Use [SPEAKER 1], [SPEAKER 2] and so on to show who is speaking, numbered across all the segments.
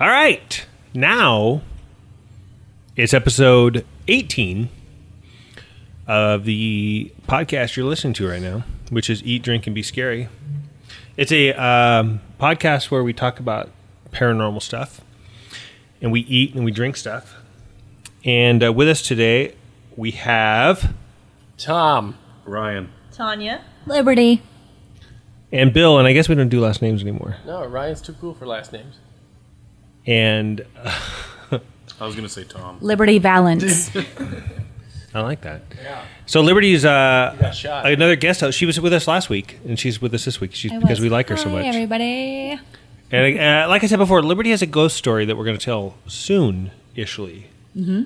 [SPEAKER 1] All right. Now it's episode 18 of the podcast you're listening to right now, which is Eat, Drink, and Be Scary. It's a um, podcast where we talk about paranormal stuff and we eat and we drink stuff. And uh, with us today, we have
[SPEAKER 2] Tom.
[SPEAKER 3] Ryan.
[SPEAKER 4] Tanya.
[SPEAKER 5] Liberty.
[SPEAKER 1] and Bill, and I guess we don't do last names anymore.
[SPEAKER 2] No, Ryan's too cool for last names.
[SPEAKER 1] And
[SPEAKER 3] I was going to say Tom.
[SPEAKER 5] Liberty Valance.
[SPEAKER 1] I like that.
[SPEAKER 2] Yeah.
[SPEAKER 1] So Liberty's uh,
[SPEAKER 2] Got shot.
[SPEAKER 1] another guest host. She was with us last week, and she's with us this week. She's because we like her so much.
[SPEAKER 5] everybody.
[SPEAKER 1] And uh, like I said before, Liberty has a ghost story that we're going to tell soon, ishly.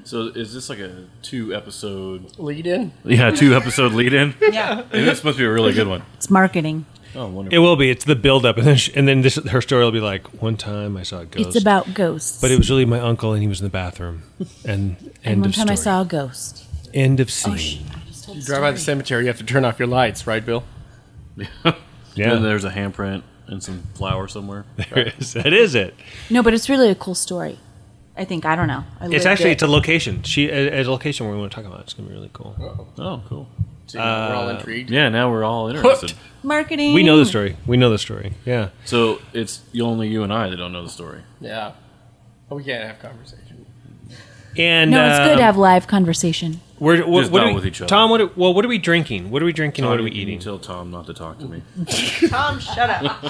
[SPEAKER 3] So is this like a two episode?
[SPEAKER 2] Lead in.
[SPEAKER 3] Yeah, two episode lead in.
[SPEAKER 4] Yeah.
[SPEAKER 3] That's supposed to be a really good one.
[SPEAKER 5] It's marketing.
[SPEAKER 3] Oh,
[SPEAKER 1] It
[SPEAKER 3] wonderful.
[SPEAKER 1] will be. It's the build up, and then sh and then this her story will be like one time I saw a ghost,
[SPEAKER 5] It's about ghosts.
[SPEAKER 1] but it was really my uncle, and he was in the bathroom, and end
[SPEAKER 5] and one
[SPEAKER 1] of
[SPEAKER 5] time I
[SPEAKER 1] story.
[SPEAKER 5] saw Oh, a ghost.
[SPEAKER 1] end of scene.
[SPEAKER 2] You drive by the cemetery, you have to turn off your lights, right, Bill?
[SPEAKER 1] yeah,
[SPEAKER 3] And there's a handprint and some flour somewhere.
[SPEAKER 1] there is. That is it.
[SPEAKER 5] No, but it's really a cool story. I think I don't know. I
[SPEAKER 1] It's
[SPEAKER 5] lived
[SPEAKER 1] actually
[SPEAKER 5] it.
[SPEAKER 1] it's a location. She a, a location where we want to talk about. It. It's going to be really cool.
[SPEAKER 3] Oh, cool.
[SPEAKER 2] So we're all
[SPEAKER 1] Uh,
[SPEAKER 2] intrigued.
[SPEAKER 3] Yeah, now we're all interested.
[SPEAKER 2] Hooked.
[SPEAKER 5] marketing.
[SPEAKER 1] We know the story. We know the story. Yeah.
[SPEAKER 3] So it's you- only you and I that don't know the story.
[SPEAKER 2] Yeah. But we can't have conversation.
[SPEAKER 1] And
[SPEAKER 5] No, it's good
[SPEAKER 1] um,
[SPEAKER 5] to have live conversation.
[SPEAKER 1] We're, what,
[SPEAKER 3] Just
[SPEAKER 1] what
[SPEAKER 3] not
[SPEAKER 1] are we,
[SPEAKER 3] with each other.
[SPEAKER 1] Tom, what are, well, what are we drinking? What are we drinking? and what are we
[SPEAKER 3] You can
[SPEAKER 1] eating?
[SPEAKER 3] Tell Tom not to talk to me.
[SPEAKER 4] Tom, shut up.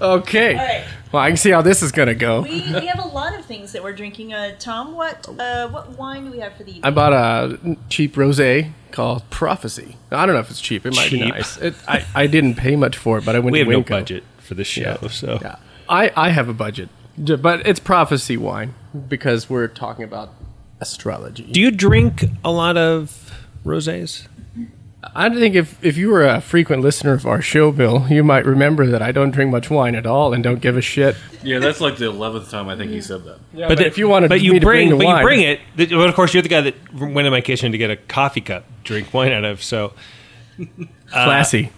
[SPEAKER 2] Okay.
[SPEAKER 4] All right.
[SPEAKER 2] Well, I can see how this is going to go.
[SPEAKER 4] We, we have a lot of things that we're drinking. Uh, Tom, what uh, what wine do we have for the evening?
[SPEAKER 2] I bought a cheap rosé called Prophecy. I don't know if it's cheap. It might be
[SPEAKER 1] Cheap.
[SPEAKER 2] nice. It, I, I didn't pay much for it, but I went
[SPEAKER 1] We
[SPEAKER 2] to
[SPEAKER 1] have no
[SPEAKER 2] Winco.
[SPEAKER 1] budget for this show, so
[SPEAKER 2] Yeah. I, I have a budget, J- but it's Prophecy wine because we're talking about astrology.
[SPEAKER 1] do you drink a lot of rosés?
[SPEAKER 2] I think if, if you were a frequent listener of our show, Bill, you might remember that I don't drink much wine at all and don't give a shit.
[SPEAKER 3] Yeah, that's like the eleventh time I think he said that.
[SPEAKER 2] Yeah, but, if you wanted
[SPEAKER 1] but
[SPEAKER 2] me
[SPEAKER 1] you
[SPEAKER 2] to bring,
[SPEAKER 1] bring,
[SPEAKER 2] the
[SPEAKER 1] but
[SPEAKER 2] wine,
[SPEAKER 1] you bring it. th- But of course, you're the guy that went in my kitchen to get a coffee cup, drink wine out of. So uh,
[SPEAKER 2] classy.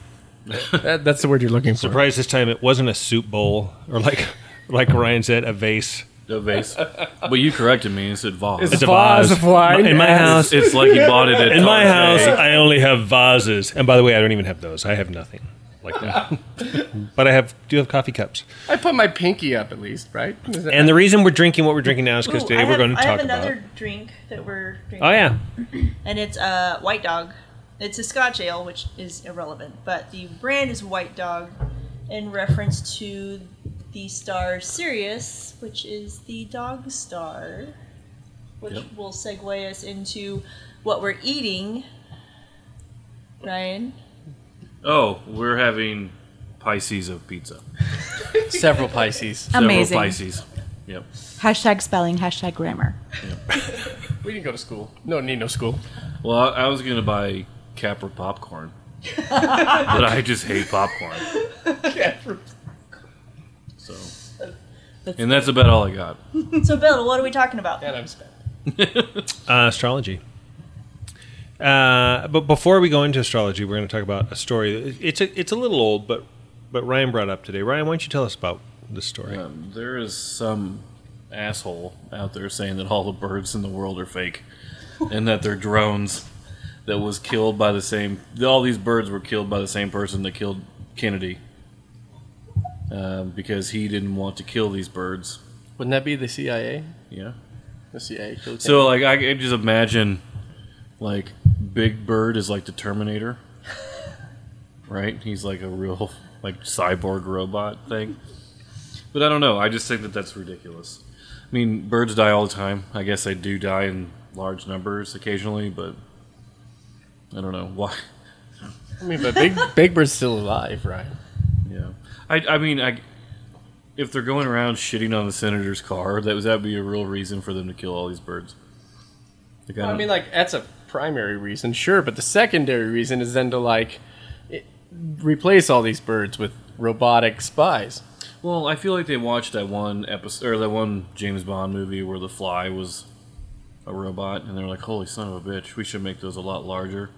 [SPEAKER 2] that, that's the word you're looking for.
[SPEAKER 1] surprised this time it wasn't a soup bowl or like like Ryan said, a vase.
[SPEAKER 3] The vase. but you corrected me and said vase.
[SPEAKER 2] It's
[SPEAKER 1] It's a
[SPEAKER 2] vase
[SPEAKER 1] vase.
[SPEAKER 2] of wine.
[SPEAKER 1] in my
[SPEAKER 2] and-
[SPEAKER 1] house.
[SPEAKER 3] It's like he bought it at
[SPEAKER 1] In my
[SPEAKER 3] Target.
[SPEAKER 1] house, I only have vases. And by the way, I don't even have those. I have nothing like that. but I have do have coffee cups.
[SPEAKER 2] I put my pinky up at least, right? Is that-
[SPEAKER 1] And the reason we're drinking what we're drinking now is because
[SPEAKER 4] Ooh,
[SPEAKER 1] today
[SPEAKER 4] I
[SPEAKER 1] we're
[SPEAKER 4] have-
[SPEAKER 1] going to
[SPEAKER 4] I
[SPEAKER 1] talk
[SPEAKER 4] have another
[SPEAKER 1] about.
[SPEAKER 4] drink that we're drinking.
[SPEAKER 1] Oh yeah,
[SPEAKER 4] And it's uh, White Dog. It's a Scotch ale, which is irrelevant, but the brand is White Dog in reference to the star Sirius, which is the dog star, which
[SPEAKER 3] Yep.
[SPEAKER 4] will segue us into what we're eating. Ryan?
[SPEAKER 3] Oh, we're having Pisces of pizza.
[SPEAKER 2] several Pisces.
[SPEAKER 5] Amazing.
[SPEAKER 3] Several Pisces. Yep.
[SPEAKER 5] Hashtag spelling. Hashtag grammar.
[SPEAKER 2] We didn't go to school. No, need no school.
[SPEAKER 3] Well, I, I was gonna buy Capra popcorn, but I just hate popcorn. So, and that's about all I got.
[SPEAKER 4] So, Bill, what are we talking about?
[SPEAKER 2] And I'm spent.
[SPEAKER 1] uh, astrology. Uh, but before we go into astrology, we're going to talk about a story. It's a it's a little old, but but Ryan brought up today. Ryan, why don't you tell us about this story?
[SPEAKER 3] Um, there is some asshole out there saying that all the birds in the world are fake, and that they're drones. That was killed by the same. All these birds were killed by the same person that killed Kennedy, um, because he didn't want to kill these birds.
[SPEAKER 2] Wouldn't that be the CIA?
[SPEAKER 3] Yeah.
[SPEAKER 2] The CIA. killed Kennedy.
[SPEAKER 3] So like I can just imagine like Big Bird is like the Terminator. Right? He's like a real like cyborg robot thing. But I don't know. I just think that that's ridiculous. I mean, birds die all the time. I guess they do die in large numbers occasionally, but I don't know why.
[SPEAKER 2] I mean, but Big Big Bird's still alive, right?
[SPEAKER 3] Yeah. I I mean, I if they're going around shitting on the senator's car, that would that be a real reason for them to kill all these birds? Like,
[SPEAKER 2] I
[SPEAKER 3] don't-
[SPEAKER 2] mean, like that's a primary reason, sure, but the secondary reason is then to like it, replace all these birds with robotic spies.
[SPEAKER 3] Well, I feel like they watched that one episode or that one James Bond movie where the fly was a robot, and they were like, "Holy son of a bitch, we should make those a lot larger."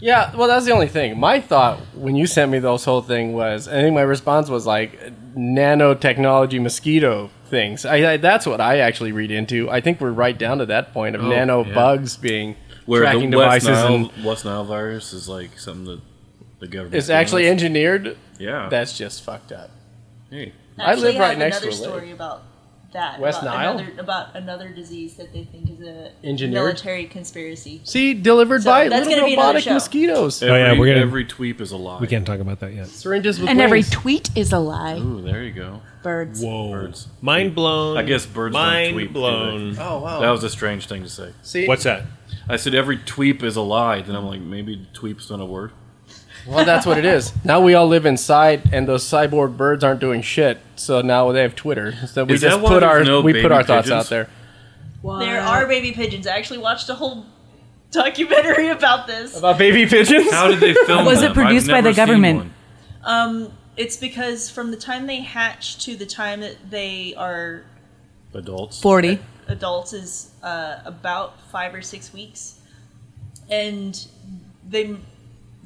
[SPEAKER 2] Yeah, well, that's the only thing. My thought when you sent me this whole thing was, I think my response was like nanotechnology mosquito things. I, I that's what I actually read into. I think we're right down to that point of
[SPEAKER 3] Oh,
[SPEAKER 2] nano
[SPEAKER 3] yeah.
[SPEAKER 2] bugs being
[SPEAKER 3] Where
[SPEAKER 2] tracking
[SPEAKER 3] the West
[SPEAKER 2] devices
[SPEAKER 3] Nile,
[SPEAKER 2] and
[SPEAKER 3] West Nile virus is like something that the government
[SPEAKER 2] it's actually Oh,
[SPEAKER 3] does.
[SPEAKER 2] engineered.
[SPEAKER 3] yeah.
[SPEAKER 2] That's just fucked up.
[SPEAKER 3] hey,
[SPEAKER 2] I live
[SPEAKER 4] Actually,
[SPEAKER 2] right
[SPEAKER 4] have
[SPEAKER 2] next
[SPEAKER 4] another
[SPEAKER 2] to a lake.
[SPEAKER 4] story about that.
[SPEAKER 2] West
[SPEAKER 4] about
[SPEAKER 2] Nile?
[SPEAKER 4] Another, about another disease that they think is a
[SPEAKER 2] Engineered?
[SPEAKER 4] military conspiracy.
[SPEAKER 2] See, delivered
[SPEAKER 4] So
[SPEAKER 2] by
[SPEAKER 4] that's
[SPEAKER 2] little
[SPEAKER 4] gonna be another
[SPEAKER 2] robotic
[SPEAKER 4] show.
[SPEAKER 2] mosquitoes.
[SPEAKER 1] yeah,
[SPEAKER 3] Every-
[SPEAKER 1] we're gonna-
[SPEAKER 3] every tweep is a lie.
[SPEAKER 1] We can't talk about that yet.
[SPEAKER 2] Syringes with
[SPEAKER 5] And every
[SPEAKER 2] wings.
[SPEAKER 5] tweet is a lie.
[SPEAKER 3] Ooh, there you go.
[SPEAKER 5] Birds.
[SPEAKER 1] Whoa.
[SPEAKER 3] Birds.
[SPEAKER 1] Mind blown.
[SPEAKER 3] I guess birds don't
[SPEAKER 1] Mind
[SPEAKER 3] tweet, do
[SPEAKER 1] blown.
[SPEAKER 2] oh wow.
[SPEAKER 3] That was a strange thing to say.
[SPEAKER 2] See,
[SPEAKER 1] What's that?
[SPEAKER 3] I said every tweep is a lie. Then I'm like, maybe tweep's not a word.
[SPEAKER 2] well, that's what it is. Now we all live inside, and those cyborg birds aren't doing shit. So now they have Twitter. So we
[SPEAKER 3] Is that
[SPEAKER 2] just
[SPEAKER 3] why
[SPEAKER 2] put
[SPEAKER 3] there's
[SPEAKER 2] our
[SPEAKER 3] no
[SPEAKER 2] we put
[SPEAKER 3] baby
[SPEAKER 2] our thoughts
[SPEAKER 3] pigeons?
[SPEAKER 2] out there.
[SPEAKER 4] There are baby pigeons. I actually watched a whole documentary about this.
[SPEAKER 2] About baby pigeons?
[SPEAKER 3] How did they film
[SPEAKER 5] Was it
[SPEAKER 3] them? I've
[SPEAKER 5] produced by
[SPEAKER 3] never
[SPEAKER 5] the
[SPEAKER 3] seen
[SPEAKER 5] government?
[SPEAKER 3] one.
[SPEAKER 4] Um, it's because from the time they hatch to the time that they are
[SPEAKER 3] Adults.
[SPEAKER 5] Forty.
[SPEAKER 4] adults is uh, about five or six weeks, and they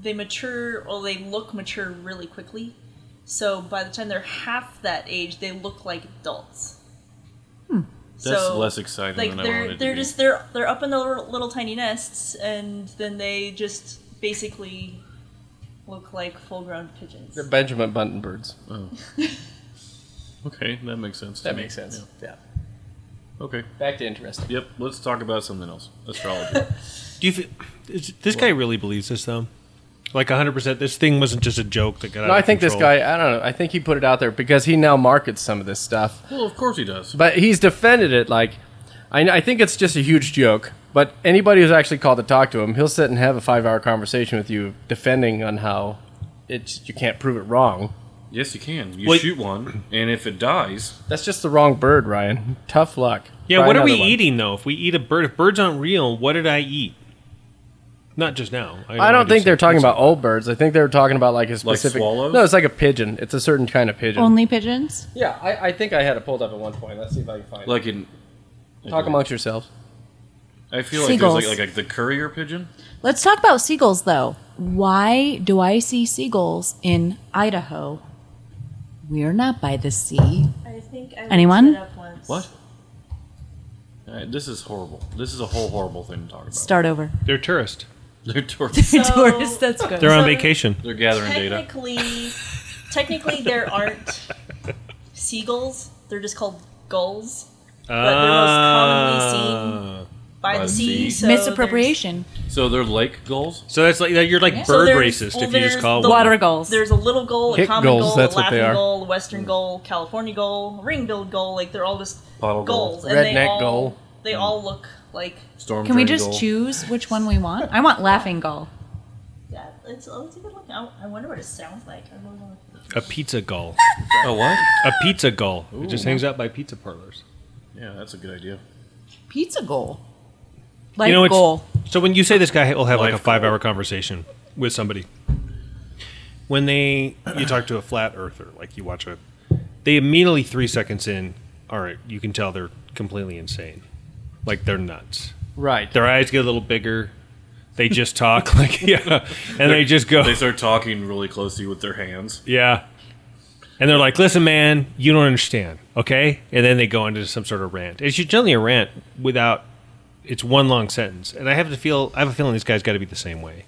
[SPEAKER 4] they mature or they look mature really quickly. So by the time they're half that age, they look like adults.
[SPEAKER 3] That's less exciting
[SPEAKER 4] Like
[SPEAKER 3] than I wanted
[SPEAKER 4] they're
[SPEAKER 3] it
[SPEAKER 4] they're
[SPEAKER 3] to be.
[SPEAKER 4] just they're they're up in their little, little tiny nests, and then they just basically look like full grown pigeons.
[SPEAKER 2] They're Benjamin Button birds.
[SPEAKER 3] Okay, that makes sense. to
[SPEAKER 2] That
[SPEAKER 3] me.
[SPEAKER 2] makes sense. Yeah.
[SPEAKER 3] Yeah. Okay.
[SPEAKER 2] Back to interest.
[SPEAKER 3] Yep. Let's talk about something else. Astrology.
[SPEAKER 1] Do you feel, is, this guy really believes this though? Like 100%. This thing wasn't just a joke that got out
[SPEAKER 2] No,
[SPEAKER 1] of
[SPEAKER 2] I think this
[SPEAKER 1] control.
[SPEAKER 2] guy, I don't know, I think he put it out there because he now markets some of this stuff.
[SPEAKER 3] well, of course he does.
[SPEAKER 2] But he's defended it like, I, I think it's just a huge joke. But anybody who's actually called to talk to him, he'll sit and have a five hour conversation with you defending on how it's, you can't prove it wrong.
[SPEAKER 3] Yes, you can. You
[SPEAKER 1] Well-
[SPEAKER 3] shoot one, and if it dies,
[SPEAKER 2] That's just the wrong bird, Ryan. Tough luck.
[SPEAKER 1] Yeah,
[SPEAKER 2] Try
[SPEAKER 1] what are
[SPEAKER 2] another
[SPEAKER 1] we
[SPEAKER 2] one.
[SPEAKER 1] eating though? If we eat a bird, if birds aren't real, what did I eat? Not just now.
[SPEAKER 2] I don't think they're talking
[SPEAKER 1] about.
[SPEAKER 2] about old birds. I think they were talking about like a specific.
[SPEAKER 3] swallows?
[SPEAKER 2] No, it's like a pigeon. It's a certain kind of pigeon.
[SPEAKER 5] Only pigeons.
[SPEAKER 2] Yeah, I, I think I had it pulled up at one point. Let's see if I can find
[SPEAKER 3] like in
[SPEAKER 2] it. Talk amongst yourselves.
[SPEAKER 3] I feel like there's like,
[SPEAKER 5] Seagulls.
[SPEAKER 3] like like the courier pigeon.
[SPEAKER 5] Let's talk about seagulls, though. Why do I see seagulls in Idaho? We're not by the sea.
[SPEAKER 4] I think I looked
[SPEAKER 5] Anyone?
[SPEAKER 4] it up once.
[SPEAKER 3] What? Uh, this is horrible. This is a whole horrible thing to talk about.
[SPEAKER 5] Start over.
[SPEAKER 1] They're tourists.
[SPEAKER 3] They're tor-
[SPEAKER 4] So-
[SPEAKER 5] Tourists, that's good.
[SPEAKER 1] They're on
[SPEAKER 4] So-
[SPEAKER 1] vacation.
[SPEAKER 3] they're gathering data.
[SPEAKER 4] technically, technically, there aren't seagulls. They're just called gulls they're most commonly
[SPEAKER 1] Ah.
[SPEAKER 4] by
[SPEAKER 3] By
[SPEAKER 4] the
[SPEAKER 3] the
[SPEAKER 4] sea.
[SPEAKER 3] sea.
[SPEAKER 4] So
[SPEAKER 5] Misappropriation.
[SPEAKER 3] So they're lake gulls.
[SPEAKER 1] So that's like you're like
[SPEAKER 5] Yeah.
[SPEAKER 4] there's-
[SPEAKER 1] bird
[SPEAKER 4] so there's-
[SPEAKER 1] racist
[SPEAKER 4] well,
[SPEAKER 1] if you just
[SPEAKER 4] there's
[SPEAKER 1] call it
[SPEAKER 4] the-
[SPEAKER 1] one.
[SPEAKER 5] Water gulls.
[SPEAKER 4] There's, there's a little gull, a
[SPEAKER 2] Hick
[SPEAKER 4] common
[SPEAKER 2] gulls,
[SPEAKER 4] gull,
[SPEAKER 2] that's
[SPEAKER 4] a
[SPEAKER 2] what they
[SPEAKER 4] laughing
[SPEAKER 2] are.
[SPEAKER 4] gull, a western gull, California gull, a ring-billed gull. Like they're all just
[SPEAKER 3] Bottle gull.
[SPEAKER 4] gulls, and they
[SPEAKER 2] Redneck
[SPEAKER 4] all
[SPEAKER 2] gull.
[SPEAKER 4] they all look like
[SPEAKER 3] Storm.
[SPEAKER 5] Can we
[SPEAKER 3] drain
[SPEAKER 5] just
[SPEAKER 3] gull.
[SPEAKER 5] choose which one we want? I want laughing gull.
[SPEAKER 4] that. It's, oh, it's a good look. I, I wonder what it sounds like. I really wanna-
[SPEAKER 1] A pizza gull.
[SPEAKER 3] Oh what?
[SPEAKER 1] A pizza gull. It just hangs out by pizza parlors.
[SPEAKER 3] Yeah, that's a good idea.
[SPEAKER 5] Pizza goal. Like
[SPEAKER 1] you know, it's-
[SPEAKER 5] goal.
[SPEAKER 1] So when you say this guy will have like a
[SPEAKER 3] Life
[SPEAKER 1] five
[SPEAKER 3] goal.
[SPEAKER 1] hour conversation with somebody, when they you talk to a flat earther, like you watch a, they immediately three seconds in, all right, you can tell they're completely insane, like they're nuts.
[SPEAKER 2] Right.
[SPEAKER 1] Their eyes get a little bigger. They just talk like yeah, and they just go
[SPEAKER 3] They start talking really closely with their hands.
[SPEAKER 1] Yeah. And they're like, listen, man, you don't understand, okay? And then they go into some sort of rant. It's generally a rant without, it's one long sentence. And I have to feel, I have a feeling this guy's got to be the same way.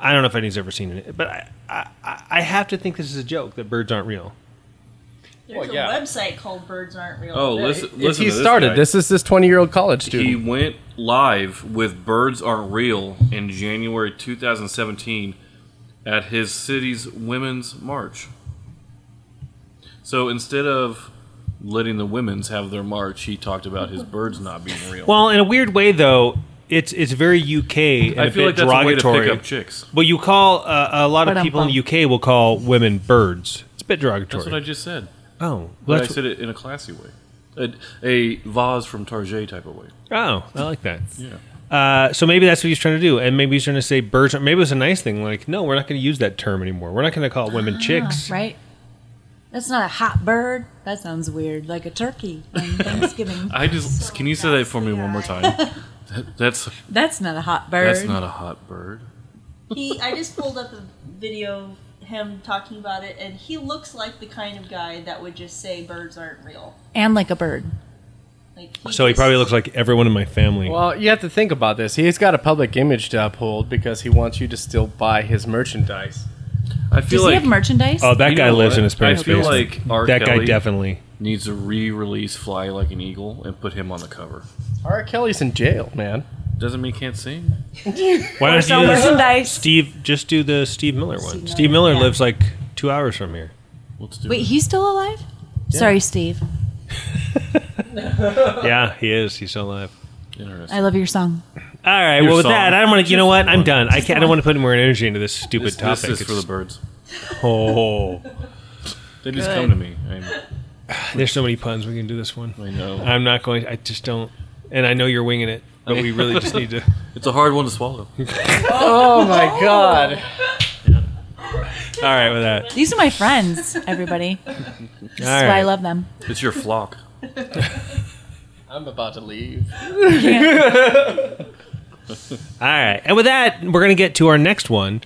[SPEAKER 1] I don't know if anyone's ever seen it, but I, I, I I have to think this is a joke that birds aren't real.
[SPEAKER 4] There's
[SPEAKER 2] Well, yeah.
[SPEAKER 4] a website called Birds Aren't Real.
[SPEAKER 3] Oh,
[SPEAKER 2] If-
[SPEAKER 3] listen,
[SPEAKER 2] if
[SPEAKER 3] listen.
[SPEAKER 2] he
[SPEAKER 3] to this
[SPEAKER 2] started.
[SPEAKER 3] guy.
[SPEAKER 2] This is this 20 year old college
[SPEAKER 3] He
[SPEAKER 2] student.
[SPEAKER 3] went live with Birds Aren't Real in January 2017 at his city's Women's March. So instead of letting the women's have their march, he talked about his birds not being real.
[SPEAKER 1] Well, in a weird way, though, it's it's very UK and
[SPEAKER 3] I
[SPEAKER 1] a
[SPEAKER 3] feel
[SPEAKER 1] bit
[SPEAKER 3] like that's a way to
[SPEAKER 1] derogatory.
[SPEAKER 3] pick up chicks.
[SPEAKER 1] well, you call uh, a lot of
[SPEAKER 5] Ba-dum-bum.
[SPEAKER 1] people in the UK will call women birds. It's a bit derogatory.
[SPEAKER 3] That's what I just said.
[SPEAKER 1] oh,
[SPEAKER 3] But
[SPEAKER 1] well,
[SPEAKER 3] I said it in a classy way. A, a vase from Target type of way.
[SPEAKER 1] oh, I like that.
[SPEAKER 3] Yeah.
[SPEAKER 1] Uh, so maybe that's what he's trying to do, and maybe he's trying to say birds. Are, maybe it's a nice thing. Like, no, we're not going to use that term anymore. We're not going to call women chicks.
[SPEAKER 5] Ah, Right? That's not a hot bird. That sounds weird. Like a turkey on Thanksgiving.
[SPEAKER 3] I just can you say that for me one more time? That- that's
[SPEAKER 5] that's not a hot bird.
[SPEAKER 3] that's not a hot bird.
[SPEAKER 4] He, I just pulled up a video him talking about it, and he looks like the kind of guy that would just say birds aren't real.
[SPEAKER 5] and like a bird.
[SPEAKER 4] Like
[SPEAKER 1] So he
[SPEAKER 4] just-
[SPEAKER 1] probably looks like everyone in my family.
[SPEAKER 2] Well, you have to think about this. He's got a public image to uphold because he wants you to still buy his merchandise.
[SPEAKER 3] I
[SPEAKER 5] Does
[SPEAKER 3] feel
[SPEAKER 5] he
[SPEAKER 3] like
[SPEAKER 5] have merchandise?
[SPEAKER 1] oh, that
[SPEAKER 3] You
[SPEAKER 1] guy
[SPEAKER 3] know
[SPEAKER 1] lives
[SPEAKER 3] what?
[SPEAKER 1] in his parents'
[SPEAKER 3] I feel
[SPEAKER 1] basement.
[SPEAKER 3] like R.
[SPEAKER 1] that guy
[SPEAKER 3] Kelly
[SPEAKER 1] definitely.
[SPEAKER 3] needs to re-release "Fly Like an Eagle" and put him on the cover.
[SPEAKER 2] R. Kelly's in jail, man.
[SPEAKER 3] Doesn't mean he can't sing.
[SPEAKER 1] Why don't
[SPEAKER 5] Sell
[SPEAKER 1] you do the
[SPEAKER 5] merchandise.
[SPEAKER 1] Steve? Just do the Steve Miller one.
[SPEAKER 5] Steve
[SPEAKER 1] Steve
[SPEAKER 5] Miller,
[SPEAKER 1] Miller
[SPEAKER 5] yeah.
[SPEAKER 1] lives like two hours from here.
[SPEAKER 3] Let's do
[SPEAKER 5] Wait,
[SPEAKER 3] it.
[SPEAKER 5] he's still alive? Sorry, Steve.
[SPEAKER 1] yeah, he is. He's still alive.
[SPEAKER 3] Interesting.
[SPEAKER 5] I love your song.
[SPEAKER 1] All right.
[SPEAKER 3] Your
[SPEAKER 1] well, with
[SPEAKER 3] song.
[SPEAKER 1] that, I'm gonna. You know what? I'm done. I can't. I
[SPEAKER 5] the
[SPEAKER 1] don't want to put more energy into this stupid
[SPEAKER 3] This,
[SPEAKER 1] topic.
[SPEAKER 3] this is for
[SPEAKER 1] It's-
[SPEAKER 3] the birds.
[SPEAKER 1] oh,
[SPEAKER 3] They just
[SPEAKER 5] Good.
[SPEAKER 3] come to me. i
[SPEAKER 1] there's so many puns. We can do this one.
[SPEAKER 3] I know.
[SPEAKER 1] I'm not going. I just don't. And I know you're winging it, but we really just need to.
[SPEAKER 3] It's a hard one to swallow.
[SPEAKER 2] Oh my god.
[SPEAKER 1] All right, with that.
[SPEAKER 5] These are my friends, everybody. This
[SPEAKER 1] All
[SPEAKER 5] is why I
[SPEAKER 1] right.
[SPEAKER 5] love them.
[SPEAKER 3] It's your flock.
[SPEAKER 2] I'm about to leave.
[SPEAKER 1] All right. And with that, we're going to get to our next one.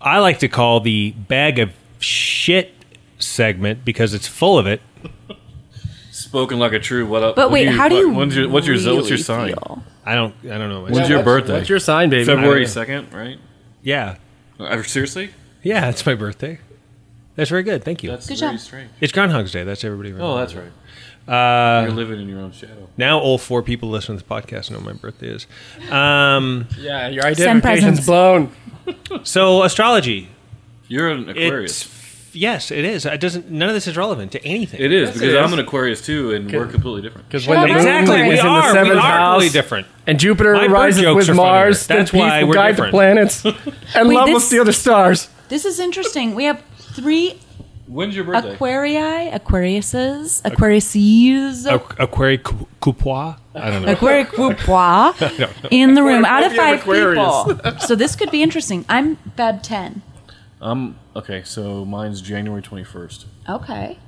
[SPEAKER 1] I like to call the bag of shit segment because it's full of it.
[SPEAKER 3] Spoken like a true. What up?
[SPEAKER 5] But
[SPEAKER 3] what
[SPEAKER 5] wait, how do
[SPEAKER 3] what-
[SPEAKER 5] you?
[SPEAKER 3] When's your what's your what's your
[SPEAKER 5] really
[SPEAKER 3] sign?
[SPEAKER 5] feel?
[SPEAKER 1] I don't. I don't know.
[SPEAKER 3] When's your birthday?
[SPEAKER 2] What's your sign, baby?
[SPEAKER 3] February
[SPEAKER 1] I-
[SPEAKER 3] second, right?
[SPEAKER 1] yeah.
[SPEAKER 3] Uh, seriously?
[SPEAKER 1] Yeah, it's my birthday. That's very good. Thank you.
[SPEAKER 3] That's
[SPEAKER 5] Good
[SPEAKER 3] very
[SPEAKER 5] job.
[SPEAKER 3] strange.
[SPEAKER 1] it's Groundhog's Day. That's everybody.
[SPEAKER 3] Oh, that's right.
[SPEAKER 1] right. Uh,
[SPEAKER 3] You're living in your own shadow.
[SPEAKER 1] now all four people listening to this podcast know what my birthday is. Um,
[SPEAKER 2] Yeah, your
[SPEAKER 5] Send
[SPEAKER 2] identification's
[SPEAKER 5] presents.
[SPEAKER 2] blown.
[SPEAKER 1] so astrology.
[SPEAKER 3] You're an Aquarius.
[SPEAKER 1] It's yes, it is. It doesn't. None of this is relevant to anything.
[SPEAKER 3] It is
[SPEAKER 2] Yes,
[SPEAKER 3] because
[SPEAKER 2] it
[SPEAKER 3] I'm
[SPEAKER 2] is.
[SPEAKER 3] an Aquarius too, and we're completely different.
[SPEAKER 2] Because
[SPEAKER 5] Shut
[SPEAKER 2] when the
[SPEAKER 5] up.
[SPEAKER 2] moon
[SPEAKER 1] Exactly.
[SPEAKER 5] Moon
[SPEAKER 1] We
[SPEAKER 2] is in the
[SPEAKER 1] are. We
[SPEAKER 2] seventh
[SPEAKER 1] are
[SPEAKER 2] house,
[SPEAKER 1] really different.
[SPEAKER 2] and Jupiter
[SPEAKER 1] My bird
[SPEAKER 2] rises
[SPEAKER 1] jokes are
[SPEAKER 2] with
[SPEAKER 1] funnier.
[SPEAKER 2] Mars,
[SPEAKER 1] That's
[SPEAKER 2] then peace
[SPEAKER 1] why
[SPEAKER 2] will
[SPEAKER 1] we're
[SPEAKER 2] guide
[SPEAKER 1] different.
[SPEAKER 2] the planets, and
[SPEAKER 5] Wait,
[SPEAKER 2] love
[SPEAKER 5] this-
[SPEAKER 2] with the other stars.
[SPEAKER 5] This is interesting. We have three
[SPEAKER 3] When's your
[SPEAKER 5] Uh,
[SPEAKER 3] birthday?
[SPEAKER 5] Aquarii, Aquariuses, Aquariuses,
[SPEAKER 1] Aqu- Aquari Cu- Cupois? I don't know.
[SPEAKER 5] Aquariquois in the room out of five
[SPEAKER 2] Aquarius.
[SPEAKER 5] people. So this could be interesting. I'm Feb 10.
[SPEAKER 3] um. Okay, so mine's January 21st.
[SPEAKER 5] Okay.
[SPEAKER 3] I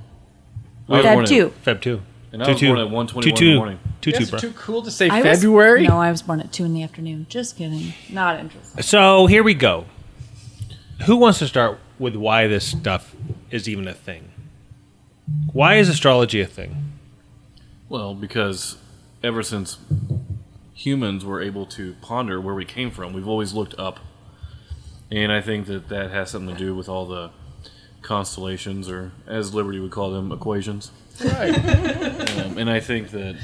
[SPEAKER 3] was born
[SPEAKER 5] Feb
[SPEAKER 3] at-
[SPEAKER 5] 2.
[SPEAKER 1] Feb two.
[SPEAKER 3] And I was born at 1:21 in the morning.
[SPEAKER 1] Two two,
[SPEAKER 2] It's
[SPEAKER 1] bro.
[SPEAKER 2] too cool to say
[SPEAKER 5] I was-
[SPEAKER 2] February.
[SPEAKER 5] no, I was born at 2 in the afternoon. Just kidding. Not interesting.
[SPEAKER 1] So here we go. Who wants to start with why this stuff is even a thing? Why is astrology a thing?
[SPEAKER 3] Well, because ever since humans were able to ponder where we came from, we've always looked up. And I think that that has something to do with all the constellations, or as Liberty would call them, equations. Right. um, and I think that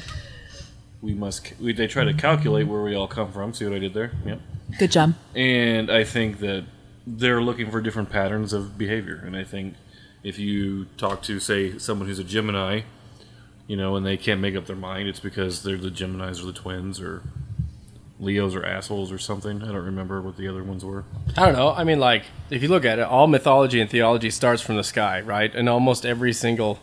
[SPEAKER 3] we must, we, they try to calculate where we all come from. See what I did there? Yep.
[SPEAKER 5] Good job.
[SPEAKER 3] And I think that they're looking for different patterns of behavior. And I think if you talk to, say, someone who's a Gemini, you know, and they can't make up their mind, it's because they're the Geminis or the twins or Leos or assholes or something. I don't remember what the other ones were.
[SPEAKER 2] I don't know. I mean, like, if you look at it, all mythology and theology starts from the sky, right? And almost every single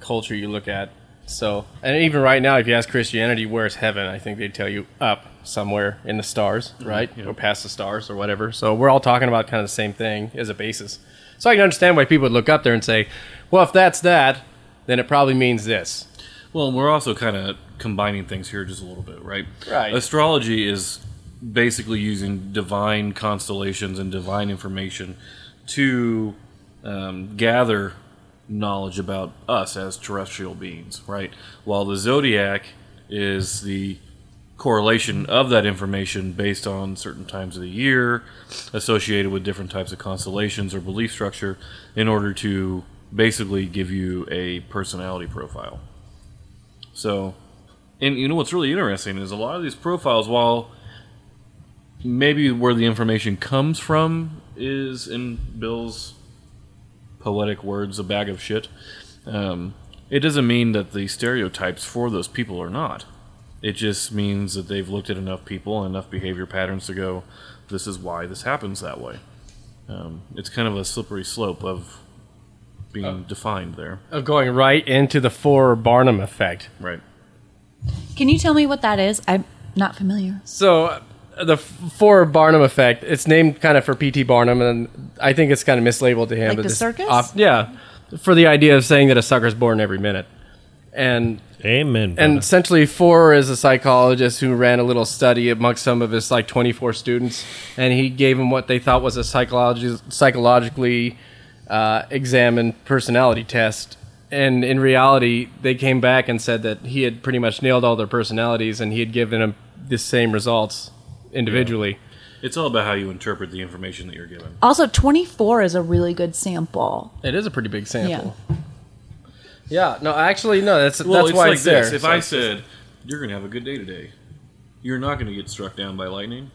[SPEAKER 2] culture you look at. So, and even right now, if you ask Christianity, where's heaven? I think they'd tell you up somewhere in the stars, right? Or past the stars or whatever. So, we're all talking about kind of the same thing as a basis. So, I can understand why people would look up there and say, well, if that's that, then it probably means this.
[SPEAKER 3] Well, and we're also kind of combining things here just a little bit, right?
[SPEAKER 2] Right.
[SPEAKER 3] Astrology is basically using divine constellations and divine information to um, gather knowledge about us as terrestrial beings, right? While the zodiac is the correlation of that information based on certain times of the year associated with different types of constellations or belief structure in order to basically give you a personality profile. So, and you know what's really interesting is a lot of these profiles, while maybe where the information comes from is in Bill's poetic words, a bag of shit, um, it doesn't mean that the stereotypes for those people are not. It just means that they've looked at enough people and enough behavior patterns to go, this is why this happens that way. Um, it's kind of a slippery slope of being defined there.
[SPEAKER 2] Of going right into the Forer Barnum effect.
[SPEAKER 3] Right.
[SPEAKER 5] Can you tell me what that is? I'm not familiar.
[SPEAKER 2] So uh, the Four Barnum effect. It's named kind of for P.T. Barnum, and I think it's kind of mislabeled to him.
[SPEAKER 5] Like
[SPEAKER 2] but
[SPEAKER 5] the
[SPEAKER 2] this
[SPEAKER 5] circus?
[SPEAKER 2] yeah, for the idea of saying that a sucker's born every minute. and
[SPEAKER 1] Amen.
[SPEAKER 2] and
[SPEAKER 1] brother.
[SPEAKER 2] essentially Forer is a psychologist who ran a little study amongst some of his like 24 students and he gave them what they thought was a psychologi- psychologically uh, examined personality test and in reality they came back and said that he had pretty much nailed all their personalities and he had given them the same results individually
[SPEAKER 3] It's all about how you interpret the information that you're given.
[SPEAKER 5] Also, 24 is a really good sample.
[SPEAKER 2] it is a pretty big sample yeah, no actually no that's
[SPEAKER 3] Well,
[SPEAKER 2] that's
[SPEAKER 3] it's
[SPEAKER 2] why
[SPEAKER 3] like
[SPEAKER 2] it's
[SPEAKER 3] this.
[SPEAKER 2] there
[SPEAKER 3] If
[SPEAKER 2] So
[SPEAKER 3] I
[SPEAKER 2] it's just-
[SPEAKER 3] said you're going to have a good day today, you're not going to get struck down by lightning,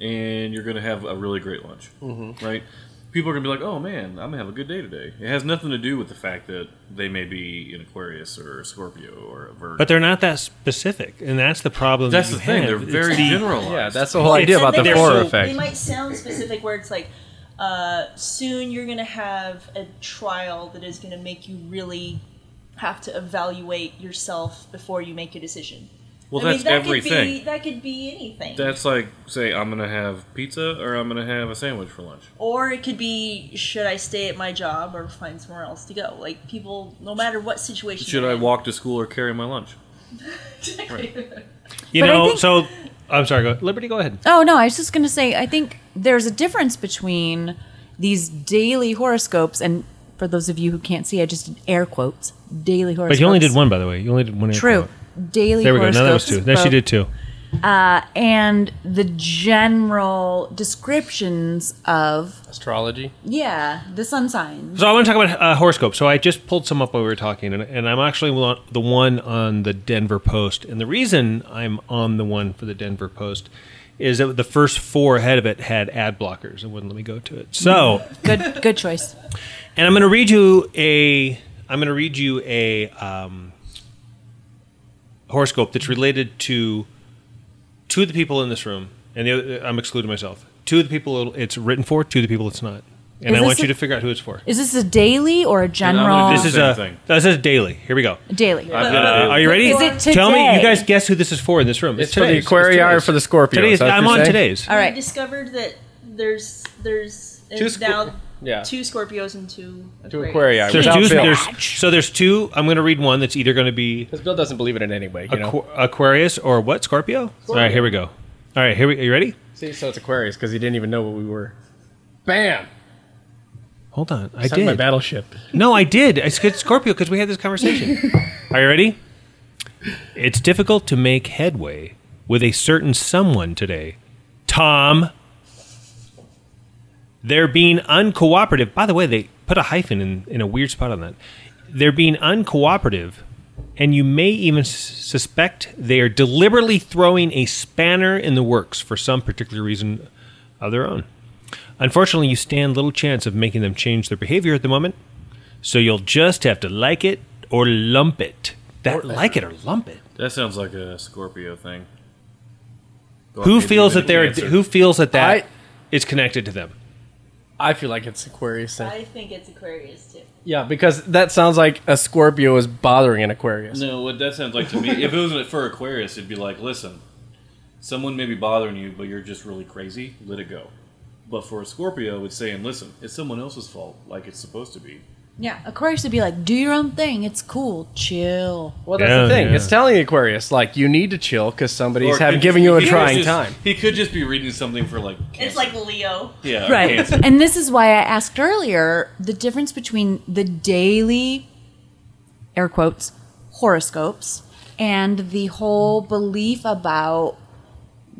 [SPEAKER 3] and you're going to have a really great lunch, mm-hmm. right? People are going to be like, "Oh man, I'm going to have a good day today." It has nothing to do with the fact that they may be an Aquarius or a Scorpio or a Virgo.
[SPEAKER 1] but they're not that specific, and that's the problem.
[SPEAKER 3] that's
[SPEAKER 1] that
[SPEAKER 3] the
[SPEAKER 1] you
[SPEAKER 3] thing;
[SPEAKER 1] have.
[SPEAKER 3] they're
[SPEAKER 1] It's
[SPEAKER 3] very
[SPEAKER 1] the-
[SPEAKER 3] generalized.
[SPEAKER 2] yeah that's the whole idea
[SPEAKER 1] It's-
[SPEAKER 2] about the
[SPEAKER 1] they're
[SPEAKER 2] Forer
[SPEAKER 1] so-
[SPEAKER 2] effect
[SPEAKER 4] They might sound specific where it's like, uh, soon you're going to have a trial that is going to make you really have to evaluate yourself before you make a decision.
[SPEAKER 3] well,
[SPEAKER 4] I
[SPEAKER 3] that's
[SPEAKER 4] mean, that Could
[SPEAKER 3] everything.
[SPEAKER 4] be, that could be anything.
[SPEAKER 3] That's like say I'm gonna have pizza or I'm gonna have a sandwich for lunch.
[SPEAKER 4] or it could be, should I stay at my job or find somewhere else to go? Like, people, no matter what situation.
[SPEAKER 3] Should
[SPEAKER 4] they're
[SPEAKER 3] I
[SPEAKER 4] in.
[SPEAKER 3] walk to school or carry my lunch?
[SPEAKER 4] Exactly.
[SPEAKER 1] You
[SPEAKER 5] But I
[SPEAKER 1] know,
[SPEAKER 5] think-
[SPEAKER 1] so I'm sorry. Go, Liberty, go ahead.
[SPEAKER 5] Oh, no, I was just going to say, I think there's a difference between these daily horoscopes and. For those of you who can't see, I just did air quotes. Daily horoscopes.
[SPEAKER 1] But you only did one, by the way. You only did one.
[SPEAKER 5] True. Daily
[SPEAKER 1] There we go.
[SPEAKER 5] horoscopes.
[SPEAKER 1] No, that was two. There she
[SPEAKER 5] both-
[SPEAKER 1] did two.
[SPEAKER 5] and the general descriptions of
[SPEAKER 2] astrology
[SPEAKER 5] yeah the sun signs
[SPEAKER 1] So I want to talk about uh, horoscopes. So I just pulled some up while we were talking, and, and I'm actually on the one on the Denver Post. And the reason I'm on the one for the Denver Post is that the first four ahead of it had ad blockers and wouldn't let me go to it. So,
[SPEAKER 5] good good choice
[SPEAKER 1] and I'm going to read you a I'm going to read you a um, horoscope that's related to two of the people in this room, and the other, I'm excluding myself. Two of the people it's written for, two of the people it's not, and
[SPEAKER 5] Is
[SPEAKER 1] I
[SPEAKER 5] this
[SPEAKER 1] want
[SPEAKER 5] a-
[SPEAKER 1] you to figure out who it's for.
[SPEAKER 5] is this a daily or a
[SPEAKER 3] I'm
[SPEAKER 5] general
[SPEAKER 3] gonna
[SPEAKER 1] This is
[SPEAKER 3] Same
[SPEAKER 1] a
[SPEAKER 3] thing.
[SPEAKER 1] this is daily. Here we go.
[SPEAKER 5] daily
[SPEAKER 3] I've
[SPEAKER 4] But-
[SPEAKER 3] got
[SPEAKER 1] Uh,
[SPEAKER 3] a-
[SPEAKER 1] are you ready?
[SPEAKER 5] Is it
[SPEAKER 1] Tell me,
[SPEAKER 5] today?
[SPEAKER 1] you guys, guess who this is for in this room?
[SPEAKER 2] It's for the
[SPEAKER 1] today's.
[SPEAKER 2] Aquarii
[SPEAKER 1] It's
[SPEAKER 2] for the Scorpio.
[SPEAKER 1] Today's.
[SPEAKER 2] is that what
[SPEAKER 1] I'm
[SPEAKER 2] you're
[SPEAKER 1] on
[SPEAKER 2] saying?
[SPEAKER 1] today's.
[SPEAKER 5] all
[SPEAKER 4] We
[SPEAKER 5] right
[SPEAKER 4] discovered that there's there's
[SPEAKER 2] Two
[SPEAKER 4] and
[SPEAKER 2] Scor-
[SPEAKER 4] now
[SPEAKER 2] yeah.
[SPEAKER 4] two Scorpios and two
[SPEAKER 2] Two
[SPEAKER 4] Aquarius.
[SPEAKER 2] Aquarii.
[SPEAKER 1] There's
[SPEAKER 2] without
[SPEAKER 1] two.
[SPEAKER 2] fail.
[SPEAKER 1] There's, so there's two. I'm going to read one that's either going to be
[SPEAKER 2] Because Bill doesn't believe in it anyway. You know?
[SPEAKER 1] Aqu- Aquarius or what? Scorpio? All right, here we go. All right, here we. Are you ready?
[SPEAKER 2] See, so it's Aquarius because he didn't even know what we were. Bam!
[SPEAKER 1] Hold on. I
[SPEAKER 2] Sound my
[SPEAKER 1] did.
[SPEAKER 2] battleship.
[SPEAKER 1] No, I did. I said Scorpio because we had this conversation. are you ready? It's difficult to make headway with a certain someone today. Tom. They're being uncooperative. By the way, they put a hyphen in, in a weird spot on that. They're being uncooperative, and you may even s- suspect they are deliberately throwing a spanner in the works for some particular reason of their own. Unfortunately, you stand little chance of making them change their behavior at the moment, so you'll just have to like it or lump it. That like it or lump it.
[SPEAKER 3] That sounds like a Scorpio thing. Or
[SPEAKER 1] Who
[SPEAKER 3] maybe
[SPEAKER 1] feels
[SPEAKER 3] even
[SPEAKER 1] that they're
[SPEAKER 3] Cancer.
[SPEAKER 1] who feels that that is
[SPEAKER 2] I-
[SPEAKER 1] connected to them?
[SPEAKER 2] I feel like it's Aquarius. Thing.
[SPEAKER 4] I think it's Aquarius too.
[SPEAKER 2] Yeah, because that sounds like a Scorpio is bothering an Aquarius.
[SPEAKER 3] No, what that sounds like to me, if it was for Aquarius, it'd be like, listen, someone may be bothering you, but you're just really crazy. Let it go. But for a Scorpio, it's saying, listen, it's someone else's fault, like it's supposed to be.
[SPEAKER 5] yeah aquarius would be like do your own thing it's cool chill
[SPEAKER 2] Well, that's
[SPEAKER 1] Yeah,
[SPEAKER 2] the thing.
[SPEAKER 1] yeah.
[SPEAKER 2] It's telling Aquarius like you need to chill because
[SPEAKER 3] Or
[SPEAKER 2] somebody's
[SPEAKER 3] it
[SPEAKER 2] having
[SPEAKER 3] could-
[SPEAKER 2] giving you a
[SPEAKER 3] he could
[SPEAKER 2] trying
[SPEAKER 3] just-
[SPEAKER 2] time.
[SPEAKER 3] He could just be reading something for like. Cancer.
[SPEAKER 4] It's like Leo.
[SPEAKER 3] yeah, or
[SPEAKER 5] right
[SPEAKER 3] Cancer.
[SPEAKER 5] and this is why i asked earlier the difference between the daily air quotes horoscopes and the whole belief about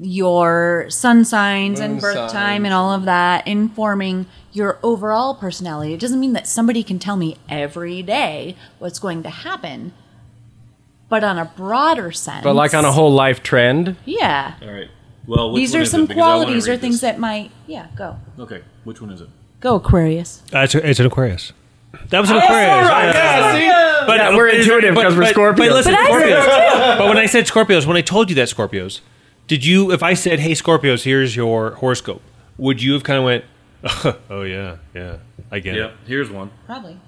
[SPEAKER 5] your sun signs
[SPEAKER 2] Moon
[SPEAKER 5] and birth
[SPEAKER 2] signs.
[SPEAKER 5] time and all of that informing your overall personality it doesn't mean that somebody can tell me every day what's going to happen but on a broader sense
[SPEAKER 2] But like on a whole life trend,
[SPEAKER 5] yeah
[SPEAKER 3] All right. Well, which
[SPEAKER 5] these
[SPEAKER 3] one
[SPEAKER 5] are
[SPEAKER 3] is it?
[SPEAKER 5] some
[SPEAKER 3] Because I wanna
[SPEAKER 5] qualities or
[SPEAKER 3] read
[SPEAKER 5] things
[SPEAKER 3] this.
[SPEAKER 5] that might yeah go
[SPEAKER 3] Okay, which one is it?
[SPEAKER 5] go aquarius
[SPEAKER 1] Uh, it's, it's an Aquarius. That
[SPEAKER 2] Oh,
[SPEAKER 1] was an Aquarius.
[SPEAKER 2] yeah, see?
[SPEAKER 1] But
[SPEAKER 2] Yeah, we're
[SPEAKER 1] but-
[SPEAKER 2] intuitive
[SPEAKER 1] but-
[SPEAKER 2] 'cause we're
[SPEAKER 1] but-
[SPEAKER 2] Scorpios.
[SPEAKER 1] But listen,
[SPEAKER 5] But I said
[SPEAKER 1] Scorpios. but when I said Scorpios, when I told you that Scorpios, did you? If I said, "Hey, Scorpios, here's your horoscope," would you have kind of went, "Oh yeah, yeah, I get
[SPEAKER 3] Yeah, here's one.
[SPEAKER 5] probably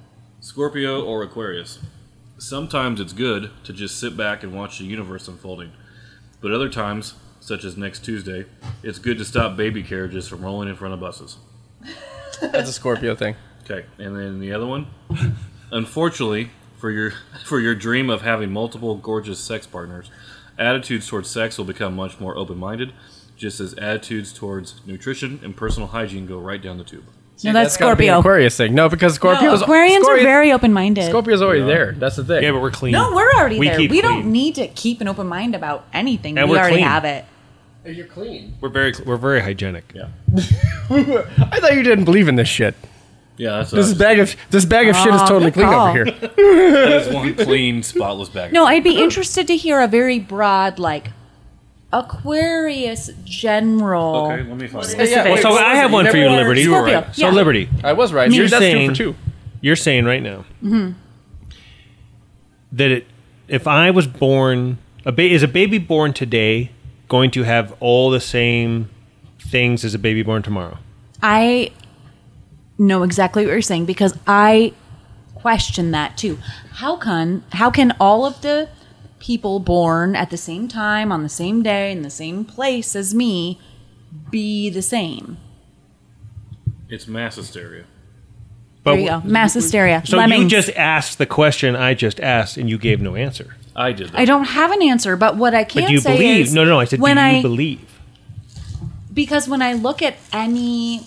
[SPEAKER 3] Scorpio or Aquarius. Sometimes it's good to just sit back and watch the universe unfolding. But other times, such as next Tuesday, it's good to stop baby carriages from rolling in front of buses.
[SPEAKER 2] that's a Scorpio thing.
[SPEAKER 3] Okay, and then the other one. Unfortunately, for your for your dream of having multiple gorgeous sex partners. Attitudes towards sex will become much more open-minded, just as attitudes towards nutrition and personal hygiene go right down the tube.
[SPEAKER 5] no, that's
[SPEAKER 2] gotta be an
[SPEAKER 5] Scorpio.
[SPEAKER 2] Aquarius thing. No, because Scorpios.
[SPEAKER 5] Aquarians are
[SPEAKER 2] Scorpio-
[SPEAKER 5] very open minded.
[SPEAKER 2] Scorpio's already there. That's the thing.
[SPEAKER 1] Yeah, but we're clean.
[SPEAKER 5] No, we're already
[SPEAKER 1] We
[SPEAKER 5] there. We
[SPEAKER 1] keep
[SPEAKER 5] don't
[SPEAKER 1] clean.
[SPEAKER 5] need to keep an open mind about anything.
[SPEAKER 1] And
[SPEAKER 5] we
[SPEAKER 1] we're
[SPEAKER 5] already
[SPEAKER 1] clean.
[SPEAKER 5] have it.
[SPEAKER 2] You're clean.
[SPEAKER 1] We're very we're very hygienic.
[SPEAKER 3] Yeah,
[SPEAKER 2] I thought you didn't believe in this shit.
[SPEAKER 3] yeah. That's
[SPEAKER 2] This
[SPEAKER 3] us.
[SPEAKER 2] bag of this bag of shit is
[SPEAKER 5] Aw,
[SPEAKER 2] totally
[SPEAKER 5] good
[SPEAKER 2] clean
[SPEAKER 5] call.
[SPEAKER 2] over here.
[SPEAKER 3] That is one clean, spotless bag.
[SPEAKER 5] No, I'd be interested to hear a very broad, like Aquarius general.
[SPEAKER 3] Okay, let me find it.
[SPEAKER 5] Specific.
[SPEAKER 2] Yeah, yeah, well,
[SPEAKER 1] So I have one for you, Liberty. You were
[SPEAKER 5] Scorpio,
[SPEAKER 1] right. So
[SPEAKER 5] yeah.
[SPEAKER 1] Liberty,
[SPEAKER 2] I was right.
[SPEAKER 1] You're
[SPEAKER 2] That's two for
[SPEAKER 1] saying-
[SPEAKER 2] two.
[SPEAKER 1] you're saying right now that it, if I was born a ba- is a baby born today going to have all the same things as a baby born tomorrow?
[SPEAKER 5] I know exactly what you're saying because I question that too. How can how can all of the people born at the same time on the same day in the same place as me be the same?
[SPEAKER 3] It's mass hysteria.
[SPEAKER 1] But
[SPEAKER 5] There you go. Mass hysteria.
[SPEAKER 1] So
[SPEAKER 5] Lemmings.
[SPEAKER 1] you just asked the question I just asked, and you gave no answer.
[SPEAKER 3] I did that.
[SPEAKER 5] I don't have an answer, but what I can
[SPEAKER 1] But do you
[SPEAKER 5] say
[SPEAKER 1] believe?
[SPEAKER 5] is
[SPEAKER 1] no, no, no. I said,
[SPEAKER 5] when
[SPEAKER 1] do you
[SPEAKER 5] I
[SPEAKER 1] believe?
[SPEAKER 5] because when I look at any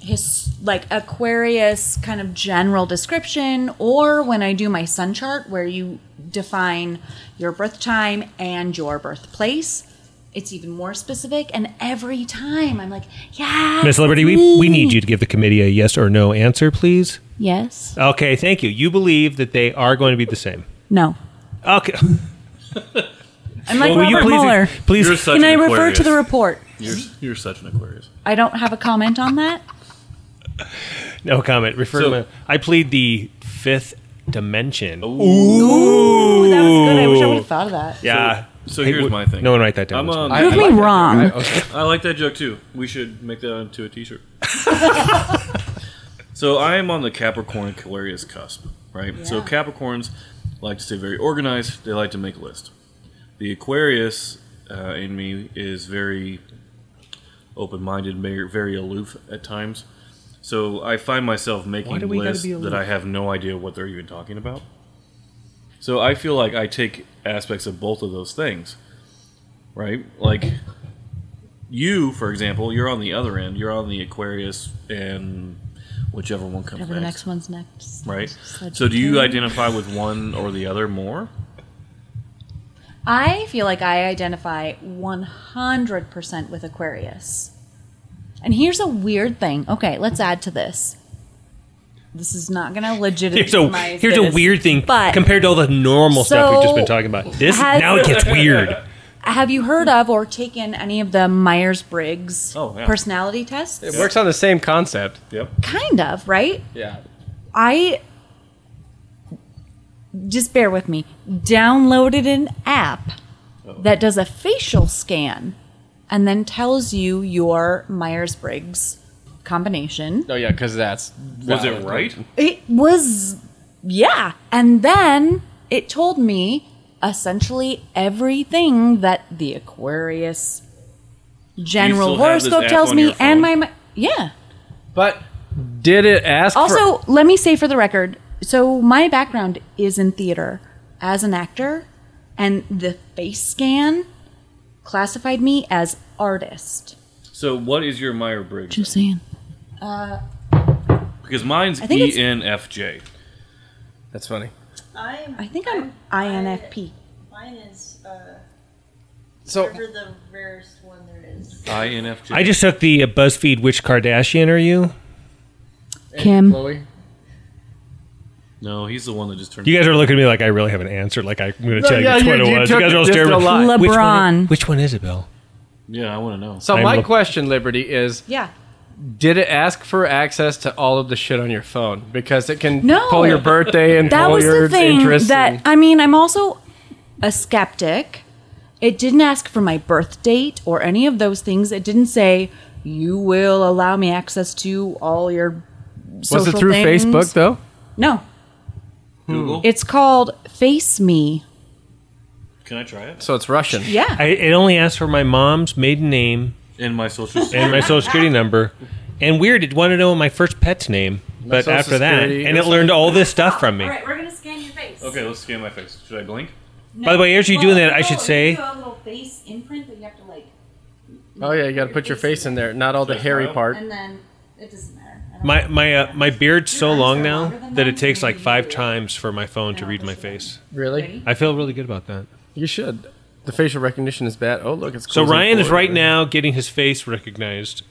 [SPEAKER 5] his like Aquarius kind of general description, or when I do my sun chart where you define your birth time and your birthplace, it's even more specific. And every time I'm like, yeah,
[SPEAKER 1] Miss Liberty, we, we need you to give the committee a yes or no answer, please.
[SPEAKER 5] Yes,
[SPEAKER 1] Okay, thank you. You believe that they are going to be the same.
[SPEAKER 5] no.
[SPEAKER 1] Okay.
[SPEAKER 5] I'm like
[SPEAKER 1] Will you
[SPEAKER 5] Robert Mueller.
[SPEAKER 1] please,
[SPEAKER 3] You're
[SPEAKER 1] please
[SPEAKER 3] such
[SPEAKER 5] Can
[SPEAKER 3] an
[SPEAKER 5] I
[SPEAKER 3] Aquarius.
[SPEAKER 5] refer to the report?
[SPEAKER 3] You're, you're such an Aquarius.
[SPEAKER 5] I don't have a comment on that.
[SPEAKER 1] no comment. Refer
[SPEAKER 3] So-
[SPEAKER 1] to my, I plead the fifth dimension.
[SPEAKER 5] Ooh, that was good. I wish I would have thought of that.
[SPEAKER 1] Yeah.
[SPEAKER 3] So
[SPEAKER 1] Hey,
[SPEAKER 3] here's
[SPEAKER 1] w-
[SPEAKER 3] my thing.
[SPEAKER 1] No one write that down.
[SPEAKER 3] I'm um,
[SPEAKER 1] That's fine.
[SPEAKER 3] on. I,
[SPEAKER 5] Prove
[SPEAKER 3] I,
[SPEAKER 5] me wrong.
[SPEAKER 3] I like that joke too. We should make that into a T-shirt. so I am on the Capricorn Aquarius cusp, right? So
[SPEAKER 5] Yeah.
[SPEAKER 3] Capricorns like to stay very organized. They like to make lists. The Aquarius uh, in me is very open-minded, very, very aloof at times. So I find myself making
[SPEAKER 1] do we gotta
[SPEAKER 3] lists
[SPEAKER 1] be
[SPEAKER 3] that
[SPEAKER 1] aloof?
[SPEAKER 3] I have no idea what they're even talking about. So I feel like I take aspects of both of those things, right? Like you, for example, you're on the other end. You're on the Aquarius and whichever one comes
[SPEAKER 5] Whatever the next
[SPEAKER 3] next,
[SPEAKER 5] one's next.
[SPEAKER 3] right?
[SPEAKER 5] Sludge
[SPEAKER 3] So do you
[SPEAKER 5] container.
[SPEAKER 3] identify with one or the other more?
[SPEAKER 5] I feel like I identify 100% with Aquarius. And here's a weird thing. Okay, let's add to this. This is not going to
[SPEAKER 1] Here's
[SPEAKER 5] legitimize.
[SPEAKER 1] a, here's a
[SPEAKER 5] this,
[SPEAKER 1] weird thing
[SPEAKER 5] But
[SPEAKER 1] compared to all the normal stuff we've just been
[SPEAKER 5] So,
[SPEAKER 1] talking about. This
[SPEAKER 5] has-
[SPEAKER 1] now it gets weird.
[SPEAKER 5] have you heard of or taken any of the Myers Briggs
[SPEAKER 3] Oh, yeah.
[SPEAKER 5] personality tests?
[SPEAKER 2] It works on the same concept.
[SPEAKER 3] Yep.
[SPEAKER 5] Kind of, right?
[SPEAKER 2] Yeah.
[SPEAKER 5] I just bear with me. Downloaded an app that does a facial scan and then tells you your Myers Briggs combination.
[SPEAKER 2] Oh yeah, because that's
[SPEAKER 3] Was it right?
[SPEAKER 5] It was, yeah. And then it told me essentially everything that the Aquarius general
[SPEAKER 3] still have this
[SPEAKER 5] horoscope
[SPEAKER 3] app
[SPEAKER 5] tells
[SPEAKER 3] on
[SPEAKER 5] me
[SPEAKER 3] your
[SPEAKER 5] and my,
[SPEAKER 3] phone?
[SPEAKER 5] my yeah.
[SPEAKER 2] But did it ask? for-
[SPEAKER 5] Also, let me say for the record so my background is in theater as an actor, and the face scan classified me as artist.
[SPEAKER 3] So what is your Meyer Briggs?
[SPEAKER 5] Just saying. Uh,
[SPEAKER 3] Because mine's E
[SPEAKER 5] I think it's-
[SPEAKER 3] ENFJ.
[SPEAKER 2] that's funny.
[SPEAKER 4] I'm,
[SPEAKER 5] I think I'm INFP.
[SPEAKER 4] Mine is uh,
[SPEAKER 2] So
[SPEAKER 4] whatever the rarest one there is.
[SPEAKER 3] INFJ.
[SPEAKER 1] I just took the uh, BuzzFeed Which Kardashian Are You?
[SPEAKER 5] Kim.
[SPEAKER 2] Chloe.
[SPEAKER 3] no. He's the one that just turned.
[SPEAKER 1] You guys are looking at me like I really have an answer. Like I'm going to tell you
[SPEAKER 2] yeah,
[SPEAKER 1] which
[SPEAKER 2] you-
[SPEAKER 1] one
[SPEAKER 2] you
[SPEAKER 1] it was. You
[SPEAKER 2] took
[SPEAKER 1] guys are all
[SPEAKER 2] just
[SPEAKER 1] staring
[SPEAKER 2] a
[SPEAKER 1] at me.
[SPEAKER 2] lot.
[SPEAKER 1] Which one,
[SPEAKER 5] LeBron.
[SPEAKER 1] which one is it, Bill?
[SPEAKER 3] yeah, I want to know.
[SPEAKER 2] So
[SPEAKER 1] I'm
[SPEAKER 2] my
[SPEAKER 1] look-
[SPEAKER 2] question, Liberty, is:
[SPEAKER 5] Yeah.
[SPEAKER 2] Did it ask for access to all of the shit on your phone? Because it can
[SPEAKER 5] No.
[SPEAKER 2] pull your birthday and
[SPEAKER 5] That
[SPEAKER 2] pull
[SPEAKER 5] was
[SPEAKER 2] your
[SPEAKER 5] the thing
[SPEAKER 2] interests.
[SPEAKER 5] that,
[SPEAKER 2] and-
[SPEAKER 5] I mean, I'm also a skeptic. It didn't ask for my birth date or any of those things. It didn't say, you will allow me access to all your.
[SPEAKER 2] was it
[SPEAKER 5] social
[SPEAKER 2] through
[SPEAKER 5] things."
[SPEAKER 2] Facebook though?
[SPEAKER 5] No.
[SPEAKER 3] Google.
[SPEAKER 5] It's called Face Me.
[SPEAKER 3] Can I try it?
[SPEAKER 2] So it's Russian.
[SPEAKER 5] Yeah.
[SPEAKER 1] I, it only asked for my mom's maiden name
[SPEAKER 3] In my social.
[SPEAKER 1] and my social security number. And weird, it wanted to know my first pet's name. But
[SPEAKER 2] social
[SPEAKER 1] after that,
[SPEAKER 2] security
[SPEAKER 1] and
[SPEAKER 2] or
[SPEAKER 1] it learned all this stuff from me.
[SPEAKER 5] right, we're gonna scan your
[SPEAKER 3] Okay, let's scan my face. Should I blink?
[SPEAKER 1] By the way, as you're doing
[SPEAKER 6] Well,
[SPEAKER 1] that, I should
[SPEAKER 6] no,
[SPEAKER 1] say-
[SPEAKER 6] you do a little face imprint that you have to like,
[SPEAKER 2] Oh yeah, you got to put your face in there, not all the
[SPEAKER 3] Just
[SPEAKER 2] hairy
[SPEAKER 3] smile.
[SPEAKER 2] part.
[SPEAKER 6] and then it doesn't matter. I don't
[SPEAKER 1] My
[SPEAKER 6] know.
[SPEAKER 1] my uh, my beard's so
[SPEAKER 6] Your eyes
[SPEAKER 1] long
[SPEAKER 6] are
[SPEAKER 1] now
[SPEAKER 6] longer than
[SPEAKER 1] that it
[SPEAKER 6] mine,
[SPEAKER 1] takes
[SPEAKER 6] so
[SPEAKER 1] like
[SPEAKER 6] you
[SPEAKER 1] five
[SPEAKER 6] do it.
[SPEAKER 1] times for my phone to read my face.
[SPEAKER 2] Really?
[SPEAKER 6] Ready?
[SPEAKER 1] I feel really good about that.
[SPEAKER 2] You should. The facial recognition is bad. Oh look, it's
[SPEAKER 1] So
[SPEAKER 2] closing
[SPEAKER 1] Ryan is
[SPEAKER 2] forward.
[SPEAKER 1] right now getting his face recognized.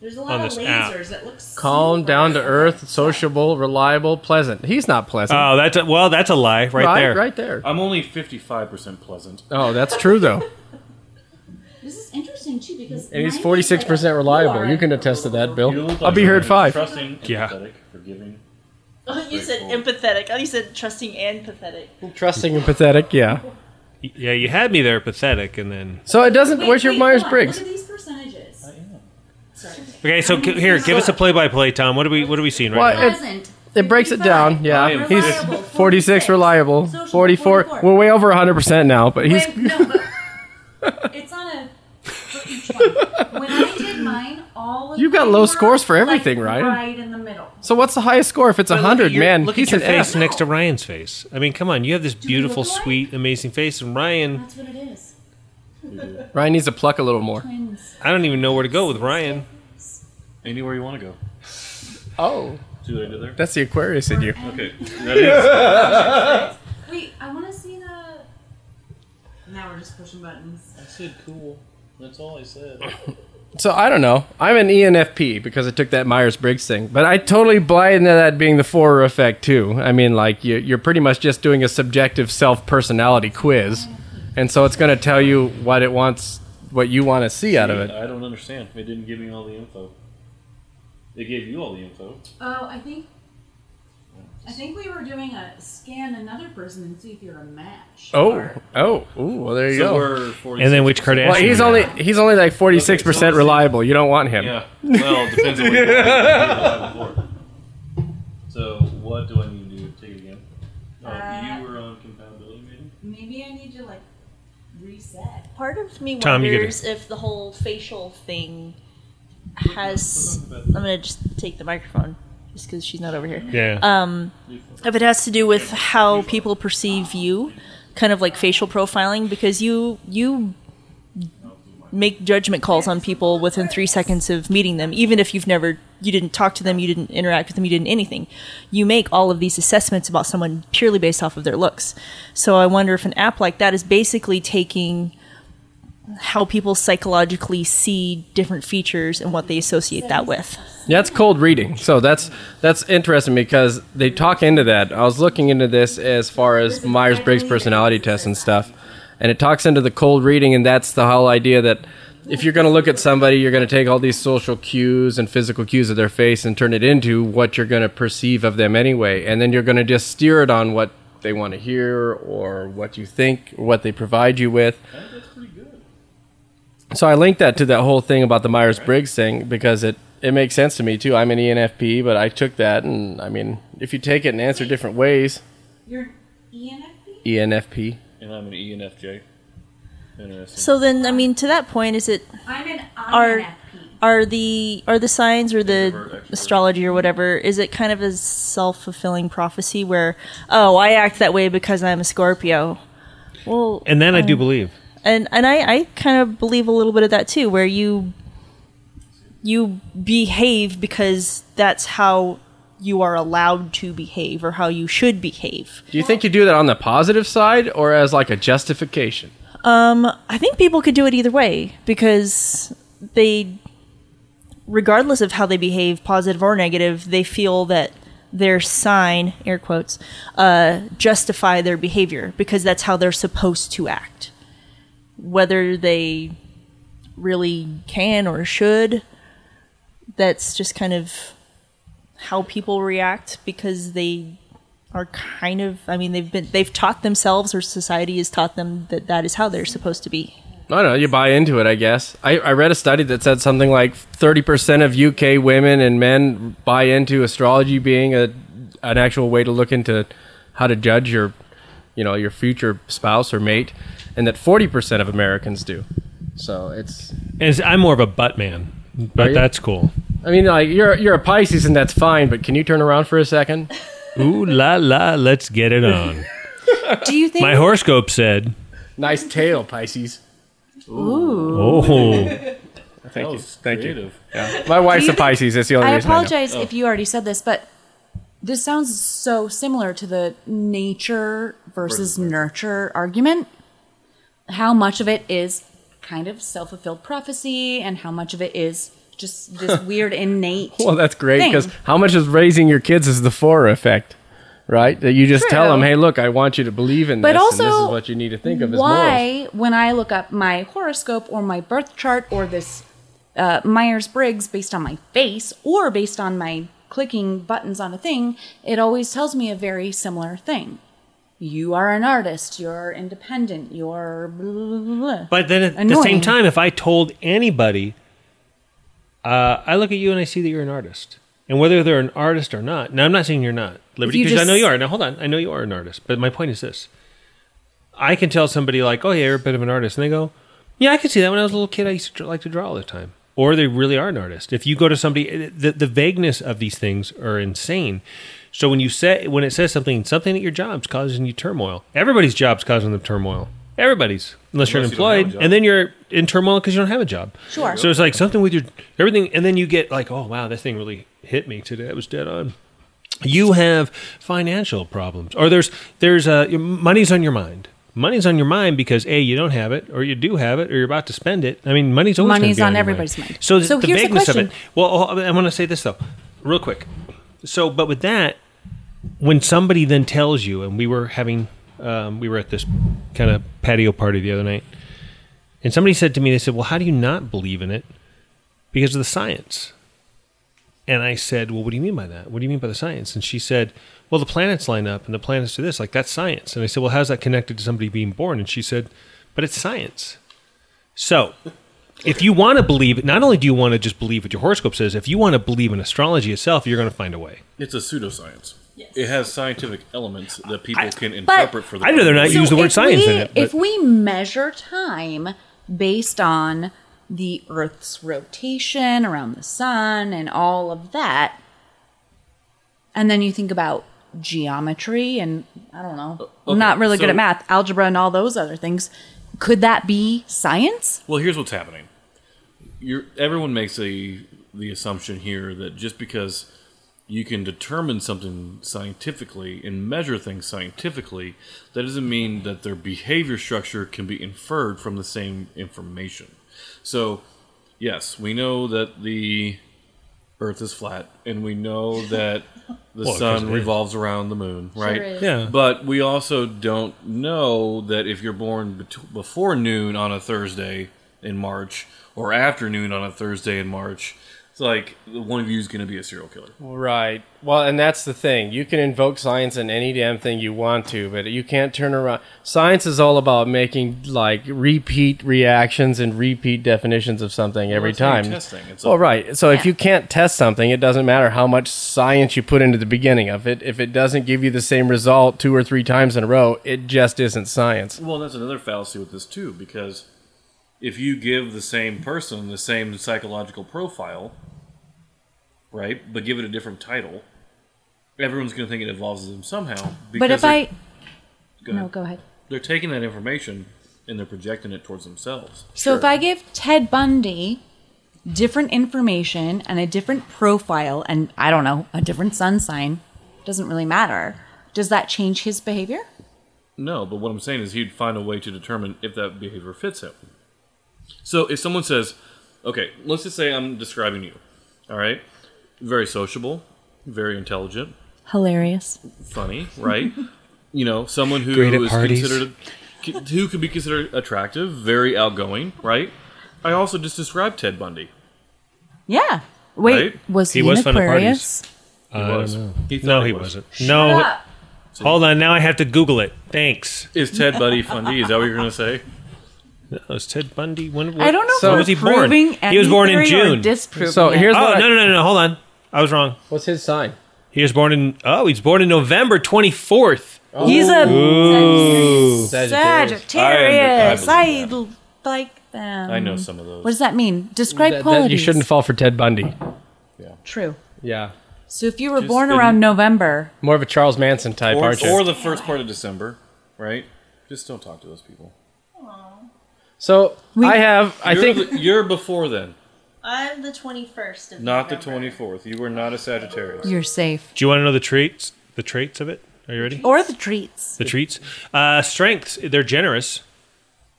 [SPEAKER 6] There's a
[SPEAKER 1] on
[SPEAKER 6] lot of
[SPEAKER 1] this
[SPEAKER 6] lasers.
[SPEAKER 1] app.
[SPEAKER 6] It looks
[SPEAKER 2] Calm,
[SPEAKER 6] super-
[SPEAKER 2] down to earth, sociable, reliable, pleasant. He's not pleasant.
[SPEAKER 1] Oh, that's a, well, that's a lie right, there.
[SPEAKER 2] Right there.
[SPEAKER 3] I'm only 55% pleasant.
[SPEAKER 2] Oh, that's true though.
[SPEAKER 6] This is interesting too because
[SPEAKER 2] And he's
[SPEAKER 6] mine is,
[SPEAKER 2] forty six percent
[SPEAKER 6] like,
[SPEAKER 2] reliable.
[SPEAKER 6] fluoride.
[SPEAKER 2] You can attest to that,
[SPEAKER 3] You
[SPEAKER 2] Bill.
[SPEAKER 3] look
[SPEAKER 2] I'll
[SPEAKER 3] like
[SPEAKER 2] be
[SPEAKER 3] you're
[SPEAKER 2] here at five.
[SPEAKER 3] Trusting,
[SPEAKER 1] Yeah.
[SPEAKER 3] empathetic, forgiving.
[SPEAKER 4] you said empathetic. Oh, you said trusting and pathetic.
[SPEAKER 2] Trusting and pathetic, yeah.
[SPEAKER 1] Yeah, you had me there, pathetic, and then
[SPEAKER 2] So it doesn't.
[SPEAKER 6] Wait,
[SPEAKER 2] where's your
[SPEAKER 6] wait, hold on.
[SPEAKER 2] Myers Briggs?
[SPEAKER 6] Look at these percentages. Sorry.
[SPEAKER 1] okay. So c- here, give us a play by play, Tom. What are we what are we seeing right
[SPEAKER 2] Well,
[SPEAKER 1] now?
[SPEAKER 2] Uh, it-
[SPEAKER 6] Pleasant.
[SPEAKER 2] It breaks it down.
[SPEAKER 6] 55.
[SPEAKER 3] I
[SPEAKER 2] Yeah,
[SPEAKER 3] am
[SPEAKER 2] he's
[SPEAKER 6] Reliable,
[SPEAKER 2] 46 reliable,
[SPEAKER 6] Social,
[SPEAKER 2] 44.
[SPEAKER 6] 44.
[SPEAKER 2] We're way over 100 percent now, but he's
[SPEAKER 6] Wait, no, but it's on a. For each one. When I did mine, all of
[SPEAKER 2] You got
[SPEAKER 6] them
[SPEAKER 2] low
[SPEAKER 6] were,
[SPEAKER 2] scores for
[SPEAKER 6] like,
[SPEAKER 2] everything, Ryan.
[SPEAKER 6] Right in the middle.
[SPEAKER 2] So what's the highest score if it's
[SPEAKER 1] But look at
[SPEAKER 2] 100,
[SPEAKER 1] your-
[SPEAKER 2] man?
[SPEAKER 1] Look
[SPEAKER 2] he's
[SPEAKER 1] at
[SPEAKER 2] an
[SPEAKER 1] your face
[SPEAKER 2] F.
[SPEAKER 1] next to Ryan's face. I mean, come on, you have this
[SPEAKER 6] we look
[SPEAKER 1] beautiful,
[SPEAKER 6] alike?
[SPEAKER 1] sweet, amazing face, and Ryan.
[SPEAKER 6] That's what it is.
[SPEAKER 2] Ryan needs to pluck a little more.
[SPEAKER 6] Twins.
[SPEAKER 1] I don't even know where to go with Ryan.
[SPEAKER 3] Anywhere you want to go.
[SPEAKER 2] Oh,
[SPEAKER 3] See what I did there?
[SPEAKER 2] that's the Aquarius in you.
[SPEAKER 3] Okay. That is,
[SPEAKER 6] Wait, I want to see the. Now we're just pushing buttons.
[SPEAKER 3] I said cool. That's all I said.
[SPEAKER 2] So I don't know. I'm an E ENFP because I took that Myers Briggs thing, but I totally buy into that being the Forer effect too. I mean, like you, you're pretty much just doing a subjective self personality quiz, and so it's going to tell you what it wants, what you want to see out of it.
[SPEAKER 3] I don't understand. It didn't give me all the info. They gave you all the info.
[SPEAKER 6] Oh, I think. I think we were doing a scan another person and see if you're a match.
[SPEAKER 2] Oh, oh, ooh, well there you
[SPEAKER 3] so
[SPEAKER 2] go.
[SPEAKER 3] we're 46.
[SPEAKER 1] And then which Kardashian?
[SPEAKER 2] Well, he's only he's only like 46
[SPEAKER 3] Okay,
[SPEAKER 2] percent
[SPEAKER 3] so-
[SPEAKER 2] reliable. You don't want him.
[SPEAKER 3] Yeah. Well, it depends on what you want. So what do I need to do? Take it again. Um,
[SPEAKER 6] Uh,
[SPEAKER 3] you were on compatibility meeting.
[SPEAKER 6] Maybe I need to like reset.
[SPEAKER 4] Part of me
[SPEAKER 1] Tom, you get it.
[SPEAKER 4] wonders if the whole facial thing has.
[SPEAKER 3] Click on
[SPEAKER 4] I'm
[SPEAKER 3] compatibility.
[SPEAKER 4] gonna just take the microphone, just because she's not over here.
[SPEAKER 1] yeah.
[SPEAKER 4] Um, if it has to do with how people perceive you, kind of like facial profiling, because you you make judgment calls on people within three seconds of meeting them, even if you've never you didn't talk to them, you didn't interact with them, you didn't anything. You make all of these assessments about someone purely based off of their looks. So I wonder if an app like that is basically taking how people psychologically see different features and what they associate that with.
[SPEAKER 2] That's cold reading. So that's that's interesting because they talk into that. I was looking into this as far as Myers Briggs personality tests and stuff, and it talks into the cold reading, and that's the whole idea that if you're going to look at somebody, you're going to take all these social cues and physical cues of their face and turn it into what you're going to perceive of them anyway, and then you're going to just steer it on what they want to hear or what you think or what they provide you with. So I linked that to that whole thing about the Myers Briggs thing because it it makes sense to me too. I'm an E ENFP, but I took that and I mean, if you take it and answer different ways, E
[SPEAKER 6] You're an E ENFP.
[SPEAKER 2] ENFP.
[SPEAKER 3] And I'm an ENFJ. Interesting.
[SPEAKER 4] So then I mean to that point is it
[SPEAKER 6] I'm an
[SPEAKER 4] Are-
[SPEAKER 6] INFP.
[SPEAKER 4] are the are the signs or
[SPEAKER 3] Introvert,
[SPEAKER 4] the
[SPEAKER 3] extrovert.
[SPEAKER 4] astrology or whatever is it kind of a self-fulfilling prophecy where oh i act that way because i'm a scorpio well
[SPEAKER 1] and then I do believe.
[SPEAKER 4] and and i i kind of believe a little bit of that too where you you behave because that's how you are allowed to behave or how you should behave
[SPEAKER 2] Do you think you do that on the positive side or as like a justification?
[SPEAKER 4] Um, I think people could do it either way because they, regardless of how they behave, positive or negative, they feel that their sign, air quotes, uh, justify their behavior because that's how they're supposed to act. Whether they really can or should, that's just kind of how people react because they are kind of i mean they've been they've taught themselves or society has taught them that that is how they're supposed to be
[SPEAKER 2] I don't know. You buy into it, I guess. I, I read a study that said something like 30% of UK women and men buy into astrology being a an actual way to look into how to judge your, you know, your future spouse or mate, and that 40% of Americans do. So it's.
[SPEAKER 1] And it's- I'm more of a butt man,
[SPEAKER 2] Are
[SPEAKER 1] but
[SPEAKER 2] you?
[SPEAKER 1] that's cool.
[SPEAKER 2] I mean, like you're you're a Pisces and that's fine, but can you turn around for a second?
[SPEAKER 1] Ooh la la, let's get it on.
[SPEAKER 5] Do you think?
[SPEAKER 1] My horoscope said,
[SPEAKER 2] Nice tail, Pisces.
[SPEAKER 5] Ooh.
[SPEAKER 1] "Oh,
[SPEAKER 2] Thank you.
[SPEAKER 3] was
[SPEAKER 2] Thank you.
[SPEAKER 3] creative.
[SPEAKER 2] Yeah. My wife's
[SPEAKER 5] you
[SPEAKER 2] a
[SPEAKER 5] think-
[SPEAKER 2] Pisces. That's the only
[SPEAKER 5] I
[SPEAKER 2] reason. know.
[SPEAKER 5] apologize if you already said this, but this sounds so similar to the nature versus nurture argument. How much of it is kind of self fulfilled prophecy, and how much of it is just this weird innate?
[SPEAKER 2] Well, that's great
[SPEAKER 5] thing.
[SPEAKER 2] because how much is raising your kids is the Forer effect, right? That you just tell
[SPEAKER 5] True.
[SPEAKER 2] them, hey, look, I want you to believe in
[SPEAKER 5] But
[SPEAKER 2] this,
[SPEAKER 5] also,
[SPEAKER 2] and this is what you need to think of as morals.
[SPEAKER 5] why, when I look up my horoscope or my birth chart or this uh, Myers Briggs based on my face or based on my clicking buttons on a thing, it always tells me a very similar thing. You are an artist. You're independent. You're blah, blah, blah, blah.
[SPEAKER 1] But then at the same
[SPEAKER 5] Annoying.
[SPEAKER 1] time, if I told anybody, uh, I look at you and I see that you're an artist. And whether they're an artist or not, now I'm not saying you're not, Liberty,
[SPEAKER 5] you
[SPEAKER 1] because I
[SPEAKER 5] just-
[SPEAKER 1] know you are. Now hold on, I know you are an artist. But my point is this I can tell somebody, like, oh, yeah, you're a bit of an artist. And they go, yeah, I can see that. When I was a little kid, I used to dr- like to draw all the time. Or they really are an artist. If you go to somebody, eh, the, the vagueness of these things are insane. So when you say when it says something, something at your job's causing you turmoil. Everybody's job's causing them turmoil. Everybody's, unless you're
[SPEAKER 3] Unless you don't have a
[SPEAKER 1] unemployed,
[SPEAKER 3] job.
[SPEAKER 1] and then you're in turmoil because you don't have a job.
[SPEAKER 5] Sure.
[SPEAKER 1] So it's like something with your everything, and then you get like, oh wow, this thing really hit me today. It was dead on. You have financial problems, or there's there's uh, your- money's on your mind. Money's on your mind because a you don't have it, or you do have it, or you're about to spend it. I mean, money's always gonna
[SPEAKER 5] Money's
[SPEAKER 1] be
[SPEAKER 5] on
[SPEAKER 1] your
[SPEAKER 5] everybody's mind.
[SPEAKER 1] So,
[SPEAKER 5] So
[SPEAKER 1] the
[SPEAKER 5] here's the
[SPEAKER 1] vagueness of it.
[SPEAKER 5] question.
[SPEAKER 1] Well, oh, I want to say this though, real quick. So, but with that, when somebody then tells you, and we were having, um, we were at this kind of patio party the other night, and somebody said to me, they said, "Well, how do you not believe in it?" Because of the science. And I said, Well, what do you mean by that? What do you mean by the science? And she said, Well, the planets line up and the planets do this. Like, that's science. And I said, Well, how's that connected to somebody being born? And she said, But it's science. So, if you want to believe, not only do you want to just believe what your horoscope says, if you want to believe in astrology itself, you're going to find a way.
[SPEAKER 3] It's a pseudoscience.
[SPEAKER 4] Yes.
[SPEAKER 3] It has scientific elements that people can
[SPEAKER 5] but-
[SPEAKER 3] interpret for.
[SPEAKER 1] I'd rather not
[SPEAKER 5] So
[SPEAKER 1] Uh, use the word
[SPEAKER 5] if
[SPEAKER 1] science
[SPEAKER 5] we-
[SPEAKER 1] in it, but-
[SPEAKER 5] If we measure time based on the Earth's rotation around the sun and all of that, and then you think about geometry and I don't know, I'm not really good
[SPEAKER 3] so-
[SPEAKER 5] at math, algebra, and all those other things. Could that be science?
[SPEAKER 3] Well, here's what's happening. You're, everyone makes a the assumption here that just because you can determine something scientifically and measure things scientifically, that doesn't mean that their behavior structure can be inferred from the same information. So, yes, we know that the Earth is flat, and we know that the
[SPEAKER 1] Well, 'cause
[SPEAKER 3] sun
[SPEAKER 1] it-
[SPEAKER 3] revolves around the moon, right?
[SPEAKER 5] is.
[SPEAKER 1] Yeah.
[SPEAKER 3] But we also don't know that if you're born bet- before noon on a Thursday in March or afternoon on a Thursday in March, it's like one of you is going to be a serial killer.
[SPEAKER 2] Right. Well, and that's the thing. You can invoke science in any damn thing you want to, but you can't turn around. Science is all about making like repeat reactions and repeat definitions of something every
[SPEAKER 3] that's how you
[SPEAKER 2] time.
[SPEAKER 3] test things. It's
[SPEAKER 2] well,
[SPEAKER 3] like-
[SPEAKER 2] right. So if you can't test something, it doesn't matter how much science you put into the beginning of it. If it doesn't give you the same result two or three times in a row, it just isn't science.
[SPEAKER 3] Well, that's another fallacy with this too, because if you give the same person the same psychological profile, right, but give it a different title, everyone's going to think it involves them somehow.
[SPEAKER 5] But if
[SPEAKER 3] they're-
[SPEAKER 5] I
[SPEAKER 3] Go
[SPEAKER 5] no,
[SPEAKER 3] ahead.
[SPEAKER 5] go ahead.
[SPEAKER 3] they're taking that information and they're projecting it towards themselves.
[SPEAKER 5] So if I give Ted Bundy different information and a different profile and I don't know, a different sun sign, doesn't really matter. Does that change his behavior?
[SPEAKER 3] No, but what I'm saying is he'd find a way to determine if that behavior fits him. So if someone says, okay, let's just say I'm describing you, all right? Very sociable, very intelligent,
[SPEAKER 5] Hilarious.
[SPEAKER 3] funny, right? you know, someone who
[SPEAKER 1] Great at
[SPEAKER 3] is
[SPEAKER 1] parties.
[SPEAKER 3] considered who could be considered attractive, very outgoing, right? I also just described Ted Bundy.
[SPEAKER 5] Yeah. Wait,
[SPEAKER 3] Right?
[SPEAKER 5] was
[SPEAKER 1] He
[SPEAKER 5] he,
[SPEAKER 1] was
[SPEAKER 5] an
[SPEAKER 1] fun at
[SPEAKER 5] Aquarius? Uh,
[SPEAKER 1] He
[SPEAKER 3] was. He thought
[SPEAKER 1] no,
[SPEAKER 3] he
[SPEAKER 1] he
[SPEAKER 3] was.
[SPEAKER 1] wasn't. No. Hold on. Now I have to Google it. Thanks.
[SPEAKER 3] Is Ted Bundy Bundy? Is that what you're going to say?
[SPEAKER 1] No, it was Ted Bundy. When,
[SPEAKER 5] I don't know
[SPEAKER 1] when
[SPEAKER 5] if
[SPEAKER 1] was he
[SPEAKER 5] we're
[SPEAKER 1] born?
[SPEAKER 5] proving
[SPEAKER 1] He was born in
[SPEAKER 5] anything or
[SPEAKER 1] June.
[SPEAKER 5] disproving
[SPEAKER 2] So
[SPEAKER 5] it.
[SPEAKER 2] here's
[SPEAKER 1] oh,
[SPEAKER 2] what I-
[SPEAKER 1] no, no, no, no. Hold on. I was wrong.
[SPEAKER 2] What's his sign?
[SPEAKER 1] He was born in, oh, he's born in November 24th.
[SPEAKER 5] he's a
[SPEAKER 1] Ooh.
[SPEAKER 2] Sagittarius.
[SPEAKER 5] Sagittarius.
[SPEAKER 3] I
[SPEAKER 5] I,
[SPEAKER 3] am- I
[SPEAKER 5] like them.
[SPEAKER 3] I know some of those.
[SPEAKER 5] What does that mean? Describe
[SPEAKER 2] That- that-
[SPEAKER 5] qualities.
[SPEAKER 2] you shouldn't fall for Ted Bundy.
[SPEAKER 5] True.
[SPEAKER 2] Yeah.
[SPEAKER 5] So if you were
[SPEAKER 3] Just
[SPEAKER 5] born
[SPEAKER 3] in-
[SPEAKER 5] around November,
[SPEAKER 2] More of a Charles Manson type,
[SPEAKER 3] or,
[SPEAKER 2] aren't you?
[SPEAKER 3] or the first part of December. right? Just don't talk to those people.
[SPEAKER 2] So I have. I
[SPEAKER 3] you're
[SPEAKER 2] think
[SPEAKER 3] the- you're before then,
[SPEAKER 4] I'm the 21st of
[SPEAKER 3] not
[SPEAKER 4] November.
[SPEAKER 3] the twenty fourth. You were not a Sagittarius.
[SPEAKER 5] You're safe.
[SPEAKER 1] Do you want to know the traits? The traits of it? Are you ready?
[SPEAKER 5] Or the treats.
[SPEAKER 1] The treats. Uh, strengths. They're generous.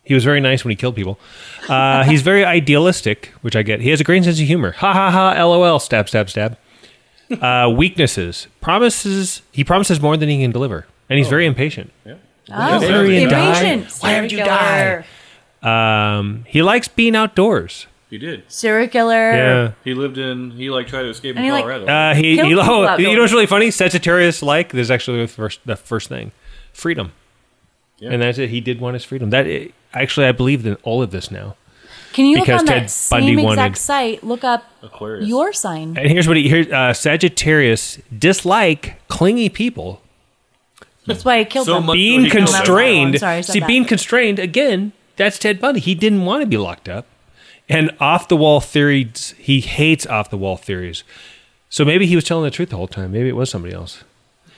[SPEAKER 1] He was very nice when he killed people. Uh, he's very idealistic, which I get. He has a great sense of humor. Ha ha ha. LOL. Stab stab stab. Uh, weaknesses. Promises. He promises more than he can deliver, and he's very impatient.
[SPEAKER 5] Oh,
[SPEAKER 1] Very
[SPEAKER 5] impatient.
[SPEAKER 1] Why haven't you died? Um, he likes being outdoors.
[SPEAKER 3] He did.
[SPEAKER 5] Serial killer.
[SPEAKER 3] He lived in. He like tried to escape
[SPEAKER 5] And
[SPEAKER 3] in
[SPEAKER 5] he, like-
[SPEAKER 3] Colorado.
[SPEAKER 1] Uh, he,
[SPEAKER 5] Kill
[SPEAKER 1] he-
[SPEAKER 5] people
[SPEAKER 1] oh,
[SPEAKER 5] out
[SPEAKER 1] you know
[SPEAKER 5] there.
[SPEAKER 1] what's really funny? Sagittarius like there's actually the first the first thing, freedom,
[SPEAKER 3] Yeah.
[SPEAKER 1] and that's it. He did want his freedom. That i actually, I believe in all of this now.
[SPEAKER 5] Can you look
[SPEAKER 1] Because
[SPEAKER 5] on
[SPEAKER 1] Ted
[SPEAKER 5] that same
[SPEAKER 1] Bundy
[SPEAKER 5] exact
[SPEAKER 1] wanted-
[SPEAKER 5] site? Look up
[SPEAKER 3] Aquarius.
[SPEAKER 5] your sign.
[SPEAKER 1] And here's what he here uh, Sagittarius dislike clingy people.
[SPEAKER 5] That's why I killed
[SPEAKER 3] So
[SPEAKER 5] them.
[SPEAKER 3] much-
[SPEAKER 1] Being
[SPEAKER 3] he killed
[SPEAKER 1] constrained,
[SPEAKER 5] that one. Oh, Sorry, I said
[SPEAKER 1] see,
[SPEAKER 5] that.
[SPEAKER 1] being constrained again. That's Ted Bundy. He didn't want to be locked up, and off the wall theories. He hates off the wall theories. So maybe he was telling the truth the whole time. Maybe it was somebody else.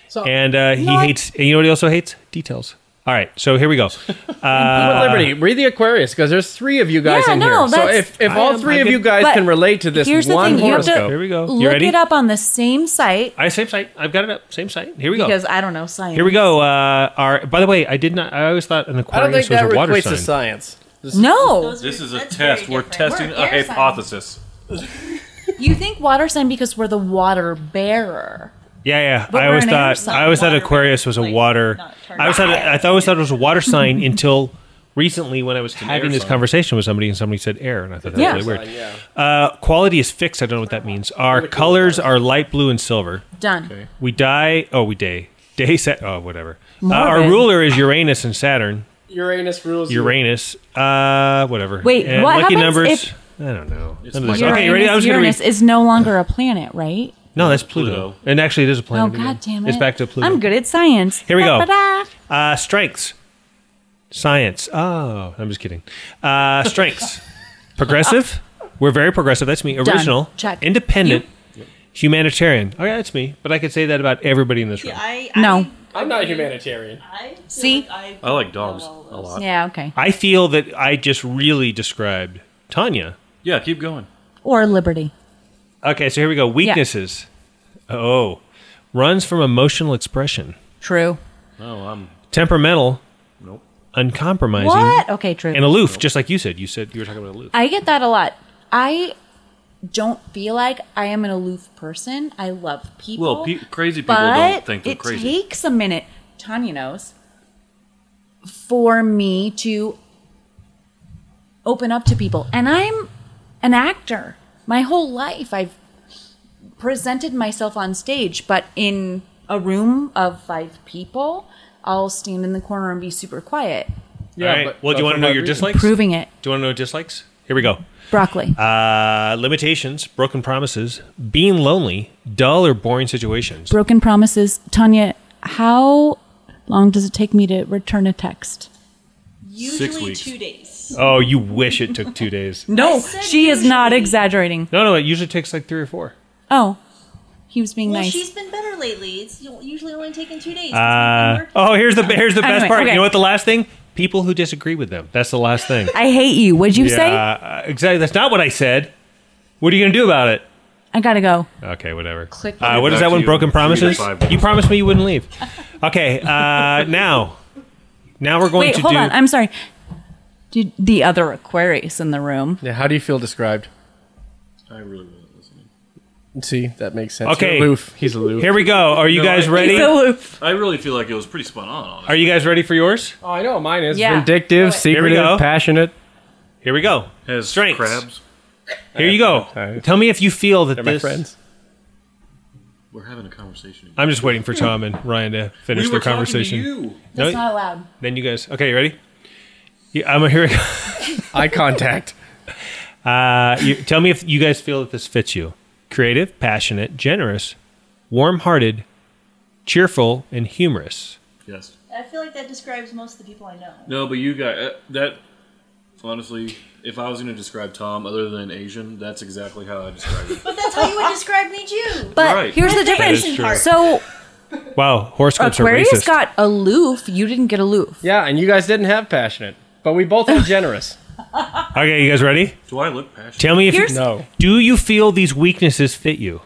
[SPEAKER 2] so,
[SPEAKER 1] And uh, he
[SPEAKER 5] Not-
[SPEAKER 1] hates. And you know what he also hates? Details. All right, so here we go.
[SPEAKER 2] But Liberty, read the Aquarius because there's three of you guys
[SPEAKER 5] Yeah,
[SPEAKER 2] in
[SPEAKER 5] no,
[SPEAKER 2] here. So
[SPEAKER 5] that's-
[SPEAKER 2] if, if
[SPEAKER 1] I
[SPEAKER 2] all
[SPEAKER 1] am-
[SPEAKER 2] three
[SPEAKER 1] I
[SPEAKER 2] of
[SPEAKER 1] get-
[SPEAKER 2] you guys
[SPEAKER 5] But
[SPEAKER 2] can relate to this
[SPEAKER 5] here's the
[SPEAKER 2] one
[SPEAKER 5] thing, you have to-
[SPEAKER 2] horoscope,
[SPEAKER 1] Here we go. You
[SPEAKER 5] Look
[SPEAKER 1] ready?
[SPEAKER 5] it up on the same site
[SPEAKER 1] I same site. I've got it up. Same site. Here we go.
[SPEAKER 5] because I don't know science.
[SPEAKER 1] here we go. Uh, our, by the way, I did not. I always thought an
[SPEAKER 2] I don't think
[SPEAKER 1] Aquarius was
[SPEAKER 2] that
[SPEAKER 1] a water
[SPEAKER 2] equates
[SPEAKER 1] sign.
[SPEAKER 2] to science. This-
[SPEAKER 5] No,
[SPEAKER 4] Those
[SPEAKER 3] this
[SPEAKER 4] are-
[SPEAKER 3] is a
[SPEAKER 4] that's
[SPEAKER 3] test.
[SPEAKER 4] very
[SPEAKER 3] We're
[SPEAKER 4] different.
[SPEAKER 3] testing
[SPEAKER 5] We're
[SPEAKER 3] a
[SPEAKER 5] air signs.
[SPEAKER 3] hypothesis.
[SPEAKER 5] you think water sign because we're the water bearer.
[SPEAKER 1] Yeah, yeah.
[SPEAKER 5] But
[SPEAKER 1] I
[SPEAKER 5] we're
[SPEAKER 1] always
[SPEAKER 5] an air
[SPEAKER 1] thought.
[SPEAKER 5] sign.
[SPEAKER 1] I always thought
[SPEAKER 4] Water-
[SPEAKER 1] Aquarius was a
[SPEAKER 4] like,
[SPEAKER 1] water.
[SPEAKER 4] not
[SPEAKER 1] I always thought. I always thought it was a water sign until recently when I was having
[SPEAKER 3] air
[SPEAKER 1] this
[SPEAKER 3] sign.
[SPEAKER 1] conversation with somebody and somebody said air and I thought that
[SPEAKER 5] Yeah.
[SPEAKER 1] was really weird.
[SPEAKER 2] Yeah.
[SPEAKER 1] Uh, quality is fixed. I don't know what that means. Our colors are light blue and silver.
[SPEAKER 5] Done.
[SPEAKER 1] We die. Oh, we day. Day set. Oh, whatever. Uh, our
[SPEAKER 5] Morbid.
[SPEAKER 1] ruler is Uranus and Saturn.
[SPEAKER 2] Uranus rules. you.
[SPEAKER 1] Uranus. Uh, whatever.
[SPEAKER 5] Wait,
[SPEAKER 1] And
[SPEAKER 5] what
[SPEAKER 1] lucky
[SPEAKER 5] happens
[SPEAKER 1] numbers.
[SPEAKER 5] if-
[SPEAKER 1] I don't know. None of
[SPEAKER 3] my
[SPEAKER 1] this-
[SPEAKER 3] God.
[SPEAKER 1] okay, you ready? I was going to
[SPEAKER 5] Uranus
[SPEAKER 1] read.
[SPEAKER 5] is no longer a planet, right?
[SPEAKER 1] No, that's Pluto.
[SPEAKER 3] Pluto.
[SPEAKER 1] And actually, it is a planet.
[SPEAKER 5] Oh
[SPEAKER 1] again.
[SPEAKER 5] god damn it!
[SPEAKER 1] It's back to Pluto.
[SPEAKER 5] I'm good at science.
[SPEAKER 1] Here we go.
[SPEAKER 5] Da-ba-da.
[SPEAKER 1] Uh, strengths. Science. Oh, I'm just kidding. Uh, strengths. progressive. We're very progressive. That's me. Original.
[SPEAKER 5] Check.
[SPEAKER 1] Independent. Humanitarian. Okay, that's me. But I could say that about everybody in this
[SPEAKER 4] Yeah,
[SPEAKER 1] room.
[SPEAKER 4] I,
[SPEAKER 5] No.
[SPEAKER 2] I'm not humanitarian.
[SPEAKER 4] I, I feel
[SPEAKER 5] See?
[SPEAKER 4] like I,
[SPEAKER 3] I like dogs
[SPEAKER 4] know all
[SPEAKER 3] a
[SPEAKER 4] those.
[SPEAKER 3] lot.
[SPEAKER 5] Yeah. Okay.
[SPEAKER 1] I feel that I just really described Tanya.
[SPEAKER 3] Yeah, keep going.
[SPEAKER 5] Or liberty.
[SPEAKER 1] Okay, so here we go. Weaknesses. Oh, runs from emotional expression.
[SPEAKER 5] True.
[SPEAKER 3] No, I'm
[SPEAKER 1] Temperamental.
[SPEAKER 3] Nope.
[SPEAKER 1] Uncompromising.
[SPEAKER 5] What? Okay. True.
[SPEAKER 1] And aloof, just like you said. You said you were talking about aloof.
[SPEAKER 5] I get that a lot. I don't feel like I am an aloof person. I love people.
[SPEAKER 3] well. Pe- crazy people
[SPEAKER 5] but
[SPEAKER 3] don't think they're
[SPEAKER 5] it
[SPEAKER 3] crazy.
[SPEAKER 5] takes a minute. Tanya knows. For me to open up to people, and I'm an actor. My whole life, I've presented myself on stage, but in a room of five people, I'll stand in the corner and be super quiet,
[SPEAKER 2] Yeah,
[SPEAKER 1] All right.
[SPEAKER 2] but
[SPEAKER 1] well, do you
[SPEAKER 2] that's
[SPEAKER 1] want
[SPEAKER 2] for
[SPEAKER 1] to know
[SPEAKER 2] my
[SPEAKER 1] your
[SPEAKER 2] reason.
[SPEAKER 1] dislikes?
[SPEAKER 5] proving it.
[SPEAKER 1] Do you want to know dislikes? Here we go.
[SPEAKER 5] Broccoli.
[SPEAKER 1] Uh, limitations, broken promises, being lonely, dull or boring situations.
[SPEAKER 5] broken promises. Tanya, how long does it take me to return a text?
[SPEAKER 4] Usually
[SPEAKER 3] weeks.
[SPEAKER 4] two days.
[SPEAKER 1] Oh, you wish it took two days.
[SPEAKER 5] No,
[SPEAKER 4] said
[SPEAKER 5] she is not
[SPEAKER 4] usually.
[SPEAKER 5] exaggerating.
[SPEAKER 1] No, no, it usually takes like three or four.
[SPEAKER 5] Oh, he was being
[SPEAKER 4] Well,
[SPEAKER 5] nice.
[SPEAKER 4] she's been better lately. It's usually only taking two days.
[SPEAKER 1] Uh, oh, here's the here's the best
[SPEAKER 5] Anyway,
[SPEAKER 1] part.
[SPEAKER 5] okay.
[SPEAKER 1] You know what? The last thing, people who disagree with them. That's the last thing.
[SPEAKER 5] I hate you. What'd you say?
[SPEAKER 1] uh, exactly. That's not what I said. What are you going to do about it?
[SPEAKER 5] I gotta go.
[SPEAKER 1] Okay, whatever.
[SPEAKER 5] Click.
[SPEAKER 1] Uh, what is
[SPEAKER 3] Back
[SPEAKER 1] that
[SPEAKER 3] to
[SPEAKER 1] one?
[SPEAKER 3] you
[SPEAKER 1] Broken
[SPEAKER 3] in three to
[SPEAKER 1] promises.
[SPEAKER 3] five minutes.
[SPEAKER 1] You promised me you wouldn't leave. Okay, uh, now, now we're going
[SPEAKER 5] Wait,
[SPEAKER 1] to
[SPEAKER 5] hold
[SPEAKER 1] do.
[SPEAKER 5] on. I'm sorry. Did the other Aquarius in the room?
[SPEAKER 2] Yeah, how do you feel described?
[SPEAKER 3] I really wasn't listening.
[SPEAKER 2] See, that makes sense.
[SPEAKER 1] Okay.
[SPEAKER 2] You're aloof. He's aloof.
[SPEAKER 1] Here we go. Are you
[SPEAKER 3] No,
[SPEAKER 1] guys
[SPEAKER 3] I-
[SPEAKER 1] ready?
[SPEAKER 3] I really feel like it was pretty spun on. Honestly.
[SPEAKER 1] Are you guys ready for yours?
[SPEAKER 2] oh, I know. Mine is
[SPEAKER 5] Yeah.
[SPEAKER 2] vindictive,
[SPEAKER 1] go.
[SPEAKER 2] secretive, passionate.
[SPEAKER 1] Here we go.
[SPEAKER 3] Has
[SPEAKER 1] Strengths.
[SPEAKER 3] crabs?
[SPEAKER 1] Here you go.
[SPEAKER 2] Alright.
[SPEAKER 1] Tell me if you feel that
[SPEAKER 2] They're my
[SPEAKER 1] this.
[SPEAKER 2] friends.
[SPEAKER 3] We're having a conversation.
[SPEAKER 1] I'm just waiting for Tom and Ryan to finish their conversation.
[SPEAKER 5] That's
[SPEAKER 1] No,
[SPEAKER 5] not allowed.
[SPEAKER 1] then you guys. Okay, you ready? Yeah, I'm here.
[SPEAKER 2] Eye contact.
[SPEAKER 1] Uh, you, tell me if you guys feel that this fits you. Creative, passionate, generous, warm-hearted, cheerful, and humorous.
[SPEAKER 3] Yes.
[SPEAKER 4] I feel like that describes most of the people I know.
[SPEAKER 3] No, but you got uh, that. Honestly, if I was going to describe Tom other than Asian, that's exactly how I describe him.
[SPEAKER 4] But that's how you would describe me, too.
[SPEAKER 5] But
[SPEAKER 3] Right.
[SPEAKER 5] here's the
[SPEAKER 4] That is
[SPEAKER 5] difference.
[SPEAKER 4] true.
[SPEAKER 5] So
[SPEAKER 1] Wow, horoscopes are
[SPEAKER 5] Aquarius
[SPEAKER 1] racist.
[SPEAKER 5] got aloof. You didn't get aloof.
[SPEAKER 2] Yeah, and you guys didn't have passionate, but we both were generous.
[SPEAKER 1] okay, you guys ready?
[SPEAKER 3] Do I look passionate?
[SPEAKER 1] Tell me if
[SPEAKER 5] Here's-
[SPEAKER 2] No.
[SPEAKER 1] do you feel these weaknesses fit you?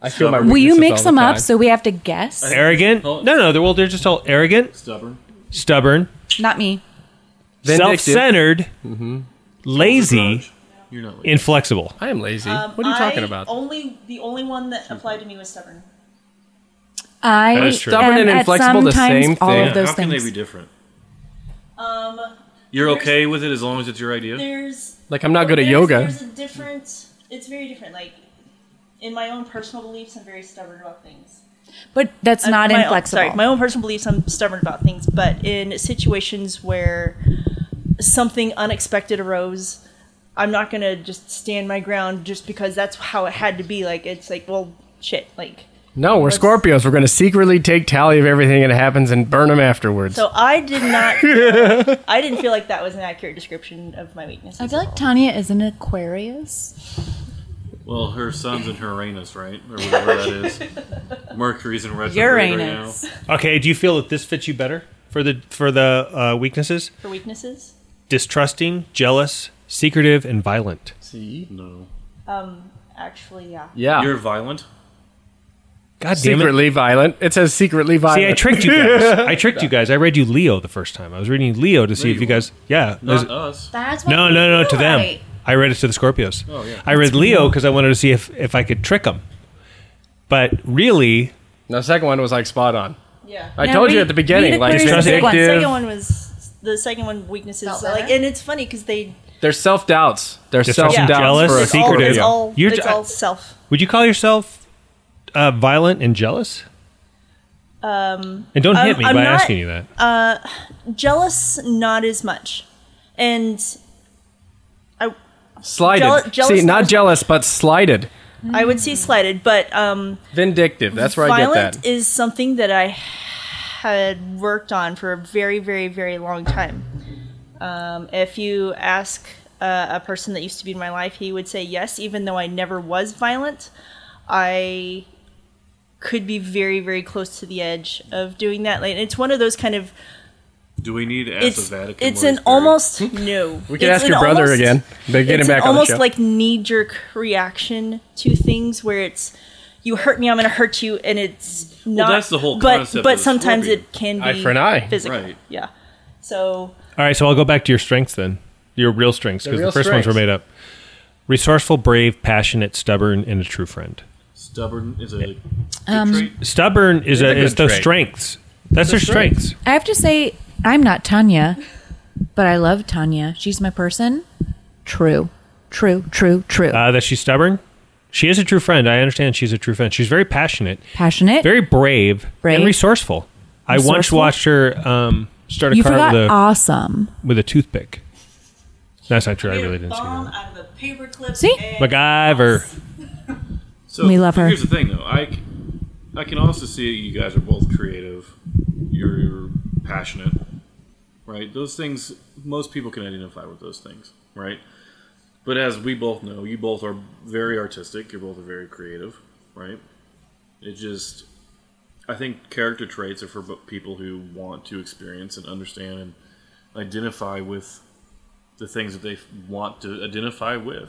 [SPEAKER 2] I feel my
[SPEAKER 5] Will you
[SPEAKER 2] weaknesses
[SPEAKER 5] mix
[SPEAKER 2] all
[SPEAKER 5] them
[SPEAKER 2] the
[SPEAKER 5] up
[SPEAKER 2] time.
[SPEAKER 5] so we have to guess?
[SPEAKER 1] Arrogant? No, no, they're well, they're just all arrogant,
[SPEAKER 3] Stubborn.
[SPEAKER 1] stubborn,
[SPEAKER 5] Not me.
[SPEAKER 2] Vindictive.
[SPEAKER 1] self-centered, lazy,
[SPEAKER 3] Grudge. You're not like
[SPEAKER 1] inflexible.
[SPEAKER 2] I am lazy.
[SPEAKER 4] Um,
[SPEAKER 2] what are you
[SPEAKER 4] I
[SPEAKER 2] talking about?
[SPEAKER 4] Only the only one that applied to me was stubborn.
[SPEAKER 5] I
[SPEAKER 1] That is true.
[SPEAKER 5] am
[SPEAKER 2] Stubborn and
[SPEAKER 5] at
[SPEAKER 2] inflexible, the
[SPEAKER 5] sometimes
[SPEAKER 2] same
[SPEAKER 5] all
[SPEAKER 2] thing.
[SPEAKER 5] of those
[SPEAKER 3] How can
[SPEAKER 5] things.
[SPEAKER 3] they be different?
[SPEAKER 4] Um,
[SPEAKER 3] You're
[SPEAKER 4] There's-
[SPEAKER 3] okay with it as long as it's your idea.
[SPEAKER 4] there's
[SPEAKER 2] Like I'm not good at
[SPEAKER 4] there's-
[SPEAKER 2] yoga.
[SPEAKER 4] There's a different. It's very different. Like in my own personal beliefs, I'm very stubborn about things.
[SPEAKER 5] but that's
[SPEAKER 4] Uh,
[SPEAKER 5] not
[SPEAKER 2] oh,
[SPEAKER 4] my own-
[SPEAKER 5] inflexible.
[SPEAKER 4] sorry, my own personal beliefs. I'm stubborn about things, but in situations where something unexpected arose, I'm not gonna just stand my ground just because that's how it had to be. Like it's like, well, shit. Like
[SPEAKER 2] No, we're Scorpios. We're going to secretly take tally of everything that happens and burn them afterwards.
[SPEAKER 4] so, I did not. feel- I didn't feel like that was an accurate description of my weaknesses.
[SPEAKER 5] I feel like Tanya is an Aquarius.
[SPEAKER 3] Well, her son's in Uranus, right, or whatever that is. Mercury's in retrograde
[SPEAKER 5] Uranus.
[SPEAKER 3] right
[SPEAKER 1] Okay, do you feel that this fits you better for the for the uh, weaknesses?
[SPEAKER 4] for weaknesses.
[SPEAKER 1] Distrusting, jealous, secretive, and violent.
[SPEAKER 2] See?
[SPEAKER 3] now. No.
[SPEAKER 4] Um, actually, yeah.
[SPEAKER 2] Yeah.
[SPEAKER 3] You're violent.
[SPEAKER 1] God damn it.
[SPEAKER 2] secretly violent. It says secretly
[SPEAKER 1] See, I
[SPEAKER 2] violent.
[SPEAKER 1] tricked you guys. I tricked you guys. I read you Leo the first time. I was reading Leo to see
[SPEAKER 3] No,
[SPEAKER 1] if
[SPEAKER 3] you
[SPEAKER 1] you guys. Yeah. there's-
[SPEAKER 3] Not us.
[SPEAKER 5] That's why
[SPEAKER 1] No,
[SPEAKER 5] we
[SPEAKER 1] no, no,
[SPEAKER 5] do
[SPEAKER 1] to them.
[SPEAKER 5] right.
[SPEAKER 1] I read it to the Scorpios.
[SPEAKER 3] Oh, yeah.
[SPEAKER 1] I read Leo because I wanted to see if, if I could trick them. But really,
[SPEAKER 2] the second one was like spot on.
[SPEAKER 4] Yeah.
[SPEAKER 2] I
[SPEAKER 5] Now
[SPEAKER 2] told you
[SPEAKER 5] read-
[SPEAKER 2] at the beginning,
[SPEAKER 5] read
[SPEAKER 2] like
[SPEAKER 5] Aquarius
[SPEAKER 1] Trust
[SPEAKER 5] is
[SPEAKER 1] it.
[SPEAKER 5] the one.
[SPEAKER 2] vindictive.
[SPEAKER 4] Second one was the second one weaknesses.
[SPEAKER 5] Felt
[SPEAKER 4] so, like,
[SPEAKER 5] better?
[SPEAKER 4] and it's funny because they
[SPEAKER 2] They're self doubts. They're self
[SPEAKER 1] Distrust,
[SPEAKER 2] doubts.
[SPEAKER 1] jealous,
[SPEAKER 2] for a
[SPEAKER 4] it's all,
[SPEAKER 1] secretive.
[SPEAKER 4] it's
[SPEAKER 2] Scorpio.
[SPEAKER 4] all,
[SPEAKER 1] You're
[SPEAKER 4] it's
[SPEAKER 1] ju-
[SPEAKER 4] all self.
[SPEAKER 1] would you call yourself uh, violent and jealous?
[SPEAKER 4] Um,
[SPEAKER 1] And don't
[SPEAKER 4] I'm-
[SPEAKER 1] hit me
[SPEAKER 4] I'm
[SPEAKER 1] by
[SPEAKER 4] not-
[SPEAKER 1] asking you that.
[SPEAKER 4] jealous, not as much, and I
[SPEAKER 2] Slighted.
[SPEAKER 4] Jeal- jealous
[SPEAKER 2] See, not
[SPEAKER 4] is-
[SPEAKER 2] jealous, but slighted.
[SPEAKER 4] I would say slighted, but um,
[SPEAKER 2] Vindictive. That's where I get
[SPEAKER 4] violent
[SPEAKER 2] that.
[SPEAKER 4] is something that I had worked on for a very, very, very long time. Um, if you ask uh, a person that used to be in my life, he would say yes, even though I never was violent. I could be very, very close to the edge of doing that. Like, it's one of those kind of
[SPEAKER 3] Do we need to ask
[SPEAKER 4] it's
[SPEAKER 3] the Vatican?
[SPEAKER 4] it's
[SPEAKER 3] where
[SPEAKER 4] an
[SPEAKER 3] he's buried?
[SPEAKER 4] almost no.
[SPEAKER 2] we can
[SPEAKER 4] It's
[SPEAKER 2] ask
[SPEAKER 4] an
[SPEAKER 2] your brother
[SPEAKER 4] almost-
[SPEAKER 2] again. They're getting
[SPEAKER 4] it's
[SPEAKER 2] back
[SPEAKER 4] an
[SPEAKER 2] on the
[SPEAKER 4] almost
[SPEAKER 2] show.
[SPEAKER 4] like knee jerk reaction to things where it's you hurt me, I'm going to hurt you, and it's not.
[SPEAKER 3] that's the whole
[SPEAKER 4] but
[SPEAKER 3] concept
[SPEAKER 4] but
[SPEAKER 3] of the
[SPEAKER 4] sometimes
[SPEAKER 3] scorpion.
[SPEAKER 4] it can be
[SPEAKER 2] Eye for an eye.
[SPEAKER 4] physical.
[SPEAKER 3] Right.
[SPEAKER 4] Yeah. So
[SPEAKER 1] All right, so I'll go back to your strengths then. Your real strengths, because the
[SPEAKER 2] real
[SPEAKER 1] first ones
[SPEAKER 2] strengths.
[SPEAKER 1] were made up. Resourceful, brave, passionate, stubborn, and a true friend.
[SPEAKER 3] stubborn is a good
[SPEAKER 5] Um,
[SPEAKER 3] trait.
[SPEAKER 1] Stubborn is, a,
[SPEAKER 2] a
[SPEAKER 1] is
[SPEAKER 2] good
[SPEAKER 1] their
[SPEAKER 2] trait.
[SPEAKER 1] strengths. That's their strengths.
[SPEAKER 5] I have to say, I'm not Tanya, but I love Tanya. She's my person. True, true, true, true.
[SPEAKER 1] Uh, that she's stubborn. She is a true friend. I understand she's a true friend. She's very passionate,
[SPEAKER 5] Passionate.
[SPEAKER 1] very brave,
[SPEAKER 5] Brave.
[SPEAKER 1] and resourceful. I once
[SPEAKER 5] Resourceful.
[SPEAKER 1] watched her um, start a
[SPEAKER 5] you
[SPEAKER 1] car
[SPEAKER 5] forgot uh,
[SPEAKER 1] with a,
[SPEAKER 5] awesome.
[SPEAKER 1] with a toothpick. That's not true. I
[SPEAKER 4] made a
[SPEAKER 1] really didn't see
[SPEAKER 4] bomb
[SPEAKER 1] that.
[SPEAKER 4] out of a paper clip
[SPEAKER 5] See?
[SPEAKER 4] and-
[SPEAKER 1] MacGyver.
[SPEAKER 3] So
[SPEAKER 5] We love her.
[SPEAKER 3] Here's the thing, though. I, c- I can also see you guys are both creative. You're passionate, right? Those things, most people can identify with those things, right? But as we both know, you both are very artistic. You both are very creative, right? It just, I think character traits are for bo- people who want to experience and understand and identify with the things that they f- want to identify with.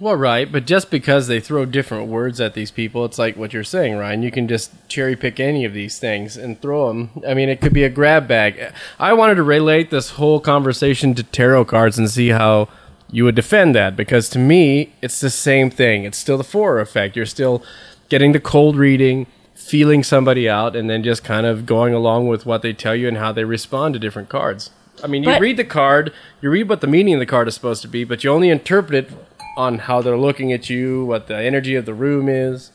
[SPEAKER 2] Well, right, but just because they throw different words at these people, it's like what you're saying, Ryan. You can just cherry pick any of these things and throw them. I mean, it could be a grab bag. I wanted to relate this whole conversation to tarot cards and see how you would defend that because to me, it's the same thing. It's still the Forer effect. You're still getting the cold reading, feeling somebody out, and then just kind of going along with what they tell you and how they respond to different cards. I mean, you
[SPEAKER 5] But-
[SPEAKER 2] read the card, you read what the meaning of the card is supposed to be, but you only interpret it on how they're looking at you, what the energy of the room is.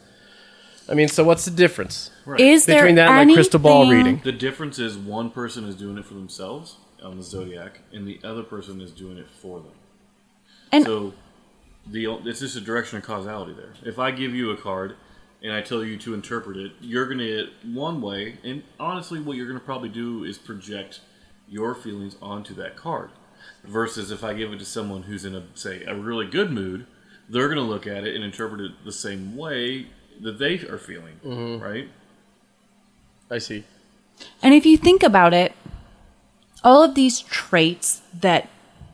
[SPEAKER 2] I mean, so what's the difference
[SPEAKER 5] Is there
[SPEAKER 2] between that and like crystal ball
[SPEAKER 5] anything-
[SPEAKER 2] reading?
[SPEAKER 3] The difference is one person is doing it for themselves on the zodiac, and the other person is doing it for them.
[SPEAKER 5] And-
[SPEAKER 3] so, the it's just a direction of causality there. If I give you a card and I tell you to interpret it, you're going to get one way, and honestly, what you're going to probably do is project your feelings onto that card. Versus if I give it to someone who's in a say a really good mood, they're going to look at it and interpret it the same way that they are feeling, right?
[SPEAKER 2] I see.
[SPEAKER 5] And if you think about it, all of these traits that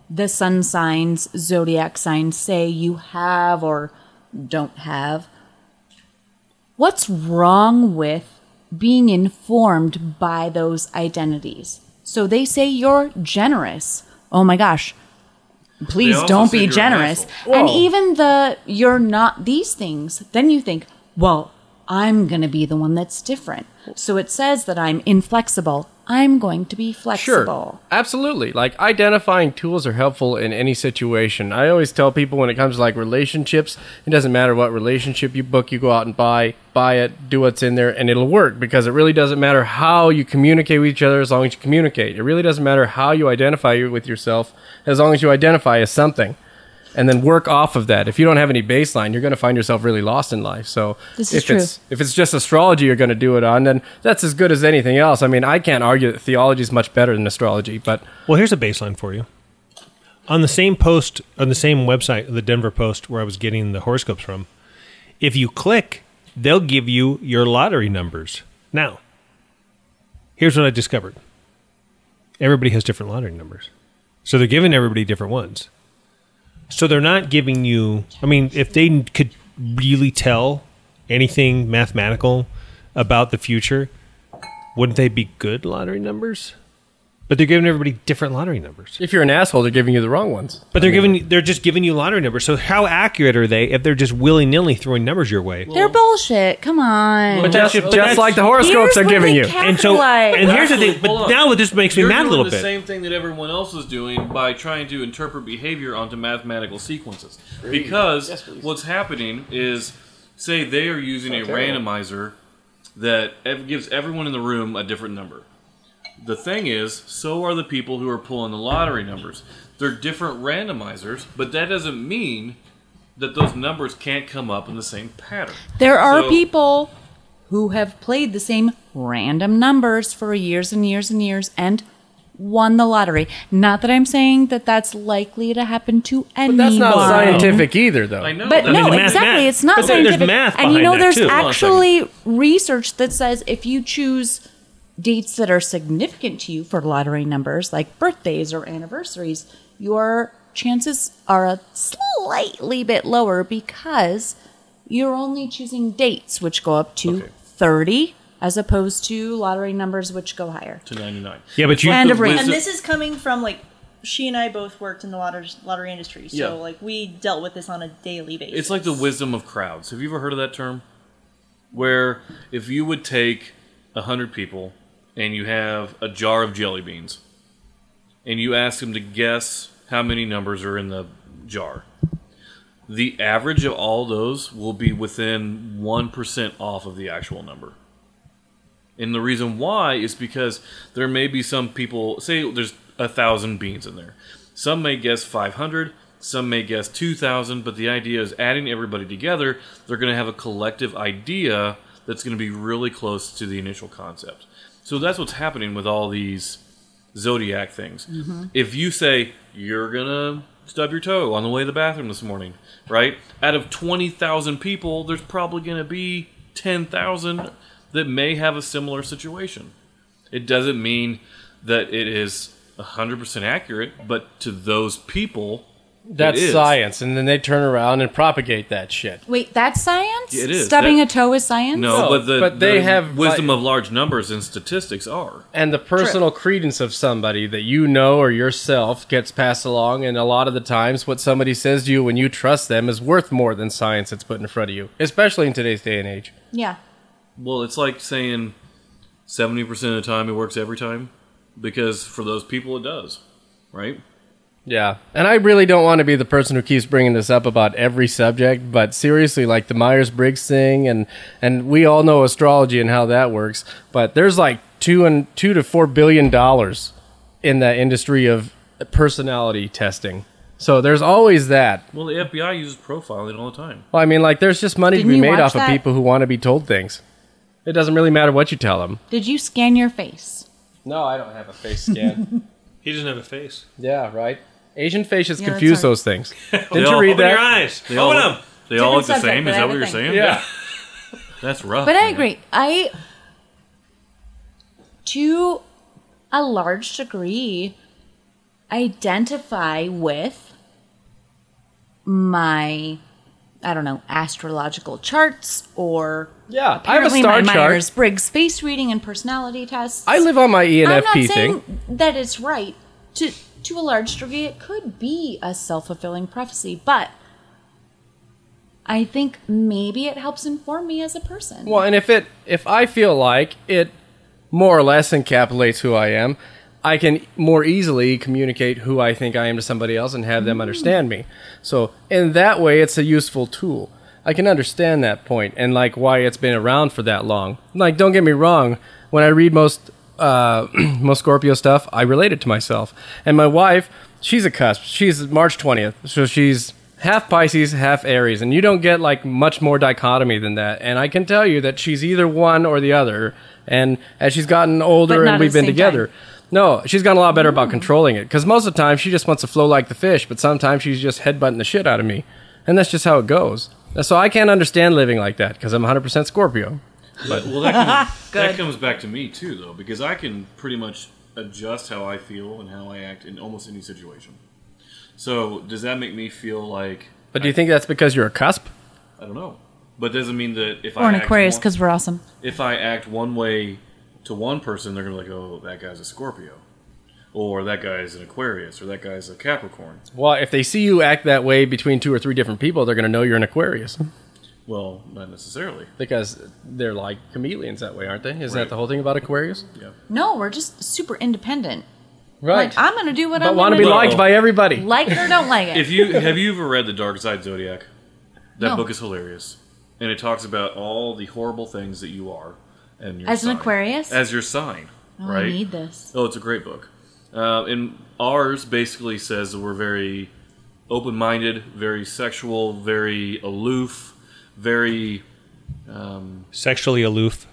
[SPEAKER 5] the sun signs, zodiac signs say you have or don't have, what's wrong with being informed by those identities? So they say you're generous. Oh my gosh. Please
[SPEAKER 3] also
[SPEAKER 5] don't
[SPEAKER 3] say
[SPEAKER 5] be
[SPEAKER 3] you're an
[SPEAKER 5] generous.
[SPEAKER 3] asshole.
[SPEAKER 5] And
[SPEAKER 2] Whoa.
[SPEAKER 5] even the you're not these things, then you think, well, I'm going to be the one that's different. So it says that I'm inflexible. I'm going to be flexible.
[SPEAKER 2] Absolutely. Like identifying tools are helpful in any situation. I always tell people when it comes to like relationships, it doesn't matter what relationship you book, you go out and buy, buy it, do what's in there, and it'll work because it really doesn't matter how you communicate with each other as long as you communicate. It really doesn't matter how you identify with yourself as long as you identify as something. And then work off of that. If you don't have any baseline, you're going to find yourself really lost in life. So
[SPEAKER 5] This is
[SPEAKER 2] if it's
[SPEAKER 5] true.
[SPEAKER 2] if it's just astrology you're going to do it on, then that's as good as anything else. I mean, I can't argue that theology is much better than astrology, but
[SPEAKER 1] Well, here's a baseline for you. On the same post, on the same website, the Denver Post, where I was getting the horoscopes from, if you click, they'll give you your lottery numbers. Now, here's what I discovered everybody has different lottery numbers. So they're giving everybody different ones. So they're not giving you, I mean, if they could really tell anything mathematical about the future, wouldn't they be good lottery numbers? But they're giving everybody different lottery numbers.
[SPEAKER 2] if you're an asshole, they're giving you the wrong ones.
[SPEAKER 1] But they're giving they're just giving you lottery numbers. So how accurate are they if they're just willy nilly throwing numbers your way?
[SPEAKER 5] They're bullshit. Come on.
[SPEAKER 1] But that's-
[SPEAKER 2] Just,
[SPEAKER 1] but
[SPEAKER 2] just
[SPEAKER 1] that's-
[SPEAKER 2] like the horoscopes
[SPEAKER 5] Here's
[SPEAKER 2] are
[SPEAKER 5] what
[SPEAKER 2] giving
[SPEAKER 5] they
[SPEAKER 2] you.
[SPEAKER 5] ca-
[SPEAKER 1] and so
[SPEAKER 5] Capitalize.
[SPEAKER 1] and here's the thing.
[SPEAKER 3] Hold
[SPEAKER 1] But
[SPEAKER 3] on.
[SPEAKER 1] now what this makes me
[SPEAKER 3] You're
[SPEAKER 1] mad a
[SPEAKER 3] doing
[SPEAKER 1] little
[SPEAKER 3] the
[SPEAKER 1] bit.
[SPEAKER 3] same thing that everyone else is doing by trying to interpret behavior onto mathematical sequences. Because what's happening is, say they are using a randomizer that ev- gives everyone in the room a different number. The thing is, so are the people who are pulling the lottery numbers. They're different randomizers, but that doesn't mean that those numbers can't come up in the same pattern.
[SPEAKER 5] There are
[SPEAKER 3] So-
[SPEAKER 5] people who have played the same random numbers for years and years and years and won the lottery. Not that I'm saying that that's likely to happen to anyone.
[SPEAKER 2] But that's not scientific either, though.
[SPEAKER 3] I know.
[SPEAKER 5] But
[SPEAKER 3] that's-
[SPEAKER 1] I
[SPEAKER 5] no,
[SPEAKER 1] mean, the math-
[SPEAKER 5] exactly.
[SPEAKER 1] math-
[SPEAKER 5] It's not
[SPEAKER 1] but there- there's
[SPEAKER 5] scientific.
[SPEAKER 1] math
[SPEAKER 5] and you
[SPEAKER 1] behind
[SPEAKER 5] know,
[SPEAKER 1] that,
[SPEAKER 5] there's
[SPEAKER 1] too. Hold
[SPEAKER 3] on a second.
[SPEAKER 5] actually research that says if you choose dates that are significant to you for lottery numbers, like birthdays or anniversaries, your chances are a slightly bit lower because you're only choosing dates which go up to 30 as opposed to lottery numbers which go higher.
[SPEAKER 3] to 99.
[SPEAKER 1] Yeah, but you
[SPEAKER 5] And of rain.
[SPEAKER 3] Is
[SPEAKER 4] And
[SPEAKER 3] it-
[SPEAKER 4] this is coming from like she and I both worked in the lottery lottery industry, so
[SPEAKER 3] Yeah.
[SPEAKER 4] like we dealt with this on a daily basis.
[SPEAKER 3] It's like the wisdom of crowds. Have you ever heard of that term? Where if you would take a hundred people and you have a jar of jelly beans, and you ask them to guess how many numbers are in the jar, the average of all those will be within one percent off of the actual number. And the reason why is because there may be some people, say there's a thousand beans in there. Some may guess 500, some may guess 2,000, but the idea is adding everybody together, they're going to have a collective idea that's going to be really close to the initial concept. So that's what's happening with all these zodiac things. If you say you're gonna stub your toe on the way to the bathroom this morning, right? Out of twenty thousand people, there's probably gonna be ten thousand that may have a similar situation. It doesn't mean that it is hundred percent accurate, but to those people,
[SPEAKER 2] That's
[SPEAKER 3] It is.
[SPEAKER 2] science, and then they turn around and propagate that shit.
[SPEAKER 5] Wait, that's science?
[SPEAKER 3] Yeah, it is.
[SPEAKER 5] Stubbing
[SPEAKER 3] That-
[SPEAKER 5] a toe is science?
[SPEAKER 3] no.
[SPEAKER 2] No,
[SPEAKER 3] but the,
[SPEAKER 2] but they
[SPEAKER 3] the
[SPEAKER 2] have,
[SPEAKER 3] wisdom
[SPEAKER 2] like-
[SPEAKER 3] of large numbers and statistics are.
[SPEAKER 2] And the personal credence of somebody that you know or yourself gets passed along, and a lot of the times, what somebody says to you when you trust them is worth more than science that's put in front of you, especially in today's day and age.
[SPEAKER 5] Yeah.
[SPEAKER 3] Well, it's like saying 70% of the time it works every time because for those people it does, right?
[SPEAKER 2] Yeah. And I really don't want to be the person who keeps bringing this up about every subject, but seriously, like the Myers Briggs thing, and and we all know astrology and how that works, but there's like two and two to four billion dollars in that industry of personality testing. So there's always that.
[SPEAKER 3] Well, the FBI uses profiling all the time.
[SPEAKER 2] Well, I mean, like there's just money
[SPEAKER 5] Didn't
[SPEAKER 2] to be
[SPEAKER 5] you
[SPEAKER 2] made
[SPEAKER 5] watch
[SPEAKER 2] off
[SPEAKER 5] that?
[SPEAKER 2] of people who want to be told things. It doesn't really matter what you tell them.
[SPEAKER 5] Did you scan your face?
[SPEAKER 2] No, I don't have a face scan.
[SPEAKER 1] He doesn't have a face.
[SPEAKER 2] yeah, right. Asian facias
[SPEAKER 5] Yeah, that's
[SPEAKER 2] confuse
[SPEAKER 5] hard.
[SPEAKER 2] those things. Didn't
[SPEAKER 3] all-
[SPEAKER 2] you read
[SPEAKER 3] open
[SPEAKER 2] that?
[SPEAKER 1] eyes.
[SPEAKER 3] They all, look- They
[SPEAKER 5] Different
[SPEAKER 3] all look the
[SPEAKER 5] subject,
[SPEAKER 3] same.
[SPEAKER 5] but
[SPEAKER 3] Is that what you're
[SPEAKER 5] everything.
[SPEAKER 3] saying?
[SPEAKER 2] Yeah.
[SPEAKER 3] That's rough.
[SPEAKER 5] But I
[SPEAKER 3] man.
[SPEAKER 5] agree. I, to a large degree, identify with my, I don't know, astrological charts or
[SPEAKER 2] Yeah, I have a
[SPEAKER 5] apparently
[SPEAKER 2] star
[SPEAKER 5] my
[SPEAKER 2] chart.
[SPEAKER 5] Myers Briggs space reading and personality tests.
[SPEAKER 2] I live on my E
[SPEAKER 5] I'm not
[SPEAKER 2] ENFP
[SPEAKER 5] saying
[SPEAKER 2] thing.
[SPEAKER 5] that it's right. To to a large degree, it could be a self fulfilling prophecy, but I think maybe it helps inform me as a person.
[SPEAKER 2] Well, and if it if I feel like it more or less encapsulates who I am, I can more easily communicate who I think I am to somebody else and have them understand me. So in that way, it's a useful tool. I can understand that point and like why it's been around for that long. Like, don't get me wrong. When I read most uh, most Scorpio stuff, I relate it to myself. And my wife, she's a cusp. She's March 20th. So she's half Pisces, half Aries. And you don't get like much more dichotomy than that. And I can tell you that she's either one or the other. And as she's gotten older
[SPEAKER 5] But not
[SPEAKER 2] and
[SPEAKER 5] at
[SPEAKER 2] we've
[SPEAKER 5] the
[SPEAKER 2] been
[SPEAKER 5] same Mm.
[SPEAKER 2] together, no, she's gotten a lot better about controlling it. Because most of the time, she just wants to flow like the fish, but sometimes she's just headbutting the shit out of me. And that's just how it goes. So I can't understand living like that because I'm 100% Scorpio.
[SPEAKER 3] But, well, that, comes, that comes back to me too, though, because I can pretty much adjust how I feel and how I act in almost any situation. So does that make me feel like
[SPEAKER 2] But do you think that's because you're a cusp?
[SPEAKER 3] I don't know? But doesn't mean that if
[SPEAKER 5] or
[SPEAKER 3] I
[SPEAKER 5] an
[SPEAKER 3] act
[SPEAKER 5] Aquarius
[SPEAKER 3] one-
[SPEAKER 5] because we're awesome.
[SPEAKER 3] if I act one way to one person, they're gonna be like, oh, that guy's a Scorpio, or that guy's an Aquarius, or that guy's a Capricorn.
[SPEAKER 2] Well, if they see you act that way between two or three different people, they're going to know you're an Aquarius
[SPEAKER 3] Well, not necessarily.
[SPEAKER 2] because they're like chameleons that way, aren't they? Is
[SPEAKER 3] Right.
[SPEAKER 2] that the whole thing about Aquarius?
[SPEAKER 5] No, we're just super independent.
[SPEAKER 2] Right.
[SPEAKER 5] Like I'm gonna do what I
[SPEAKER 2] but want to be
[SPEAKER 3] Well-
[SPEAKER 2] liked by everybody.
[SPEAKER 5] like it or don't like it.
[SPEAKER 3] If you have you ever read the Dark Side Zodiac? That
[SPEAKER 5] No.
[SPEAKER 3] book is hilarious, and it talks about all the horrible things that you are, and your
[SPEAKER 5] As an
[SPEAKER 3] sign.
[SPEAKER 5] Aquarius?
[SPEAKER 3] as your sign,
[SPEAKER 5] oh,
[SPEAKER 3] right?
[SPEAKER 5] I need this.
[SPEAKER 3] Oh, it's a great book. Uh, and ours basically says that we're very open minded, very sexual, very aloof, very um,
[SPEAKER 1] Sexually aloof.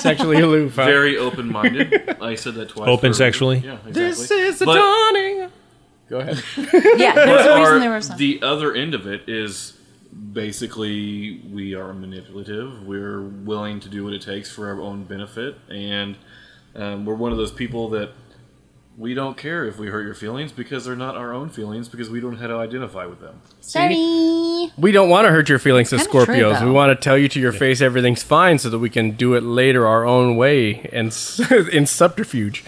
[SPEAKER 2] Sexually aloof. huh?
[SPEAKER 3] very open minded. I said that twice.
[SPEAKER 1] Open
[SPEAKER 3] for-
[SPEAKER 1] sexually?
[SPEAKER 3] Yeah, exactly.
[SPEAKER 2] This is the
[SPEAKER 3] But-
[SPEAKER 2] dawning. Go ahead.
[SPEAKER 5] Yeah, there's a reason
[SPEAKER 3] Or
[SPEAKER 5] there was
[SPEAKER 3] the other end of it is basically we are manipulative. We're willing to do what it takes for our own benefit, and um, we're one of those people that we don't care if we hurt your feelings because they're not our own feelings because we don't know how to identify with them.
[SPEAKER 5] Sorry.
[SPEAKER 2] We don't want to hurt your feelings as
[SPEAKER 5] Kinda true,
[SPEAKER 2] Scorpios. we
[SPEAKER 5] though.
[SPEAKER 2] want to tell you to your face everything's fine so that we can do it later our own way and s- in subterfuge.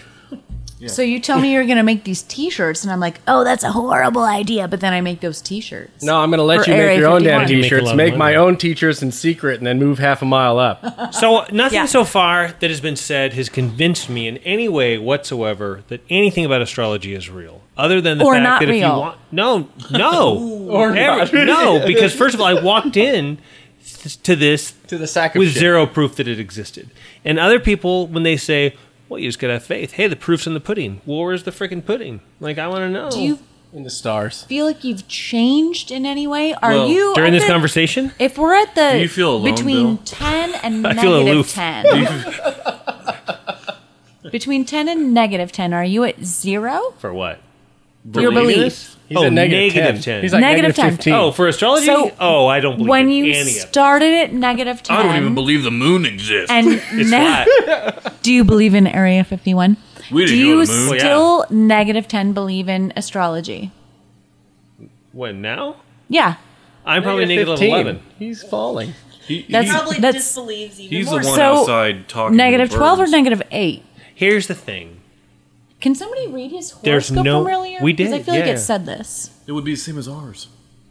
[SPEAKER 5] So you tell me you're gonna make these T-shirts, and I'm like, oh, that's a horrible idea. But then I make those T-shirts.
[SPEAKER 2] No, I'm going to let
[SPEAKER 5] Or
[SPEAKER 2] you make
[SPEAKER 5] Area
[SPEAKER 2] your own damn
[SPEAKER 5] 51.
[SPEAKER 1] You make a
[SPEAKER 2] t-shirts.
[SPEAKER 1] lot of
[SPEAKER 2] Make
[SPEAKER 1] money.
[SPEAKER 2] my own t-shirts in secret and then move half a mile up.
[SPEAKER 1] So nothing
[SPEAKER 5] Uh, Yeah.
[SPEAKER 1] so far that has been said has convinced me in any way whatsoever that anything about astrology is real, other than the
[SPEAKER 5] Or
[SPEAKER 1] fact
[SPEAKER 5] not
[SPEAKER 1] that if you
[SPEAKER 5] real.
[SPEAKER 1] want no, no,
[SPEAKER 2] Or not.
[SPEAKER 1] Every- no, because first of all, I walked in th- to this
[SPEAKER 2] To the sack of
[SPEAKER 1] with
[SPEAKER 2] shit.
[SPEAKER 1] zero proof that it existed, and other people when they say, "Well, you just gotta have faith," hey, the proof's in the pudding. Well, where's the freaking pudding? Like, I want to know.
[SPEAKER 5] Do you
[SPEAKER 2] in the stars.
[SPEAKER 5] feel like you've changed in any way? Are
[SPEAKER 3] Well,
[SPEAKER 5] you
[SPEAKER 1] during
[SPEAKER 5] at
[SPEAKER 1] this
[SPEAKER 5] the-
[SPEAKER 1] conversation?
[SPEAKER 5] If we're at the
[SPEAKER 3] Do you feel alone,
[SPEAKER 5] between
[SPEAKER 3] Bill?
[SPEAKER 5] ten and
[SPEAKER 1] I feel
[SPEAKER 5] negative
[SPEAKER 1] aloof.
[SPEAKER 5] ten, between ten and negative ten, are you at zero?
[SPEAKER 1] For what?
[SPEAKER 5] Your
[SPEAKER 1] Believe
[SPEAKER 5] belief.
[SPEAKER 1] this?
[SPEAKER 2] He's
[SPEAKER 1] oh,
[SPEAKER 2] at negative 10. He's like
[SPEAKER 5] Negative
[SPEAKER 2] negative
[SPEAKER 5] 10.
[SPEAKER 2] 15.
[SPEAKER 1] oh, for astrology?
[SPEAKER 5] So,
[SPEAKER 1] oh, I don't believe
[SPEAKER 5] When
[SPEAKER 1] in
[SPEAKER 5] you
[SPEAKER 1] any of it.
[SPEAKER 5] started at negative ten,
[SPEAKER 3] I don't even believe the moon exists.
[SPEAKER 5] and
[SPEAKER 1] It's
[SPEAKER 5] now,
[SPEAKER 1] flat.
[SPEAKER 5] do you believe in Area Fifty One?
[SPEAKER 3] We
[SPEAKER 5] Do
[SPEAKER 3] didn't go
[SPEAKER 5] you
[SPEAKER 3] to the moon.
[SPEAKER 1] Well, yeah.
[SPEAKER 5] still negative ten believe in astrology?
[SPEAKER 1] When now?
[SPEAKER 5] Yeah,
[SPEAKER 1] I'm probably negative
[SPEAKER 2] 15.
[SPEAKER 1] 11.
[SPEAKER 2] He's falling.
[SPEAKER 3] He- he-
[SPEAKER 5] that's-
[SPEAKER 4] Probably
[SPEAKER 5] That's-
[SPEAKER 4] disbelieves even
[SPEAKER 3] he's the
[SPEAKER 4] more.
[SPEAKER 3] one
[SPEAKER 5] So,
[SPEAKER 3] outside talking. to
[SPEAKER 5] negative
[SPEAKER 3] the
[SPEAKER 5] twelve or
[SPEAKER 3] birds.
[SPEAKER 5] negative eight.
[SPEAKER 1] Here's the thing.
[SPEAKER 5] Can somebody read his horoscope
[SPEAKER 1] There's no-
[SPEAKER 5] from earlier?
[SPEAKER 1] we
[SPEAKER 5] 'Cause I
[SPEAKER 1] did,
[SPEAKER 5] feel like
[SPEAKER 1] yeah.
[SPEAKER 5] it said this.
[SPEAKER 3] It would be the same as ours.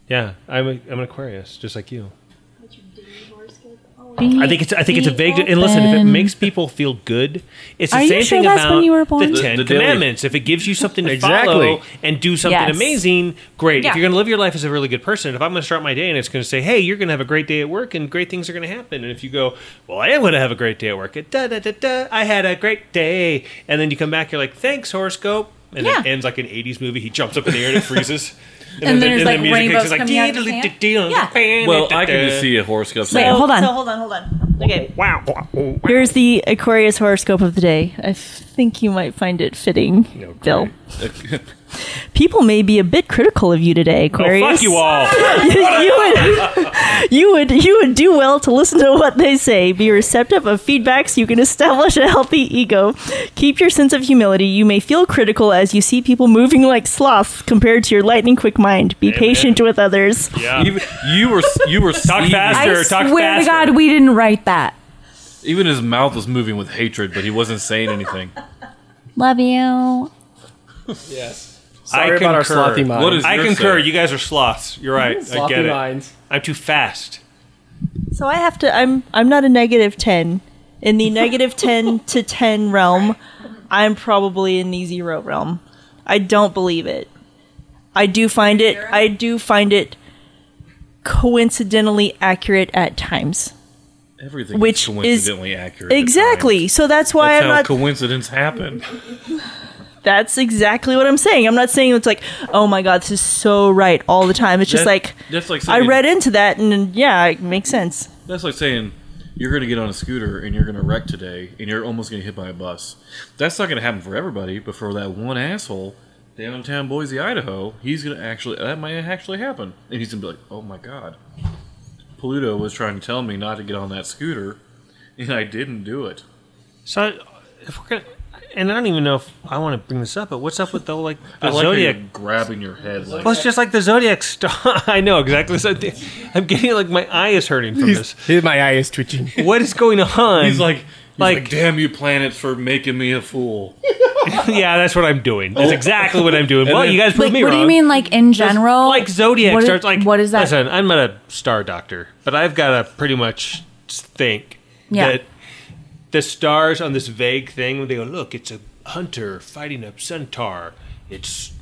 [SPEAKER 1] Yeah, I'm, a, I'm an Aquarius, just like you.
[SPEAKER 4] What's your daily horoscope? Oh,
[SPEAKER 1] I think it's I think it's a
[SPEAKER 5] Be
[SPEAKER 1] vague. And listen, if it
[SPEAKER 5] open.
[SPEAKER 1] makes people feel good, it's the
[SPEAKER 5] Are you
[SPEAKER 1] same
[SPEAKER 5] sure
[SPEAKER 1] thing
[SPEAKER 5] that's
[SPEAKER 1] about
[SPEAKER 5] when you were born?
[SPEAKER 1] the
[SPEAKER 5] The-
[SPEAKER 1] Ten
[SPEAKER 3] the daily-
[SPEAKER 1] Commandments. If it gives you something to
[SPEAKER 2] Exactly.
[SPEAKER 1] follow and do something
[SPEAKER 5] Yes.
[SPEAKER 1] amazing, great.
[SPEAKER 5] Yeah.
[SPEAKER 1] If you're going to live your life as a really good person, if I'm going to start my day and it's going to say, "Hey, you're going to have a great day at work and great things are going to happen," and if you go, "Well, I am going to have a great day at work," da da da da, I had a great day, and then you come back, you're like, "Thanks, horoscope." And
[SPEAKER 5] Yeah.
[SPEAKER 1] it ends like an '80s movie. He jumps up in the air and it freezes,
[SPEAKER 5] And then there's, like,
[SPEAKER 1] music hits,
[SPEAKER 5] rainbows coming out of his hand. Yeah.
[SPEAKER 3] Well, I can just see a horoscope.
[SPEAKER 5] Wait,
[SPEAKER 4] so-
[SPEAKER 5] hold on.
[SPEAKER 4] So hold on, hold on. Okay.
[SPEAKER 1] Wow. wow, wow.
[SPEAKER 7] Here's the Aquarius horoscope of the day. I f- think you might find it fitting,
[SPEAKER 1] No,
[SPEAKER 7] Bill. People may be a bit critical of you today, Aquarius.
[SPEAKER 1] Oh, fuck you all.
[SPEAKER 7] you would, you would, you would do well to listen to what they say. Be receptive of feedback so you can establish a healthy ego. Keep your sense of humility. You may feel critical as you see people moving like sloths compared to your lightning quick mind. Be patient with others.
[SPEAKER 1] Yeah.
[SPEAKER 3] Even, you were you were
[SPEAKER 1] Talk
[SPEAKER 3] seething.
[SPEAKER 1] fast. Sure,
[SPEAKER 5] I
[SPEAKER 1] talk
[SPEAKER 5] swear to
[SPEAKER 1] faster.
[SPEAKER 5] God, we didn't write that.
[SPEAKER 3] Even his mouth was moving with hatred, but he wasn't saying anything.
[SPEAKER 7] Love you.
[SPEAKER 2] Yes.
[SPEAKER 1] I
[SPEAKER 2] Sorry about our
[SPEAKER 1] concur.
[SPEAKER 2] slothy mind.
[SPEAKER 3] What is-
[SPEAKER 1] I
[SPEAKER 3] Yours,
[SPEAKER 1] concur.
[SPEAKER 3] sir.
[SPEAKER 1] You guys are sloths. You're right. I
[SPEAKER 2] slothy
[SPEAKER 1] get it.
[SPEAKER 2] minds?
[SPEAKER 1] I'm too fast.
[SPEAKER 7] So I have to. I'm. I'm not a negative ten. In the negative ten to ten realm, I'm probably in the zero realm. I don't believe it. I do find it. I do find it coincidentally accurate at times.
[SPEAKER 3] Everything
[SPEAKER 7] Which is-
[SPEAKER 3] Which coincidentally accurate. at
[SPEAKER 7] Exactly.
[SPEAKER 3] times.
[SPEAKER 7] So that's why
[SPEAKER 3] That's
[SPEAKER 7] I'm
[SPEAKER 3] how
[SPEAKER 7] not.
[SPEAKER 3] coincidence happened.
[SPEAKER 7] that's exactly what I'm saying. I'm not saying it's like, oh my god, this is so right all the time. It's just
[SPEAKER 3] That-
[SPEAKER 7] like
[SPEAKER 3] that's like
[SPEAKER 7] I
[SPEAKER 3] saying,
[SPEAKER 7] read into that, and, and yeah, it makes sense.
[SPEAKER 3] That's like saying you're going to get on a scooter and you're going to wreck today, and you're almost going to hit by a bus. That's not going to happen for everybody, but for that one asshole downtown Boise, Idaho, he's going to actually that might actually happen, and he's going to be like, "Oh my god, Pluto was trying to tell me not to get on that scooter, and I didn't do it."
[SPEAKER 1] So, if we're gonna, and I don't even know if I want to bring this up, but what's up with the like the
[SPEAKER 3] I like how
[SPEAKER 1] zodiac?
[SPEAKER 3] you're grabbing your head. Like,
[SPEAKER 1] Well, it's just like the zodiac star. I know exactly. So I'm getting like my eye is hurting from this.
[SPEAKER 2] my eye is twitching.
[SPEAKER 1] What is going on?
[SPEAKER 3] he's like, he's like,
[SPEAKER 1] like-
[SPEAKER 3] "Damn you, planets, for making me a fool."
[SPEAKER 1] yeah, that's what I'm doing. That's exactly what I'm doing.
[SPEAKER 3] And
[SPEAKER 1] Well,
[SPEAKER 3] then-
[SPEAKER 1] you guys proved
[SPEAKER 5] Like,
[SPEAKER 1] me
[SPEAKER 5] what do you
[SPEAKER 1] wrong.
[SPEAKER 5] mean, like in
[SPEAKER 1] Just
[SPEAKER 5] general?
[SPEAKER 1] like zodiac
[SPEAKER 5] what is-
[SPEAKER 1] stars. Like
[SPEAKER 5] what is that?
[SPEAKER 1] Listen, I'm not a star doctor, but I've got to pretty much think
[SPEAKER 5] Yeah.
[SPEAKER 1] that the stars on this vague thing when they go, look, it's a hunter fighting a centaur. It's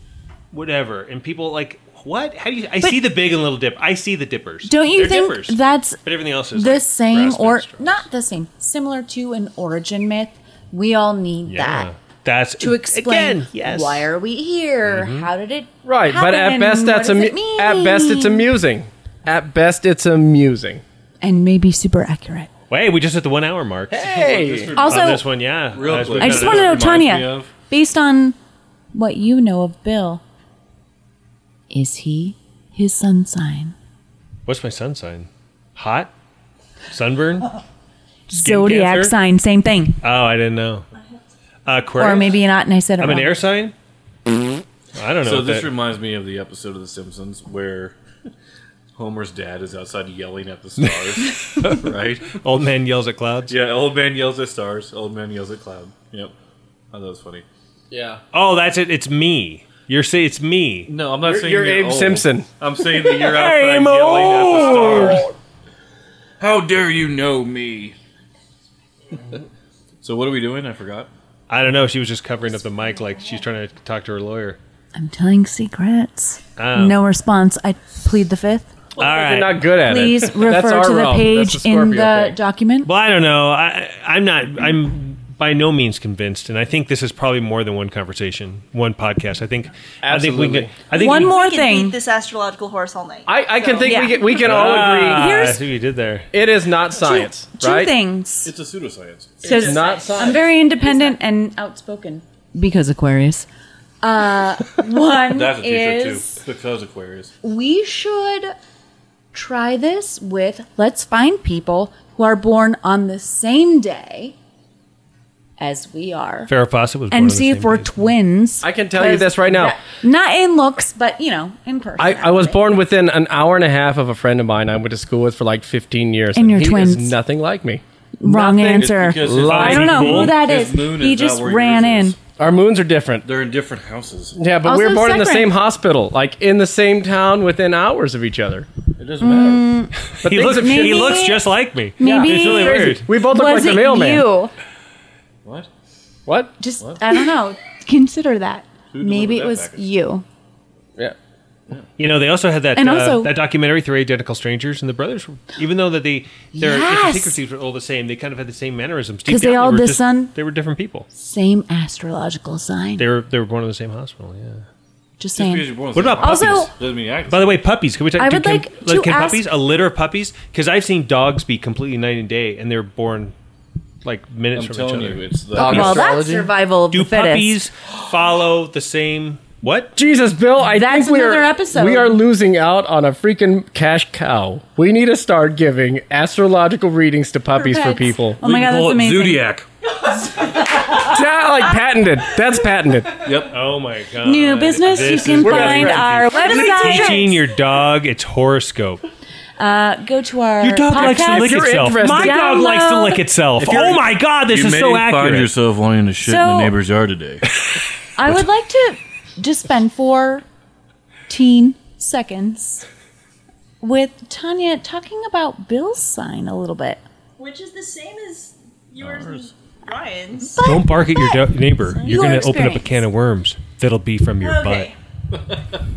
[SPEAKER 1] whatever, and people like. What? How do you? I see the big and little dip. I see the dippers.
[SPEAKER 5] Don't you
[SPEAKER 1] They're
[SPEAKER 5] think
[SPEAKER 1] dippers.
[SPEAKER 5] that's
[SPEAKER 1] But everything else is
[SPEAKER 5] the
[SPEAKER 1] like
[SPEAKER 5] same
[SPEAKER 1] grasping
[SPEAKER 5] or
[SPEAKER 1] at straws.
[SPEAKER 5] not the same? Similar to an origin myth. We all need
[SPEAKER 1] Yeah.
[SPEAKER 5] that
[SPEAKER 1] That's
[SPEAKER 5] to explain
[SPEAKER 1] Again, yes.
[SPEAKER 5] why are we here? How did it
[SPEAKER 2] Mm-hmm. Right, but at
[SPEAKER 5] happen?
[SPEAKER 2] best
[SPEAKER 5] What
[SPEAKER 2] that's
[SPEAKER 5] does
[SPEAKER 2] amu-
[SPEAKER 5] it mean?
[SPEAKER 2] at best it's amusing. At best it's amusing.
[SPEAKER 5] and maybe super accurate.
[SPEAKER 1] Wait, we just hit the one hour mark.
[SPEAKER 2] Hey,
[SPEAKER 5] Also,
[SPEAKER 1] on this one, yeah.
[SPEAKER 3] Real
[SPEAKER 1] As we
[SPEAKER 3] quick.
[SPEAKER 5] I just
[SPEAKER 1] kinda-
[SPEAKER 5] want to know,
[SPEAKER 3] Reminds me
[SPEAKER 5] Tanya,
[SPEAKER 3] of-
[SPEAKER 5] based on what you know of Bill, is he his sun sign?
[SPEAKER 1] What's my sun sign? Hot? Sunburn? Oh,
[SPEAKER 5] Zodiac
[SPEAKER 1] cancer? Oh,
[SPEAKER 5] sign, same thing.
[SPEAKER 1] I didn't know. Uh, Aquarius?
[SPEAKER 5] Or maybe not, and I said it
[SPEAKER 1] I'm an
[SPEAKER 5] wrong.
[SPEAKER 1] air sign? I don't know.
[SPEAKER 3] So
[SPEAKER 1] what
[SPEAKER 3] this
[SPEAKER 1] that-
[SPEAKER 3] reminds me of the episode of The Simpsons where Homer's dad is outside yelling at the stars, right?
[SPEAKER 1] old man yells at clouds.
[SPEAKER 3] Yeah, old man yells at stars. Old man yells at cloud. Yep, oh, that was funny.
[SPEAKER 2] yeah.
[SPEAKER 1] Oh, that's it. It's me. You're saying it's me.
[SPEAKER 3] No, I'm not saying
[SPEAKER 2] You're Abe
[SPEAKER 3] old.
[SPEAKER 2] Simpson.
[SPEAKER 3] I'm saying that you're outside
[SPEAKER 1] I'm
[SPEAKER 3] yelling at the stars. How dare you know me? so what are we doing? I forgot.
[SPEAKER 1] I don't know. She was just covering up the mic like she's trying to talk to her lawyer.
[SPEAKER 5] I'm telling secrets.
[SPEAKER 1] Oh.
[SPEAKER 5] No response. I plead the fifth.
[SPEAKER 1] All right.
[SPEAKER 2] You're not good at it.
[SPEAKER 5] Please
[SPEAKER 2] That's
[SPEAKER 5] refer
[SPEAKER 2] our
[SPEAKER 5] to the
[SPEAKER 2] realm. That's
[SPEAKER 5] page in
[SPEAKER 2] Scorpio
[SPEAKER 5] the
[SPEAKER 2] thing.
[SPEAKER 5] document.
[SPEAKER 1] Well, I don't know. I, I'm not. I'm by no means convinced, and I think this is probably more than one conversation, one podcast. I think. I think we
[SPEAKER 2] Absolutely.
[SPEAKER 1] can. I think
[SPEAKER 5] One
[SPEAKER 1] we-
[SPEAKER 5] more
[SPEAKER 4] we can
[SPEAKER 5] thing.
[SPEAKER 4] beat this astrological horse all night.
[SPEAKER 2] I, I can
[SPEAKER 4] So-
[SPEAKER 2] think
[SPEAKER 5] Yeah.
[SPEAKER 2] we can, we can all agree
[SPEAKER 1] Ah,
[SPEAKER 5] Here's-
[SPEAKER 1] I see what you did there.
[SPEAKER 2] it is not science,
[SPEAKER 5] two
[SPEAKER 2] right?
[SPEAKER 5] things.
[SPEAKER 3] It's a pseudoscience.
[SPEAKER 5] Because
[SPEAKER 2] It's not science.
[SPEAKER 5] I'm very independent and outspoken because Aquarius. Uh, one
[SPEAKER 3] That's a T-shirt
[SPEAKER 5] is
[SPEAKER 3] too. Because Aquarius.
[SPEAKER 5] we should try this with let's find people who are born on the same day as we are
[SPEAKER 1] Farrah Fawcett was. born on
[SPEAKER 5] and
[SPEAKER 1] the
[SPEAKER 5] see if
[SPEAKER 1] same
[SPEAKER 5] we're
[SPEAKER 1] day.
[SPEAKER 5] twins.
[SPEAKER 2] I can tell you this right now.
[SPEAKER 5] That- Not in looks, but you know, in person.
[SPEAKER 2] I, I was born within an hour and a half of a friend of mine I went to school with for like 15 years.
[SPEAKER 5] And you're
[SPEAKER 2] he
[SPEAKER 5] twins.
[SPEAKER 2] Is nothing like me.
[SPEAKER 5] Wrong
[SPEAKER 2] Nothing.
[SPEAKER 3] It's
[SPEAKER 5] answer.
[SPEAKER 3] because his-
[SPEAKER 1] Lies.
[SPEAKER 5] I don't know who that
[SPEAKER 3] his
[SPEAKER 5] is.
[SPEAKER 3] moon
[SPEAKER 5] He
[SPEAKER 3] is
[SPEAKER 5] just
[SPEAKER 3] not where
[SPEAKER 5] ran in.
[SPEAKER 3] yours is.
[SPEAKER 2] Our moons are different.
[SPEAKER 3] They're in different houses.
[SPEAKER 2] Yeah, but we
[SPEAKER 5] Also
[SPEAKER 2] were born in the
[SPEAKER 5] separate.
[SPEAKER 2] same hospital, like in the same town within hours of each other.
[SPEAKER 3] It doesn't matter.
[SPEAKER 2] But
[SPEAKER 1] He
[SPEAKER 2] things
[SPEAKER 1] looks.
[SPEAKER 2] have
[SPEAKER 1] He
[SPEAKER 5] Maybe-
[SPEAKER 2] changed.
[SPEAKER 1] looks just like me.
[SPEAKER 5] Maybe-
[SPEAKER 1] it's really weird.
[SPEAKER 2] We both look
[SPEAKER 5] Was
[SPEAKER 2] like the
[SPEAKER 5] it
[SPEAKER 2] mailman.
[SPEAKER 5] you?
[SPEAKER 3] What?
[SPEAKER 2] What?
[SPEAKER 5] Just I don't know. Consider that.
[SPEAKER 3] Who delivered
[SPEAKER 5] Maybe it
[SPEAKER 3] that
[SPEAKER 5] was
[SPEAKER 3] package?
[SPEAKER 5] you.
[SPEAKER 2] Yeah.
[SPEAKER 1] You know, they also had that
[SPEAKER 5] And
[SPEAKER 1] uh,
[SPEAKER 5] also-
[SPEAKER 1] that documentary, Three Identical Strangers, and the brothers, were- even though that they their
[SPEAKER 5] Yes!
[SPEAKER 1] idiosyncrasies were all the same, they kind of had the same mannerisms. Deep
[SPEAKER 5] 'Cause they
[SPEAKER 1] down,
[SPEAKER 5] all
[SPEAKER 1] were
[SPEAKER 5] the
[SPEAKER 1] just-
[SPEAKER 5] sun-
[SPEAKER 1] They were different people.
[SPEAKER 5] Same astrological sign.
[SPEAKER 1] They were they were born in the same hospital. Yeah.
[SPEAKER 5] Just
[SPEAKER 3] Just because
[SPEAKER 5] saying.
[SPEAKER 3] you're born in
[SPEAKER 1] What
[SPEAKER 3] the same
[SPEAKER 1] about
[SPEAKER 3] house
[SPEAKER 5] puppies? Also-
[SPEAKER 3] doesn't mean you act the
[SPEAKER 1] By the way, puppies. Can we talk?
[SPEAKER 5] I
[SPEAKER 1] do-
[SPEAKER 5] would
[SPEAKER 1] can,
[SPEAKER 5] like to
[SPEAKER 1] can
[SPEAKER 5] ask-
[SPEAKER 1] puppies a litter of puppies? Because I've seen dogs be completely night and day, and they're born like minutes from
[SPEAKER 3] I'm
[SPEAKER 1] each
[SPEAKER 3] telling
[SPEAKER 1] other.
[SPEAKER 3] you, it's the
[SPEAKER 2] Dog
[SPEAKER 5] Well, that's
[SPEAKER 2] astrology?
[SPEAKER 5] survival of
[SPEAKER 1] Do
[SPEAKER 5] the fittest.
[SPEAKER 1] puppies follow the same? What?
[SPEAKER 2] Jesus, Bill, I
[SPEAKER 5] That's
[SPEAKER 2] think we
[SPEAKER 5] another
[SPEAKER 2] are,
[SPEAKER 5] episode.
[SPEAKER 2] We are losing out on a freaking cash cow. We need to start giving astrological readings to puppies for
[SPEAKER 5] Pets.
[SPEAKER 2] people.
[SPEAKER 5] Oh my
[SPEAKER 3] We
[SPEAKER 5] god,
[SPEAKER 3] call
[SPEAKER 5] that's
[SPEAKER 3] it
[SPEAKER 5] amazing.
[SPEAKER 3] Zodiac.
[SPEAKER 2] Not like patented. That's patented.
[SPEAKER 3] Yep.
[SPEAKER 1] Oh my god!
[SPEAKER 5] New business
[SPEAKER 1] This
[SPEAKER 5] you
[SPEAKER 1] is
[SPEAKER 5] can
[SPEAKER 1] great.
[SPEAKER 5] find our website.
[SPEAKER 1] Teaching your dog its horoscope.
[SPEAKER 5] Uh, go to our
[SPEAKER 1] Your dog
[SPEAKER 5] podcast.
[SPEAKER 1] likes to lick
[SPEAKER 2] You're
[SPEAKER 1] itself.
[SPEAKER 2] interested.
[SPEAKER 1] My dog
[SPEAKER 5] Download-
[SPEAKER 1] likes to lick itself.
[SPEAKER 3] you're-
[SPEAKER 1] Oh my god, this
[SPEAKER 3] you
[SPEAKER 1] is
[SPEAKER 3] may
[SPEAKER 1] so
[SPEAKER 3] find
[SPEAKER 1] accurate.
[SPEAKER 3] yourself wanting to shit in
[SPEAKER 5] So-
[SPEAKER 3] the neighbor's yard today.
[SPEAKER 5] I would like to just spend 14 seconds with Tanya talking about Bill's sign a little bit.
[SPEAKER 4] which is the same as yours and Ryan's.
[SPEAKER 5] But-
[SPEAKER 1] Don't bark at your
[SPEAKER 5] but
[SPEAKER 1] do- neighbor. You're
[SPEAKER 5] Your
[SPEAKER 1] going to open up a
[SPEAKER 5] experience.
[SPEAKER 1] can of worms that'll be from your
[SPEAKER 4] Okay.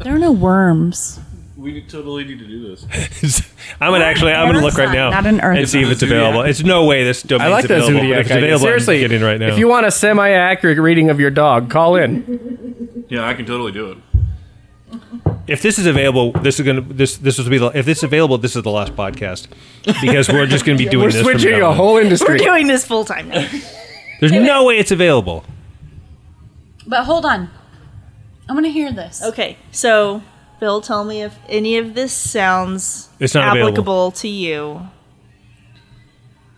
[SPEAKER 5] There are no worms.
[SPEAKER 3] we totally need to do this.
[SPEAKER 1] butt. I'm gonna actually. I'm
[SPEAKER 5] Not
[SPEAKER 1] gonna
[SPEAKER 5] a
[SPEAKER 1] look right
[SPEAKER 5] sign,
[SPEAKER 1] now
[SPEAKER 5] not an earth
[SPEAKER 1] and see if
[SPEAKER 3] sign.
[SPEAKER 1] it's available. It's no way this domain's
[SPEAKER 2] I like that
[SPEAKER 1] available. but
[SPEAKER 2] zodiac.
[SPEAKER 1] if it's
[SPEAKER 2] idea.
[SPEAKER 1] available,
[SPEAKER 2] Seriously,
[SPEAKER 1] I'm getting right now.
[SPEAKER 2] if you want a semi-accurate reading of your dog, call in.
[SPEAKER 3] Yeah, I can totally do it.
[SPEAKER 1] if this is available, this is gonna this this will be the if this is available, this is the last podcast because we're just gonna be doing
[SPEAKER 2] We're
[SPEAKER 1] this. from
[SPEAKER 2] switching
[SPEAKER 1] now
[SPEAKER 2] a
[SPEAKER 1] on.
[SPEAKER 2] whole industry.
[SPEAKER 7] We're doing this full time now.
[SPEAKER 1] There's no way it's available.
[SPEAKER 5] But hold on. I want to hear this.
[SPEAKER 4] Okay, so Bill, tell me if any of this sounds
[SPEAKER 1] It's not available.
[SPEAKER 4] applicable to you.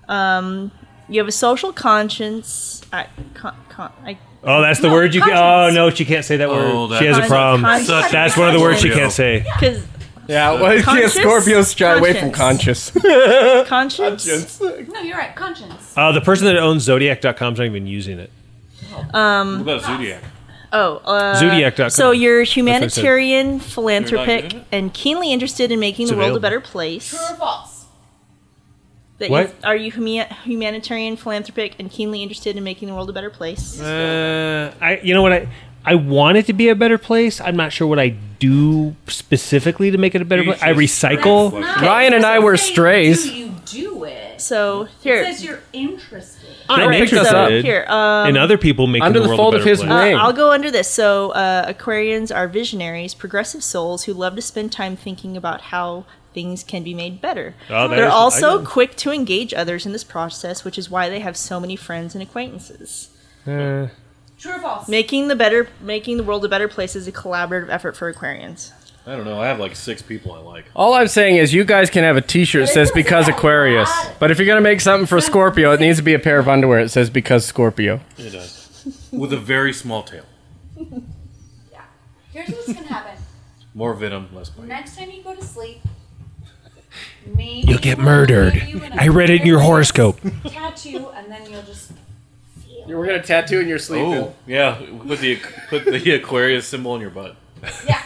[SPEAKER 4] Um, you have a social conscience. I, con, con, I,
[SPEAKER 1] Oh, that's the
[SPEAKER 4] No,
[SPEAKER 1] word you. Can, oh
[SPEAKER 4] conscience.
[SPEAKER 1] no, she can't say that
[SPEAKER 3] Oh,
[SPEAKER 1] word. She has
[SPEAKER 3] that's-
[SPEAKER 1] a problem.
[SPEAKER 4] Conscience. Such-
[SPEAKER 1] That's one of the words she
[SPEAKER 3] Scorpio.
[SPEAKER 1] can't say.
[SPEAKER 4] Because
[SPEAKER 2] Yeah, well, yeah,
[SPEAKER 4] Conscious?
[SPEAKER 2] Scorpios shy away from conscious.
[SPEAKER 4] Conscious. conscience.
[SPEAKER 5] No, you're right. Conscience.
[SPEAKER 1] Uh, the person that owns Zodiac.com is not even using it.
[SPEAKER 3] What about Zodiac?
[SPEAKER 4] Oh, uh,
[SPEAKER 1] Zodiac.com.
[SPEAKER 4] So you're
[SPEAKER 1] what I said.
[SPEAKER 4] humanitarian,
[SPEAKER 3] You're not
[SPEAKER 4] philanthropic,
[SPEAKER 3] doing
[SPEAKER 4] and keenly interested in making
[SPEAKER 1] It's
[SPEAKER 4] the world a
[SPEAKER 1] available.
[SPEAKER 4] better place.
[SPEAKER 5] True or false?
[SPEAKER 4] That
[SPEAKER 1] What?
[SPEAKER 4] you- are you humi- humanitarian, philanthropic, and keenly interested in making the world a better place?
[SPEAKER 1] Uh, I you know what I I want it to be a better place. I'm not sure what I do specifically to make it a better
[SPEAKER 3] You
[SPEAKER 1] place. I
[SPEAKER 3] just-
[SPEAKER 1] recycle.
[SPEAKER 3] That's
[SPEAKER 2] Ryan and I were
[SPEAKER 6] Say,
[SPEAKER 2] strays.
[SPEAKER 6] Do you do it?
[SPEAKER 4] So
[SPEAKER 6] It
[SPEAKER 4] here,
[SPEAKER 6] says you're interested.
[SPEAKER 1] I'm
[SPEAKER 2] Don't pick this
[SPEAKER 1] interested
[SPEAKER 2] up.
[SPEAKER 4] here, um,
[SPEAKER 1] in other people making
[SPEAKER 2] Under
[SPEAKER 1] the
[SPEAKER 2] the
[SPEAKER 1] world
[SPEAKER 2] fold
[SPEAKER 1] a
[SPEAKER 2] of
[SPEAKER 1] better
[SPEAKER 2] his
[SPEAKER 1] place.
[SPEAKER 2] wing.
[SPEAKER 4] Uh,
[SPEAKER 2] Dang.
[SPEAKER 4] I'll go under this. So, uh, Aquarians are visionaries, progressive souls who love to spend time thinking about how things can be made better.
[SPEAKER 1] Oh, that
[SPEAKER 4] They're
[SPEAKER 1] is- I
[SPEAKER 4] also
[SPEAKER 1] know.
[SPEAKER 4] quick to engage others in this process, which is why they have so many friends and acquaintances.
[SPEAKER 2] Eh.
[SPEAKER 6] True or false?
[SPEAKER 4] Making the better, making the world a better place is a collaborative effort for Aquarians.
[SPEAKER 3] I don't know. I have like six people I like.
[SPEAKER 2] All I'm saying is you guys can have a t-shirt that says because Aquarius. But if you're going to make something for Scorpio, it needs to be a pair of underwear that says because Scorpio.
[SPEAKER 3] It does. With a very small tail.
[SPEAKER 6] Here's what's gonna happen.
[SPEAKER 3] More venom, less bite.
[SPEAKER 6] Next time you go to sleep, maybe
[SPEAKER 1] You'll get
[SPEAKER 6] we'll
[SPEAKER 1] murdered.
[SPEAKER 6] give you an
[SPEAKER 1] I read it in your horoscope.
[SPEAKER 6] Tattoo, and then you'll just
[SPEAKER 2] We're going to tattoo in your sleep.
[SPEAKER 3] Oh, yeah. Put the put the Aquarius symbol in your butt.
[SPEAKER 6] yeah.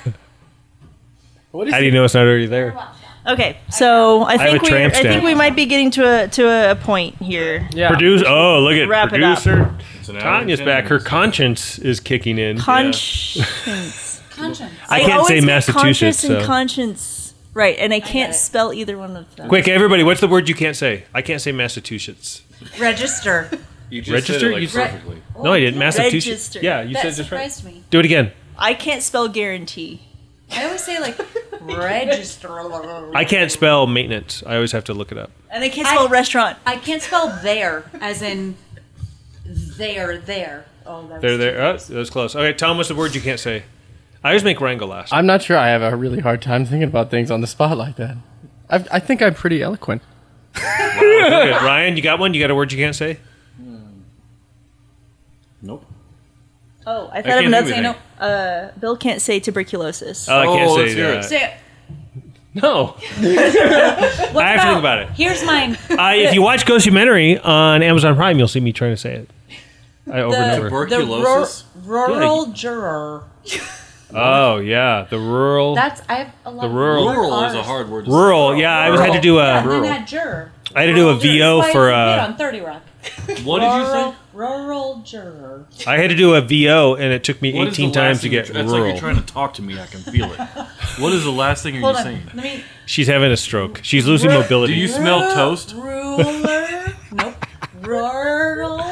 [SPEAKER 2] What is
[SPEAKER 1] How do you know it's not already there?
[SPEAKER 4] Okay, so I
[SPEAKER 1] have
[SPEAKER 4] think
[SPEAKER 1] a
[SPEAKER 4] we, I
[SPEAKER 1] tramp stamp.
[SPEAKER 4] think we might be getting to a to a point here.
[SPEAKER 2] yeah.
[SPEAKER 1] Produce. Oh, look at
[SPEAKER 4] Wrap it up.
[SPEAKER 1] producer
[SPEAKER 3] It's an hour and
[SPEAKER 1] Tanya's
[SPEAKER 3] ten
[SPEAKER 1] back. Her
[SPEAKER 3] minutes.
[SPEAKER 1] conscience is kicking in.
[SPEAKER 4] Conscience.
[SPEAKER 6] Conscience.
[SPEAKER 1] I can't
[SPEAKER 4] always
[SPEAKER 1] say
[SPEAKER 4] get
[SPEAKER 1] Massachusetts.
[SPEAKER 4] Conscious and
[SPEAKER 1] so.
[SPEAKER 4] conscience. Right, and I can't
[SPEAKER 6] it.
[SPEAKER 4] spell either one of them.
[SPEAKER 1] Quick, everybody! What's the word you can't say? I can't say Massachusetts.
[SPEAKER 6] Register.
[SPEAKER 3] You just
[SPEAKER 1] Register?
[SPEAKER 3] said it,
[SPEAKER 1] You
[SPEAKER 3] like,
[SPEAKER 1] said-
[SPEAKER 3] perfectly.
[SPEAKER 6] Oh,
[SPEAKER 1] No, I didn't. Massachusetts.
[SPEAKER 4] Register.
[SPEAKER 1] Yeah, you
[SPEAKER 6] That
[SPEAKER 1] said this right.
[SPEAKER 6] surprised me.
[SPEAKER 1] Do it again.
[SPEAKER 4] I can't spell guarantee.
[SPEAKER 6] I always say like register.
[SPEAKER 1] I can't spell maintenance. I always have to look it up.
[SPEAKER 4] And I can't spell
[SPEAKER 6] I-
[SPEAKER 4] restaurant.
[SPEAKER 6] I can't spell there, as in there, there. Oh, that was
[SPEAKER 1] There, there. Oh, that was close. Okay, Tom, what's the word you can't say? I always make Ryan go last.
[SPEAKER 2] I'm not sure I have a really hard time thinking about things on the spot like that. i I think I'm pretty eloquent.
[SPEAKER 1] Okay, Ryan, you got one? You got a word you can't say?
[SPEAKER 3] Nope.
[SPEAKER 4] Oh, I
[SPEAKER 1] I
[SPEAKER 4] thought of
[SPEAKER 1] can't
[SPEAKER 4] another
[SPEAKER 1] do
[SPEAKER 4] thing.
[SPEAKER 1] anything.
[SPEAKER 4] Uh, Bill can't say tuberculosis.
[SPEAKER 1] Oh, I can't
[SPEAKER 3] Oh,
[SPEAKER 1] say
[SPEAKER 3] let's hear
[SPEAKER 1] that.
[SPEAKER 3] it.
[SPEAKER 6] Say it.
[SPEAKER 1] No.
[SPEAKER 6] What
[SPEAKER 1] I have to think about it.
[SPEAKER 6] Here's mine.
[SPEAKER 1] Uh, if you watch Ghostumentary on Amazon Prime, you'll see me trying to say it. I over and over.
[SPEAKER 6] The rur-
[SPEAKER 3] Tuberculosis?
[SPEAKER 6] rural juror.
[SPEAKER 1] Oh yeah, the rural,
[SPEAKER 6] That's I have a lot.
[SPEAKER 1] the rural,
[SPEAKER 3] Rural is a
[SPEAKER 6] R's.
[SPEAKER 3] hard word. To
[SPEAKER 1] rural. Yeah, I always had to do a,
[SPEAKER 6] And
[SPEAKER 3] rural.
[SPEAKER 6] then that juror.
[SPEAKER 1] I had to do a VO for uh,
[SPEAKER 6] on Thirty Rock.
[SPEAKER 3] Say. What did you
[SPEAKER 6] Rural,
[SPEAKER 3] say?
[SPEAKER 6] rural juror.
[SPEAKER 1] I had to do a VO, and it took me
[SPEAKER 3] What is the
[SPEAKER 1] 18
[SPEAKER 3] last
[SPEAKER 1] times to
[SPEAKER 3] thing you're
[SPEAKER 1] get
[SPEAKER 3] tr- That's like
[SPEAKER 1] rural.
[SPEAKER 3] you're trying to talk to me. I can feel it. What is the last thing you're
[SPEAKER 6] Hold on.
[SPEAKER 3] saying?
[SPEAKER 6] Let me.
[SPEAKER 1] She's having a stroke. She's losing mobility.
[SPEAKER 3] Do you smell
[SPEAKER 6] Ru-
[SPEAKER 3] toast?
[SPEAKER 6] Ruler. nope. Rural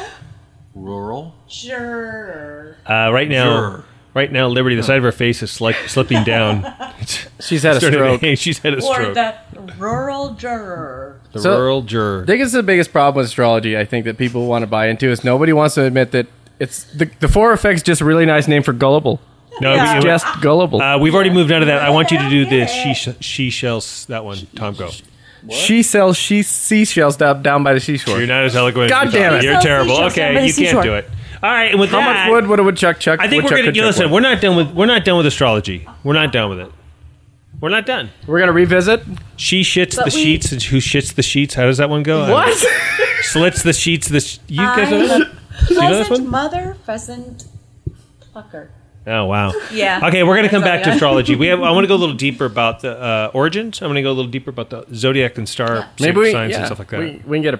[SPEAKER 3] Rural.
[SPEAKER 6] juror.
[SPEAKER 1] uh, right now,
[SPEAKER 3] Juror.
[SPEAKER 1] Right now, Liberty, the side of her face is like slipping down.
[SPEAKER 2] She's had a
[SPEAKER 1] Started
[SPEAKER 2] stroke.
[SPEAKER 1] hang- She's had a
[SPEAKER 4] Or
[SPEAKER 1] stroke. The,
[SPEAKER 4] that rural juror.
[SPEAKER 2] So-
[SPEAKER 1] rural juror.
[SPEAKER 2] I think it's the biggest problem with astrology. I think that people want to buy into is nobody wants to admit that it's the the four effects just a really nice name for gullible.
[SPEAKER 1] no,
[SPEAKER 4] Yeah.
[SPEAKER 1] we-
[SPEAKER 2] Just gullible.
[SPEAKER 1] uh, we've already moved on to that. I want you to do this. She sh- she shells that one. Tom, go.
[SPEAKER 2] she sells she seashells down, down by the seashore.
[SPEAKER 1] You're not as eloquent.
[SPEAKER 2] God
[SPEAKER 1] as you
[SPEAKER 2] damn
[SPEAKER 1] thought.
[SPEAKER 2] it.
[SPEAKER 1] You're
[SPEAKER 5] Sells
[SPEAKER 1] terrible.
[SPEAKER 5] seashells down by
[SPEAKER 1] Okay,
[SPEAKER 5] the
[SPEAKER 1] you can't
[SPEAKER 5] seashore.
[SPEAKER 1] do it. All right, and with
[SPEAKER 2] How
[SPEAKER 1] that,
[SPEAKER 2] much wood would a woodchuck chuck?
[SPEAKER 1] I think we're
[SPEAKER 2] woodchuck
[SPEAKER 1] gonna
[SPEAKER 2] could chuck
[SPEAKER 1] listen.
[SPEAKER 2] wood?
[SPEAKER 1] We're not done with we're not done with astrology. We're not done with it. We're not done.
[SPEAKER 2] We're gonna revisit.
[SPEAKER 1] She shits
[SPEAKER 5] But
[SPEAKER 1] the
[SPEAKER 5] we-
[SPEAKER 1] sheets. and Who shits the sheets? How does that one go? I don't know.
[SPEAKER 2] What?
[SPEAKER 1] Slits the sheets. The sh- you guys know
[SPEAKER 5] I'm
[SPEAKER 1] that?
[SPEAKER 5] a
[SPEAKER 1] you know this
[SPEAKER 5] Pheasant
[SPEAKER 1] one?
[SPEAKER 5] mother, pheasant plucker.
[SPEAKER 1] Oh wow.
[SPEAKER 4] Yeah.
[SPEAKER 1] Okay, we're gonna come
[SPEAKER 4] That's all
[SPEAKER 1] back to
[SPEAKER 4] I got.
[SPEAKER 1] astrology. We have. I want to go a little deeper about the uh, origins. I'm gonna go a little deeper about the zodiac and star
[SPEAKER 2] Maybe we,
[SPEAKER 1] signs
[SPEAKER 2] yeah,
[SPEAKER 1] and stuff like that.
[SPEAKER 2] We, we can get a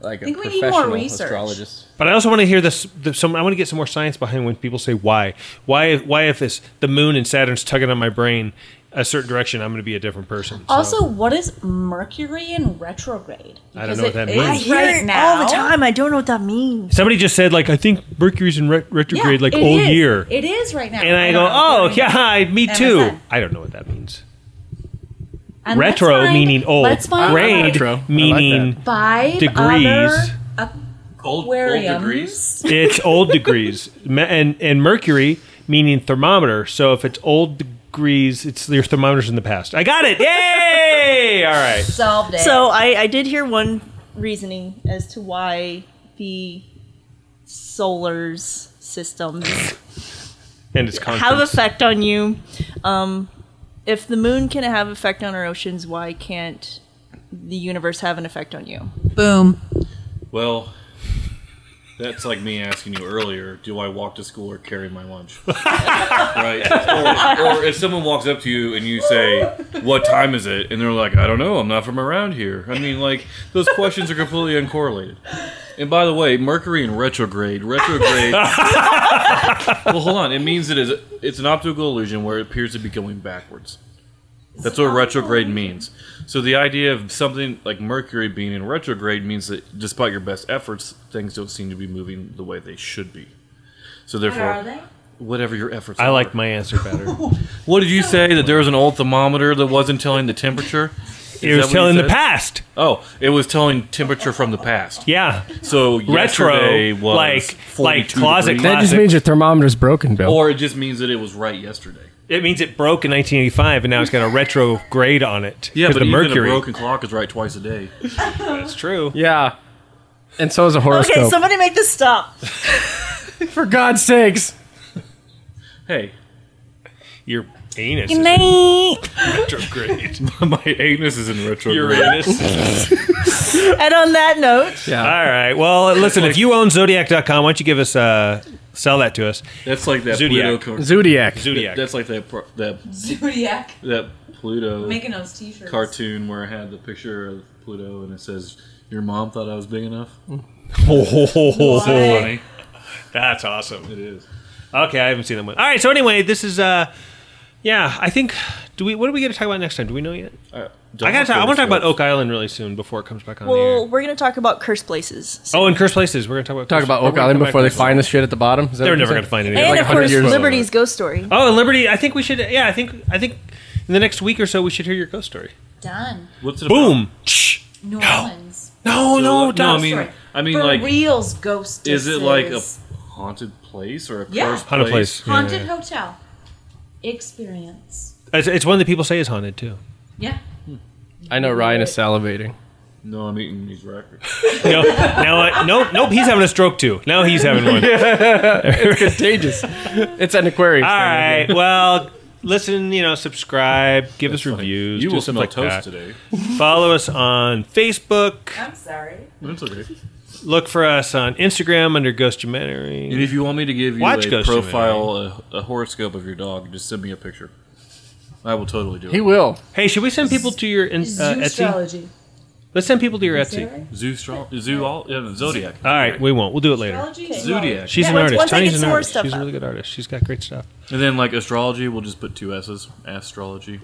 [SPEAKER 2] like a
[SPEAKER 4] think we need more
[SPEAKER 2] professional
[SPEAKER 4] research.
[SPEAKER 2] astrologist.
[SPEAKER 1] But I also want to hear this. The, some, I want to get some more science behind when people say why, why, why if it's the moon and Saturn's tugging on my brain a certain direction, I'm going to be a different person. So,
[SPEAKER 5] Also, what is Mercury in retrograde?
[SPEAKER 1] I don't
[SPEAKER 5] Because
[SPEAKER 1] know what
[SPEAKER 5] it
[SPEAKER 1] that
[SPEAKER 5] is
[SPEAKER 1] means. I
[SPEAKER 7] hear
[SPEAKER 5] right
[SPEAKER 7] it
[SPEAKER 5] now.
[SPEAKER 7] all the time. I don't know what that means.
[SPEAKER 1] somebody just said like I think Mercury's in ret-
[SPEAKER 5] Yeah,
[SPEAKER 1] retrograde like
[SPEAKER 5] it
[SPEAKER 1] all
[SPEAKER 5] is.
[SPEAKER 1] year,
[SPEAKER 5] It is right now.
[SPEAKER 1] and I,
[SPEAKER 5] don't
[SPEAKER 1] go,
[SPEAKER 5] know.
[SPEAKER 1] oh yeah, I- me
[SPEAKER 5] MSN.
[SPEAKER 1] too. I don't know what that means.
[SPEAKER 5] And let's
[SPEAKER 1] Retro
[SPEAKER 5] find-
[SPEAKER 1] meaning old,
[SPEAKER 5] Let's find
[SPEAKER 1] grade
[SPEAKER 2] Retro. I like
[SPEAKER 1] meaning
[SPEAKER 5] five
[SPEAKER 1] degrees.
[SPEAKER 5] other
[SPEAKER 3] Old,
[SPEAKER 5] aquariums.
[SPEAKER 1] it's old degrees, Me- and and Mercury meaning thermometer. So if it's old degrees, it's your thermometers in the past. I got it! Yay! All right.
[SPEAKER 4] Solved it.
[SPEAKER 7] So I, I did hear one.
[SPEAKER 4] reasoning as to why the solar's systems
[SPEAKER 1] and it's
[SPEAKER 7] Have
[SPEAKER 1] conscious.
[SPEAKER 7] effect on you.
[SPEAKER 4] um if the moon can have effect on our oceans why can't the universe have an effect on you
[SPEAKER 5] Boom.
[SPEAKER 3] Well, that's like me asking you earlier: Do I walk to school or carry my lunch? right? Or, or if someone walks up to you and you say, "What time is it?" and they're like, "I don't know. I'm not from around here." I mean, like those questions are completely uncorrelated. And by the way, Mercury in retrograde, retrograde. well, hold on. It means it is. It's an optical illusion where it appears to be going backwards. That's what retrograde means. So the idea of something like Mercury being in retrograde means that despite your best efforts, things don't seem to be moving the way they should be. So therefore,
[SPEAKER 6] Are they?
[SPEAKER 3] whatever your efforts.
[SPEAKER 1] I
[SPEAKER 3] are.
[SPEAKER 1] like my answer better.
[SPEAKER 3] What did you say that there was an old thermometer that wasn't telling the temperature? Is
[SPEAKER 1] it
[SPEAKER 3] that
[SPEAKER 1] was
[SPEAKER 3] what
[SPEAKER 1] telling
[SPEAKER 3] you
[SPEAKER 1] the
[SPEAKER 3] said?
[SPEAKER 1] past.
[SPEAKER 3] Oh, it was telling temperature from the past.
[SPEAKER 1] Yeah.
[SPEAKER 3] So
[SPEAKER 1] Retro,
[SPEAKER 3] yesterday was
[SPEAKER 1] like- like
[SPEAKER 3] 42
[SPEAKER 1] closet
[SPEAKER 3] degrees.
[SPEAKER 1] cla-
[SPEAKER 2] That just
[SPEAKER 1] Classic.
[SPEAKER 2] means your thermometer's broken, Bill.
[SPEAKER 3] or it just means that it was right yesterday.
[SPEAKER 1] It means it broke in 1985, and now it's got a retrograde on it.
[SPEAKER 3] Yeah,
[SPEAKER 1] 'Cause
[SPEAKER 3] but
[SPEAKER 1] the
[SPEAKER 3] even
[SPEAKER 1] Mercury.
[SPEAKER 3] a broken clock is right twice a day.
[SPEAKER 1] That's true.
[SPEAKER 2] yeah, and so is a horoscope.
[SPEAKER 7] Okay, somebody make this stop.
[SPEAKER 2] For God's sakes,
[SPEAKER 3] Hey,
[SPEAKER 1] Your anus
[SPEAKER 7] Good
[SPEAKER 1] is
[SPEAKER 7] night.
[SPEAKER 1] retrograde.
[SPEAKER 3] my anus is in retro.
[SPEAKER 1] Your anus.
[SPEAKER 7] And on that note,
[SPEAKER 1] All right. Well, listen. If you own Zodiac.com, why don't you give us uh, sell that to us?
[SPEAKER 3] That's like that
[SPEAKER 1] Zodiac.
[SPEAKER 3] Pluto. Car-
[SPEAKER 2] zodiac.
[SPEAKER 1] Zodiac.
[SPEAKER 3] That's like that pro- that
[SPEAKER 6] Zodiac.
[SPEAKER 3] that Pluto
[SPEAKER 6] Making those t-shirts.
[SPEAKER 3] cartoon where I had the picture of Pluto and it says, "Your mom thought I was big enough."
[SPEAKER 1] Ho, ho, ho, ho, ho.
[SPEAKER 3] Funny,
[SPEAKER 1] That's awesome.
[SPEAKER 3] it is.
[SPEAKER 1] Okay, I haven't seen that one. All right. So anyway, this is. uh Yeah, I think. Do we? What are we going to talk about next time? Do we know yet?
[SPEAKER 3] I,
[SPEAKER 1] I got to. I want to talk about Oak Island really soon before it comes back on the air.
[SPEAKER 4] well we're gonna talk about cursed places so,
[SPEAKER 1] Oh, and cursed places. We're gonna talk about
[SPEAKER 2] Talk
[SPEAKER 1] cursed-
[SPEAKER 2] about
[SPEAKER 1] we're
[SPEAKER 2] Oak
[SPEAKER 1] gonna
[SPEAKER 2] Island
[SPEAKER 1] come back
[SPEAKER 2] before they
[SPEAKER 1] to this.
[SPEAKER 2] find the shit at the bottom. Is that
[SPEAKER 1] They're
[SPEAKER 2] what you
[SPEAKER 1] never
[SPEAKER 2] said?
[SPEAKER 1] gonna find anything.
[SPEAKER 4] and
[SPEAKER 2] like
[SPEAKER 4] of
[SPEAKER 2] 100
[SPEAKER 4] course
[SPEAKER 2] years old.
[SPEAKER 4] liberty's ghost story
[SPEAKER 1] Oh, and Liberty. I think we should. Yeah, I think. I think in the next week or so we should hear your ghost story.
[SPEAKER 5] Done.
[SPEAKER 3] What's it about?
[SPEAKER 1] oh, Boom. Shh.
[SPEAKER 5] New Orleans.
[SPEAKER 1] No, no,
[SPEAKER 3] So, no. I
[SPEAKER 1] don't.
[SPEAKER 3] mean,
[SPEAKER 5] Sorry.
[SPEAKER 3] I mean,
[SPEAKER 5] For
[SPEAKER 3] like,
[SPEAKER 5] reals, ghost.
[SPEAKER 3] is it like a haunted place or a
[SPEAKER 5] Yeah.
[SPEAKER 3] cursed
[SPEAKER 1] Haunted place.
[SPEAKER 5] haunted
[SPEAKER 1] Yeah.
[SPEAKER 5] hotel experience?
[SPEAKER 1] It's, it's one that people say is haunted too.
[SPEAKER 5] Yeah.
[SPEAKER 2] I know Ryan is salivating.
[SPEAKER 3] No, I'm eating these records.
[SPEAKER 1] No, now I, nope, nope. He's having a stroke too. Now he's having one.
[SPEAKER 2] it's contagious. It's an aquarium.
[SPEAKER 1] All
[SPEAKER 2] thing.
[SPEAKER 1] right. Well, listen. You know, subscribe. Give us reviews.
[SPEAKER 3] You
[SPEAKER 1] do
[SPEAKER 3] will
[SPEAKER 1] stuff
[SPEAKER 3] smell
[SPEAKER 1] like that.
[SPEAKER 3] toast today.
[SPEAKER 1] Follow us on Facebook.
[SPEAKER 6] I'm sorry.
[SPEAKER 3] That's okay.
[SPEAKER 1] Look for us on Instagram under Ghostumentary.
[SPEAKER 3] And if you want me to give you
[SPEAKER 1] Watch
[SPEAKER 3] a
[SPEAKER 1] Ghost
[SPEAKER 3] profile, a, a horoscope of your dog, just send me a picture. I will totally do it.
[SPEAKER 2] He will.
[SPEAKER 1] Hey, should we send people to your in- uh, Etsy?
[SPEAKER 5] astrology.
[SPEAKER 1] Let's send people to your Etsy.
[SPEAKER 3] Zoo, stro- zoo, all, yeah, zodiac.
[SPEAKER 1] All right, we won't. We'll do it later.
[SPEAKER 6] Astrology is
[SPEAKER 3] Zodiac.
[SPEAKER 1] She's
[SPEAKER 4] Yeah,
[SPEAKER 1] an
[SPEAKER 4] once-
[SPEAKER 1] artist.
[SPEAKER 4] once I get
[SPEAKER 1] Tiny's an
[SPEAKER 4] some more
[SPEAKER 1] artist.
[SPEAKER 4] stuff
[SPEAKER 1] She's a
[SPEAKER 4] up.
[SPEAKER 1] really good artist. She's got great stuff.
[SPEAKER 3] And then like astrology, we'll just put two S's. Astrology.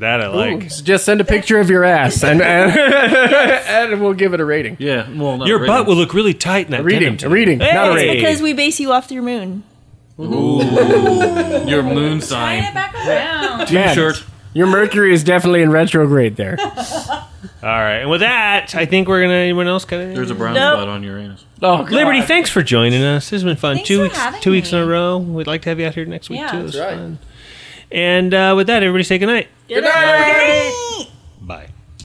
[SPEAKER 1] That I like.
[SPEAKER 2] So just send a picture of your ass, and and, and we'll give it a rating.
[SPEAKER 3] Yeah. Well, not
[SPEAKER 1] Your
[SPEAKER 3] ratings.
[SPEAKER 1] butt will look really tight in that
[SPEAKER 2] Reading,
[SPEAKER 1] denim
[SPEAKER 2] a
[SPEAKER 1] today.
[SPEAKER 2] reading, not a
[SPEAKER 1] Hey!
[SPEAKER 2] rating.
[SPEAKER 4] because we base you off your moon
[SPEAKER 3] Your moon
[SPEAKER 6] Tie it
[SPEAKER 3] sign
[SPEAKER 6] back around.
[SPEAKER 3] T-shirt.
[SPEAKER 2] Your Mercury is definitely in retrograde there.
[SPEAKER 1] All right. And with that, I think we're going to. Anyone else got anything?
[SPEAKER 3] There's a brown
[SPEAKER 7] Nope.
[SPEAKER 3] spot on Uranus.
[SPEAKER 2] Oh,
[SPEAKER 1] Liberty, thanks for joining us. This has been fun.
[SPEAKER 4] Thanks
[SPEAKER 1] two
[SPEAKER 4] for
[SPEAKER 1] weeks,
[SPEAKER 4] having
[SPEAKER 1] two weeks in
[SPEAKER 4] me.
[SPEAKER 1] a row. We'd like to have you out here next week
[SPEAKER 4] Yeah,
[SPEAKER 1] too.
[SPEAKER 4] that's
[SPEAKER 1] It was fun. And uh, with that, everybody say goodnight.
[SPEAKER 4] Good night.